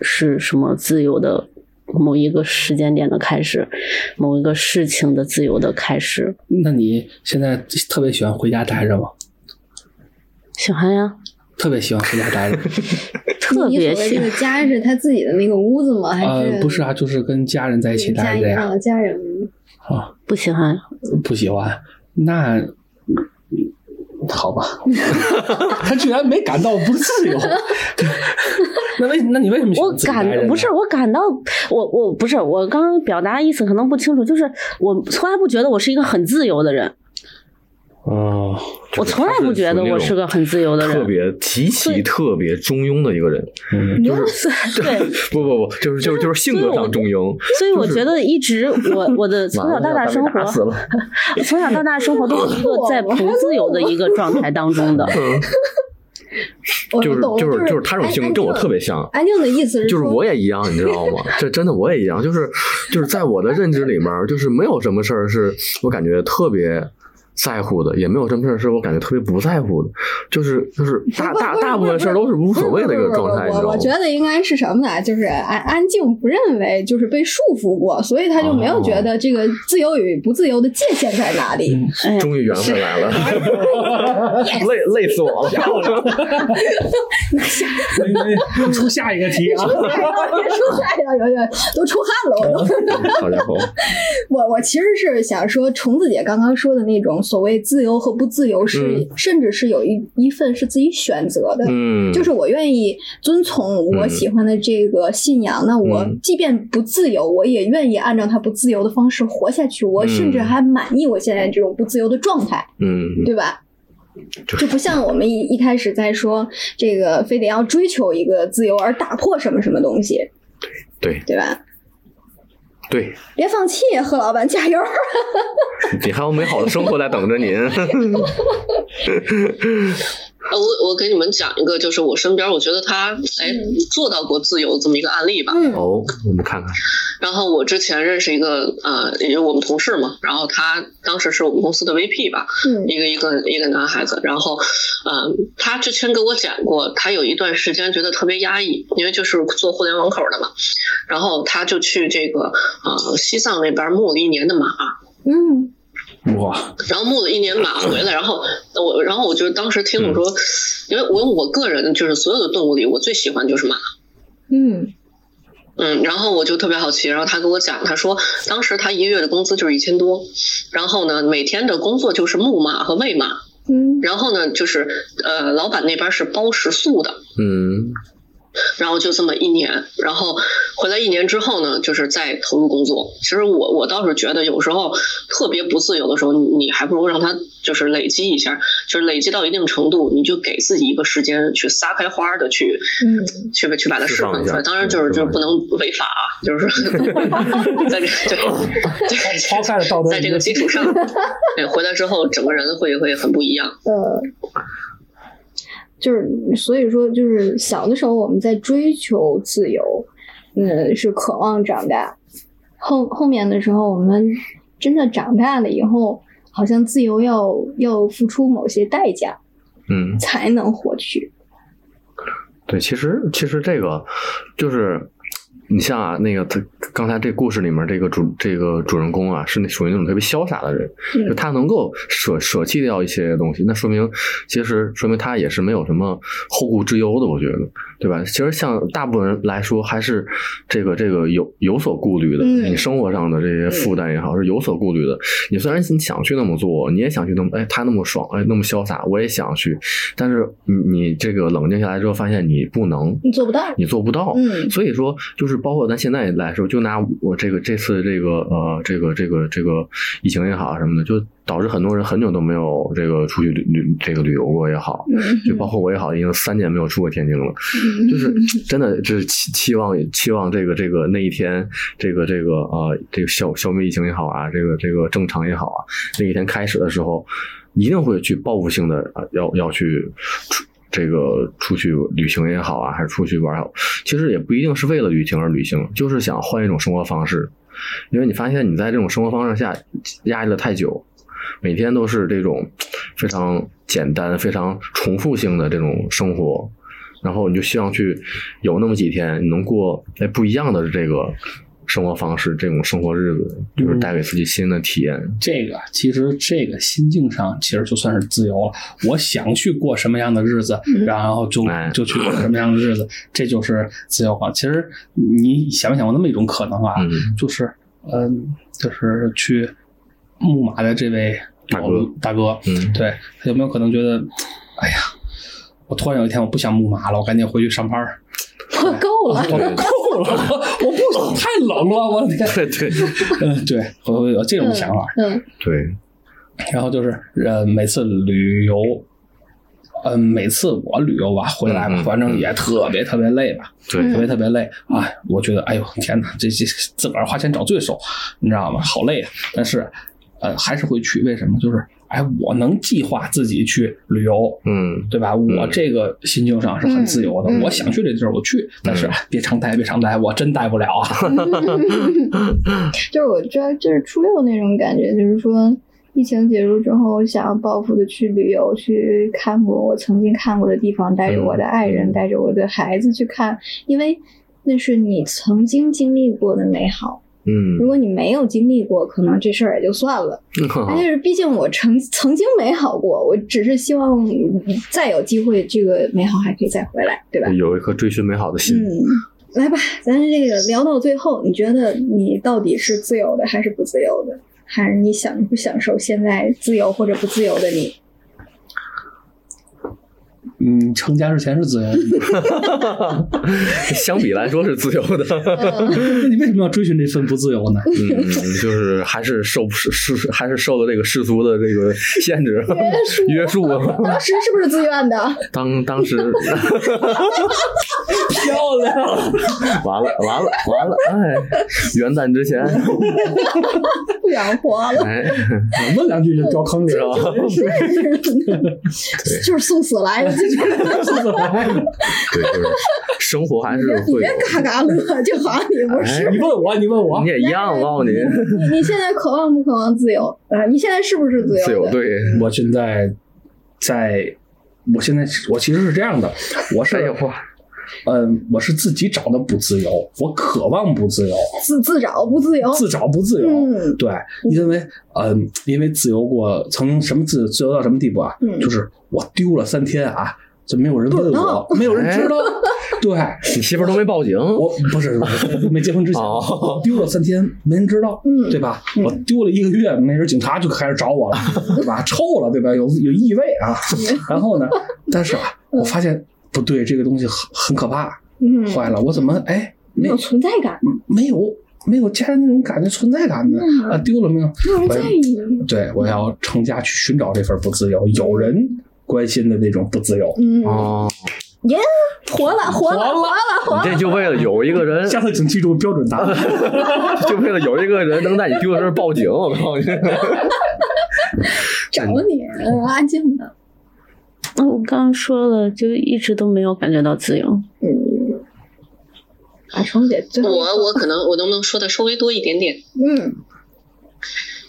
[SPEAKER 3] 是什么自由的，某一个时间点的开始，某一个事情的自由的开始。
[SPEAKER 4] 那你现在特别喜欢回家待着吗？
[SPEAKER 3] 喜欢呀，
[SPEAKER 4] 特别喜欢回家
[SPEAKER 3] <laughs>
[SPEAKER 4] 待着？
[SPEAKER 3] 特
[SPEAKER 2] 你
[SPEAKER 3] 别
[SPEAKER 2] 所谓
[SPEAKER 3] 喜
[SPEAKER 2] 这
[SPEAKER 3] 欢
[SPEAKER 2] 个。家是他自己的那个屋子吗？还
[SPEAKER 4] 呃，不是啊，就是跟家人在一起
[SPEAKER 2] 家
[SPEAKER 4] 待着
[SPEAKER 2] 人
[SPEAKER 4] 呀。
[SPEAKER 2] 啊，家人
[SPEAKER 4] 啊，
[SPEAKER 3] 不喜欢，
[SPEAKER 4] 不喜欢。那好吧， <laughs> 他居然没感到不自由。 <laughs> 那为那你为什么喜
[SPEAKER 3] 我
[SPEAKER 4] 欢自己待着
[SPEAKER 3] 感
[SPEAKER 4] 呢
[SPEAKER 3] 不是我感到我我不是我刚刚表达意思可能不清楚，就是我从来不觉得我是一个很自由的人，
[SPEAKER 4] 哦，
[SPEAKER 5] 呃就是
[SPEAKER 3] 我从来不觉得我是个很自由
[SPEAKER 5] 他
[SPEAKER 3] 的
[SPEAKER 5] 是属于那种
[SPEAKER 3] 人，
[SPEAKER 5] 特别极其特别中庸的一个人。
[SPEAKER 4] 嗯， <laughs>
[SPEAKER 2] 你又
[SPEAKER 3] <laughs>
[SPEAKER 2] 是
[SPEAKER 3] 对，
[SPEAKER 5] <laughs> 不不不，就是就是就是性格上中庸。
[SPEAKER 3] 所以我觉得一
[SPEAKER 5] <laughs>
[SPEAKER 3] 直我我的从小到大生活
[SPEAKER 5] 完了要被
[SPEAKER 3] <laughs>
[SPEAKER 5] 打死，了，
[SPEAKER 3] 从小到大生活都是一个在不自由的一个状态当中
[SPEAKER 5] <laughs>
[SPEAKER 3] 的。
[SPEAKER 2] 我
[SPEAKER 5] 嗯就是
[SPEAKER 2] 懂了
[SPEAKER 5] 就是
[SPEAKER 2] 就
[SPEAKER 5] 就是他这种性格跟我特别像。
[SPEAKER 2] 安静的意思是
[SPEAKER 5] 就是
[SPEAKER 2] 说
[SPEAKER 5] 我也一样，你知道吗？这真的我也一样，就是就是在我的认知里面，就是没有什么事儿是我感觉特别在乎的，也没有什么事儿是我感觉特别不在乎的，就是就是大大大部分事儿都是无所谓的一个状态，你
[SPEAKER 2] 不是不是不
[SPEAKER 5] 知
[SPEAKER 2] 是
[SPEAKER 5] 道
[SPEAKER 2] 我
[SPEAKER 5] 吗
[SPEAKER 2] 我？觉得应该是什么呢？就是安安静不认为就是被束缚过，所以他就没有
[SPEAKER 5] 啊
[SPEAKER 2] 觉得这个自由与不自由的界限在哪里。
[SPEAKER 5] 嗯
[SPEAKER 2] <laughs>
[SPEAKER 3] 哎
[SPEAKER 5] 终于缘分来了，累累死我 <laughs> 了，嗯
[SPEAKER 4] 出下一个题啊，
[SPEAKER 2] 哎别说太阳，有点都出汗了，我
[SPEAKER 5] 嗯
[SPEAKER 2] 都。
[SPEAKER 5] 好家伙！
[SPEAKER 2] <laughs> 我我其实是想说，虫子姐刚刚说的那种所谓自由和不自由是，
[SPEAKER 5] 嗯
[SPEAKER 2] 甚至是有一一份是自己选择的。<laughs>
[SPEAKER 5] 嗯，
[SPEAKER 2] 就是我愿意遵从我
[SPEAKER 5] 嗯
[SPEAKER 2] 喜欢的这个信仰，那我
[SPEAKER 5] 嗯
[SPEAKER 2] 即便不自由，我也愿意按照它不自由的方式活下去。我甚至
[SPEAKER 5] 嗯
[SPEAKER 2] 还满意我现在这种不自由的状态。
[SPEAKER 5] 嗯，
[SPEAKER 2] 对吧？
[SPEAKER 5] 就是
[SPEAKER 2] 就不像我们一一开始在说这个，非得要追求一个自由而打破什么什么东西，
[SPEAKER 5] 对
[SPEAKER 2] 对吧？
[SPEAKER 5] 对，
[SPEAKER 2] 别放弃，贺老板加 <laughs> 油！
[SPEAKER 5] 你还有美好的生活在等着您。 <laughs>
[SPEAKER 6] 呃，我我给你们讲一个，就是我身边，我觉得他哎做到过自由这么一个案例吧。
[SPEAKER 2] 嗯
[SPEAKER 5] 哦，我们看看，
[SPEAKER 6] 然后我之前认识一个呃，也就是我们同事嘛，然后他当时是我们公司的 VP 吧，
[SPEAKER 2] 嗯
[SPEAKER 6] 一个一个一个男孩子，然后，呃，他之前给我讲过，他有一段时间觉得特别压抑，因为就是做互联网口的嘛，然后他就去这个呃西藏那边牧了一年的马，
[SPEAKER 2] 嗯，
[SPEAKER 4] 哇，
[SPEAKER 6] 然后牧了一年马回来，然后我然后我就当时听我说，因为我我个人就是所有的动物里，我最喜欢就是马，
[SPEAKER 2] 嗯
[SPEAKER 6] 嗯，然后我就特别好奇，然后他跟我讲，他说当时他一个月的工资就是一千多，然后呢，每天的工作就是牧马和喂马，
[SPEAKER 2] 嗯
[SPEAKER 6] 然后呢，就是呃，老板那边是包食宿的，
[SPEAKER 5] 嗯
[SPEAKER 6] 然后就这么一年，然后回来一年之后呢，就是再投入工作。其实我我倒是觉得，有时候特别不自由的时候，你你还不如让他就是累积一下，就是累积到一定程度，你就给自己一个时间去撒开花儿的去
[SPEAKER 2] 嗯，
[SPEAKER 6] 去去把它释放出来。
[SPEAKER 5] 释放一下
[SPEAKER 6] 当然就是
[SPEAKER 5] 嗯
[SPEAKER 6] 就
[SPEAKER 5] 释放
[SPEAKER 6] 是
[SPEAKER 5] 一下
[SPEAKER 6] 不能违法啊，就是
[SPEAKER 5] <laughs>
[SPEAKER 6] 在这对
[SPEAKER 4] 抛开了道德
[SPEAKER 6] 在这个基础上，对回来之后整个人会会很不一样。
[SPEAKER 2] 呃，就是所以说，就是小的时候我们在追求自由，嗯，是渴望长大。后后面的时候，我们真的长大了以后，好像自由要要付出某些代价。
[SPEAKER 5] 嗯，
[SPEAKER 2] 才能嗯获取。
[SPEAKER 5] 对，其实其实这个就是你像啊，那个他刚才这故事里面这个主这个主人公啊，是那属于那种特别潇洒的人，
[SPEAKER 2] 嗯
[SPEAKER 5] 就他能够舍舍弃掉一些东西，那说明其实说明他也是没有什么后顾之忧的，我觉得，对吧？其实像大部分人来说，还是这个这个有有所顾虑的，
[SPEAKER 2] 嗯
[SPEAKER 5] 你生活上的这些负担也好，是有所顾虑的。你虽然你想去那么做，你也想去那么哎他那么爽，哎那么潇洒，我也想去，但是你你这个冷静下来之后，发现你不能，
[SPEAKER 2] 你做不到
[SPEAKER 5] 你做不到， <laughs>
[SPEAKER 2] 嗯
[SPEAKER 5] 所以说，就是包括咱现在来说，就拿我这个这次这个呃这个这个这个疫情也好啊什么的，就导致很多人很久都没有这个出去旅旅这个旅游过也好，
[SPEAKER 2] 嗯
[SPEAKER 5] 就包括我也好，已经三年没有出过天津了，就是真的就是期期望期望这个这个那一天，这个这个呃这个消消灭疫情也好啊，这个这个正常也好啊，那一天开始的时候，一定会去报复性的啊要要去出这个出去旅行也好啊，还是出去玩也好，其实也不一定是为了旅行而旅行，就是想换一种生活方式，因为你发现你在这种生活方式下压抑了太久，每天都是这种非常简单、非常重复性的这种生活，然后你就希望去有那么几天，你能过哎不一样的这个生活方式，这种生活日子，就是带给自己新的体验。
[SPEAKER 4] 这个其实这个心境上其实就算是自由了。我想去过什么样的日子，然后就
[SPEAKER 5] 哎
[SPEAKER 4] 就去过什么样的日子，这就是自由化。其实你想没想过那么一种可能啊？
[SPEAKER 5] 嗯， <laughs>
[SPEAKER 4] 就是嗯，就是去牧马的这位
[SPEAKER 5] 大
[SPEAKER 4] 老
[SPEAKER 5] 哥
[SPEAKER 4] 大哥，
[SPEAKER 5] 嗯
[SPEAKER 4] 对他有没有可能觉得，哎呀，我突然有一天我不想牧马了，我赶紧回去上班儿，
[SPEAKER 2] <laughs> 我够
[SPEAKER 5] <laughs>
[SPEAKER 2] 了，
[SPEAKER 4] 我够了，我不
[SPEAKER 5] <laughs>
[SPEAKER 4] 太冷了，我的天，
[SPEAKER 5] 对对
[SPEAKER 4] 嗯，对，我我有这种想法，
[SPEAKER 2] 嗯，
[SPEAKER 5] 对，
[SPEAKER 4] 然后就是呃，每次旅游，嗯、每次我旅游吧回来吧
[SPEAKER 5] 嗯，嗯
[SPEAKER 4] 反正也特别特别累吧，
[SPEAKER 5] 对
[SPEAKER 4] 特别特别累啊！哎我觉得，哎呦天哪，这这自个儿花钱找罪受，你知道吗？好累啊！但是，呃，还是会去，为什么？就是哎，我能计划自己去旅游。
[SPEAKER 5] 嗯，
[SPEAKER 4] 对吧？我这个心情上是很自由的，
[SPEAKER 2] 嗯嗯
[SPEAKER 4] 我想去这地儿我去，但是
[SPEAKER 5] 嗯
[SPEAKER 4] 哎别常待，别常待，我真待不了啊！ <laughs>
[SPEAKER 2] <laughs> 就是我觉得就是初六那种感觉，就是说疫情结束之后，想要报复的去旅游，去看过我曾经看过的地方，带着我的爱人，
[SPEAKER 5] 嗯
[SPEAKER 2] 带着我的孩子去看，因为那是你曾经经历过的美好。
[SPEAKER 5] 嗯
[SPEAKER 2] 如果你没有经历过，可能这事儿也就算了。但
[SPEAKER 5] 嗯，
[SPEAKER 2] 是毕竟我曾曾经美好过，我只是希望再有机会，这个美好还可以再回来，对吧？
[SPEAKER 5] <laughs> 有一颗追寻美好的心。
[SPEAKER 2] 嗯，来吧，咱这个聊到最后，你觉得你到底是自由的还是不自由的？还是你享不享受现在自由或者不自由的你？
[SPEAKER 4] 嗯，成家之前是自由的， <laughs>
[SPEAKER 5] 相比来说是自由的，
[SPEAKER 4] 那你为什么要追寻这份不自由呢？
[SPEAKER 5] 嗯，就是还是受是是还是受了这个世俗的这个限制约束。
[SPEAKER 2] 当时是不是自愿的？
[SPEAKER 5] 当当时 <laughs> 漂亮，完了完了完了，哎，元旦之前，
[SPEAKER 2] 不想活
[SPEAKER 5] <laughs>
[SPEAKER 2] 了，
[SPEAKER 5] 哎，
[SPEAKER 4] 啊问两句就掉坑里
[SPEAKER 5] 是
[SPEAKER 4] 了。
[SPEAKER 5] 吧？
[SPEAKER 2] 就是送死来的，就是
[SPEAKER 5] 对，就是生活还是
[SPEAKER 2] 哎你
[SPEAKER 5] 会
[SPEAKER 2] 别嘎嘎乐，就好像你不是。
[SPEAKER 5] 哎
[SPEAKER 4] <laughs> 你问我，你问我
[SPEAKER 5] 你，也一样，我告诉你，
[SPEAKER 2] 你你现在渴望不渴望自由啊？你现在是不是自由的？
[SPEAKER 5] 自由对，
[SPEAKER 4] 我现在在，我现在是我其实是这样的，我是
[SPEAKER 5] 哎呦
[SPEAKER 4] 嗯、我是自己找的不自由，我渴望不自由，
[SPEAKER 2] 自自找不自由。
[SPEAKER 4] 自找不自由。
[SPEAKER 2] 嗯
[SPEAKER 4] 对，因为嗯、因为自由过，曾经什么自自由到什么地步啊？
[SPEAKER 2] 嗯
[SPEAKER 4] 就是我丢了三天啊，就没有人
[SPEAKER 2] 不
[SPEAKER 4] 问
[SPEAKER 2] 知
[SPEAKER 4] 我
[SPEAKER 2] 道，
[SPEAKER 4] 没有人
[SPEAKER 2] <laughs>
[SPEAKER 4] 知道。对，
[SPEAKER 5] 哎你媳妇儿都没报警，
[SPEAKER 4] 我不是我没结婚之前，
[SPEAKER 5] 哦
[SPEAKER 4] 我丢了三天，没人知道，
[SPEAKER 2] 嗯
[SPEAKER 4] 对吧？
[SPEAKER 2] 嗯
[SPEAKER 4] 我丢了一个月，没人，警察就开始找我了，对吧？ <laughs> 臭了，对吧？有有异味啊。然后呢，但是啊，我发现不对，这个东西很很可怕，
[SPEAKER 2] 嗯，
[SPEAKER 4] 坏了，我怎么哎
[SPEAKER 2] 没
[SPEAKER 4] 没
[SPEAKER 2] 有存在感，
[SPEAKER 4] 没有没有家人那种感觉存在感呢？
[SPEAKER 2] 嗯
[SPEAKER 4] 啊，丢了没有？
[SPEAKER 2] 没有人在意你。
[SPEAKER 4] 对，我要成家去寻找这份不自由，有人关心的那种不自由。
[SPEAKER 2] 嗯，
[SPEAKER 5] 哦，
[SPEAKER 2] 活了，活了，活了，活了。
[SPEAKER 5] 你这就为了有一个人，
[SPEAKER 4] 下次请记住标准答案。
[SPEAKER 5] <laughs> 就为了有一个人能在你丢的时候报警，我告诉你，
[SPEAKER 2] 找你，呃安静的。
[SPEAKER 3] 嗯我刚刚说了，就一直都没有感觉到自由。
[SPEAKER 2] 嗯，啊，虫姐最后一
[SPEAKER 6] 我
[SPEAKER 2] 个
[SPEAKER 6] 我可能我能不能说的稍微多一点点？
[SPEAKER 2] 嗯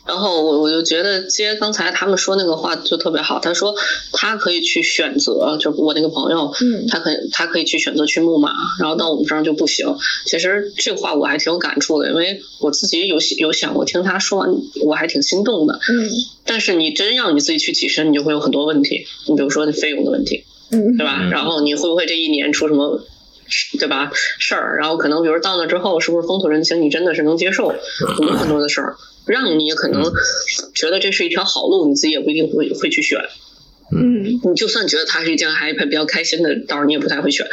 [SPEAKER 6] 然后我我就觉得接刚才他们说那个话就特别好，他说他可以去选择，就我那个朋友，
[SPEAKER 2] 嗯
[SPEAKER 6] 他可以他可以去选择去牧马，然后到我们这儿就不行。其实这话我还挺有感触的，因为我自己有有想过，听他说完我还挺心动的。
[SPEAKER 2] 嗯
[SPEAKER 6] 但是你真让你自己去跻身，你就会有很多问题，你比如说费用的问题，
[SPEAKER 2] 嗯
[SPEAKER 6] 对吧？
[SPEAKER 5] 嗯
[SPEAKER 6] 然后你会不会这一年出什么？对吧？事儿，然后可能比如到那之后，是不是风土人情你真的是能接受很多很多的事儿，让你可能觉得这是一条好路，你自己也不一定会会去选。
[SPEAKER 2] 嗯
[SPEAKER 6] 你就算觉得它是一件还比较开心的道儿，你也不太会选。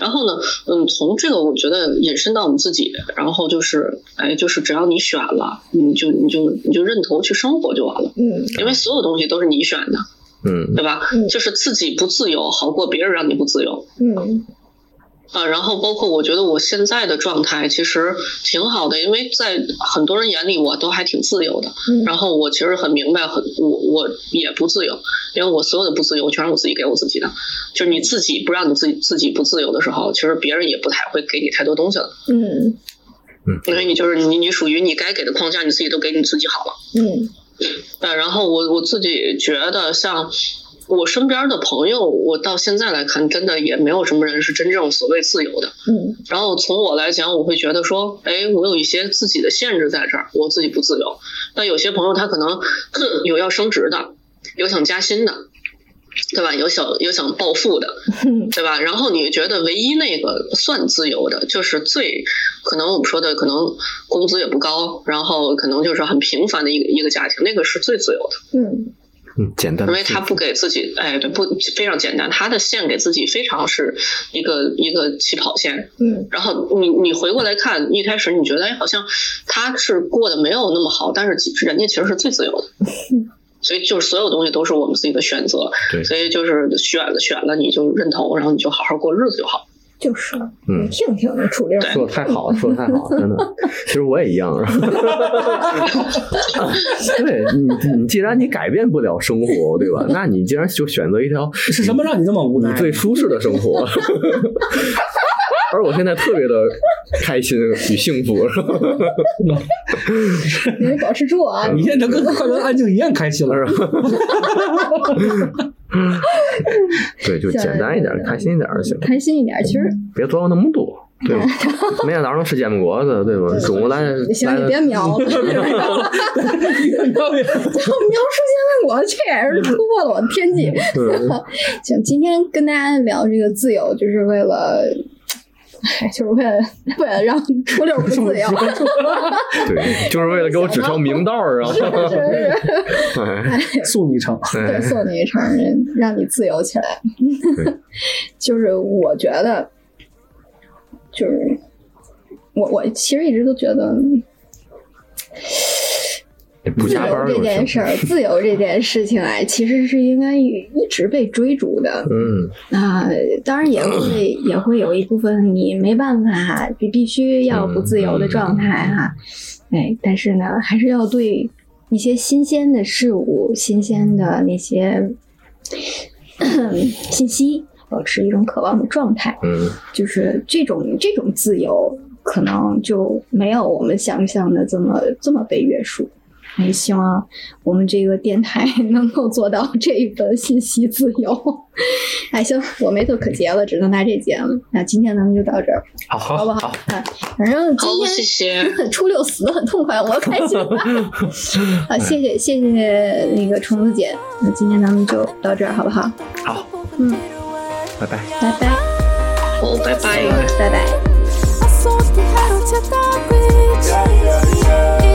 [SPEAKER 6] 然后呢，嗯，从这个我觉得引申到我们自己，然后就是，哎，就是只要你选了，你就你就你就认头去生活就完了，
[SPEAKER 2] 嗯
[SPEAKER 6] 因为所有东西都是你选的，
[SPEAKER 5] 嗯
[SPEAKER 6] 对吧
[SPEAKER 2] 嗯？
[SPEAKER 6] 就是自己不自由好过别人让你不自由。
[SPEAKER 2] 嗯
[SPEAKER 6] 啊，然后包括我觉得我现在的状态其实挺好的，因为在很多人眼里我都还挺自由的。
[SPEAKER 2] 嗯
[SPEAKER 6] 然后我其实很明白很，我我也不自由，因为我所有的不自由全是我自己给我自己的。就是你自己不让你自己自己不自由的时候，其实别人也不太会给你太多东西了，
[SPEAKER 2] 嗯
[SPEAKER 6] 因为你就是你你属于你该给的框架你自己都给你自己好了。
[SPEAKER 2] 嗯
[SPEAKER 6] 呃，然后我我自己觉得，像我身边的朋友，我到现在来看，真的也没有什么人是真正所谓自由的。
[SPEAKER 2] 嗯
[SPEAKER 6] 然后从我来讲，我会觉得说，哎，我有一些自己的限制在这儿，我自己不自由。但有些朋友他可能 <clears throat> 有要升职的，有想加薪的，对吧？有想有想暴富的，对吧？然后你觉得唯一那个算自由的，就是最可能我们说的，可能工资也不高，然后可能就是很平凡的一个一个家庭，那个是最自由的。
[SPEAKER 2] 嗯
[SPEAKER 5] 嗯，简单的
[SPEAKER 6] 因为他不给自己，哎，对，不非常简单，他的线给自己非常是一个一个起跑线。
[SPEAKER 2] 嗯
[SPEAKER 6] 然后你你回过来看，一开始你觉
[SPEAKER 2] <laughs>
[SPEAKER 6] 得哎，好像他是过得没有那么好，但是其人家其实是最自由的。所以就是所有东西都是我们自己的选择，
[SPEAKER 5] 对
[SPEAKER 6] 所以就是选了选了你就认同，然后你就好好过日子就好。
[SPEAKER 2] 就是，
[SPEAKER 5] 嗯
[SPEAKER 2] 听听那楚溜儿，
[SPEAKER 5] 说的太好了，说的太好了，真的。其实我也一样。然后对你，你既然你改变不了生活，对吧？那你既然就选择一条
[SPEAKER 4] 是什么让你这么无
[SPEAKER 5] 你
[SPEAKER 4] 奈？
[SPEAKER 5] 最舒适的生活。 <laughs> 而我现在特别的开心与幸福，
[SPEAKER 2] 你得保持住啊！
[SPEAKER 4] 你现在跟快乐安静一样开心了。
[SPEAKER 5] <laughs> 对，就简单一点，开心一点就行，
[SPEAKER 2] 开心一点，其实
[SPEAKER 5] 别琢磨那么多，对吧？每天早上能吃煎饼果子，对吧？中午来
[SPEAKER 2] 行，你别
[SPEAKER 5] 来，
[SPEAKER 2] 瞄了，要瞄出现问我，这也是突破了我的天际。
[SPEAKER 5] 嗯
[SPEAKER 2] 行，今天跟大家聊这个自由，就是为了。哎，就是为了为了让初六不自由，
[SPEAKER 5] 对，就是为了给我指条明道儿
[SPEAKER 2] <laughs>
[SPEAKER 5] 啊！
[SPEAKER 2] 是是
[SPEAKER 5] 哎
[SPEAKER 4] <laughs> 送你一程，
[SPEAKER 2] <laughs> 对，
[SPEAKER 5] 哎
[SPEAKER 2] 送你一程，让你自由起来
[SPEAKER 5] 对。
[SPEAKER 2] <laughs> 就是我觉得，就是我我其实一直都觉得
[SPEAKER 5] 不
[SPEAKER 2] 自
[SPEAKER 5] 加班
[SPEAKER 2] 由
[SPEAKER 5] 儿
[SPEAKER 2] 这
[SPEAKER 5] 就
[SPEAKER 2] 件
[SPEAKER 5] 行。
[SPEAKER 2] 事儿，自由这件事情哎，其实是应该一直被追逐的。
[SPEAKER 5] 嗯，
[SPEAKER 2] 啊，当然也会也会有一部分你没办法，必必须要不自由的状态哈、哎，但是呢，还是要对一些新鲜的事物、新鲜的那些 <coughs> 信息保持一种渴望的状态。
[SPEAKER 5] 嗯，
[SPEAKER 2] 就是这种这种自由，可能就没有我们想象的这么这么被约束。也希望我们这个电台 <laughs> 能够做到这一份信息自由。哎，行，我没做可结了，只能拿这结了。那今天咱们就到这儿，
[SPEAKER 5] 好
[SPEAKER 2] 好
[SPEAKER 5] 好
[SPEAKER 2] 不好？啊，反正今
[SPEAKER 6] 好，
[SPEAKER 2] 天
[SPEAKER 6] 谢
[SPEAKER 2] <laughs>
[SPEAKER 6] 谢。
[SPEAKER 2] 初六死的很痛快，我又开心了。啊，谢谢谢谢那个虫子姐，那今天咱们就到这儿，好不好？
[SPEAKER 5] 好，
[SPEAKER 2] 嗯，
[SPEAKER 5] 拜拜。
[SPEAKER 2] 拜拜，
[SPEAKER 6] 好，哦拜拜。
[SPEAKER 2] 拜拜。
[SPEAKER 8] I saw the head of your dog, bitch.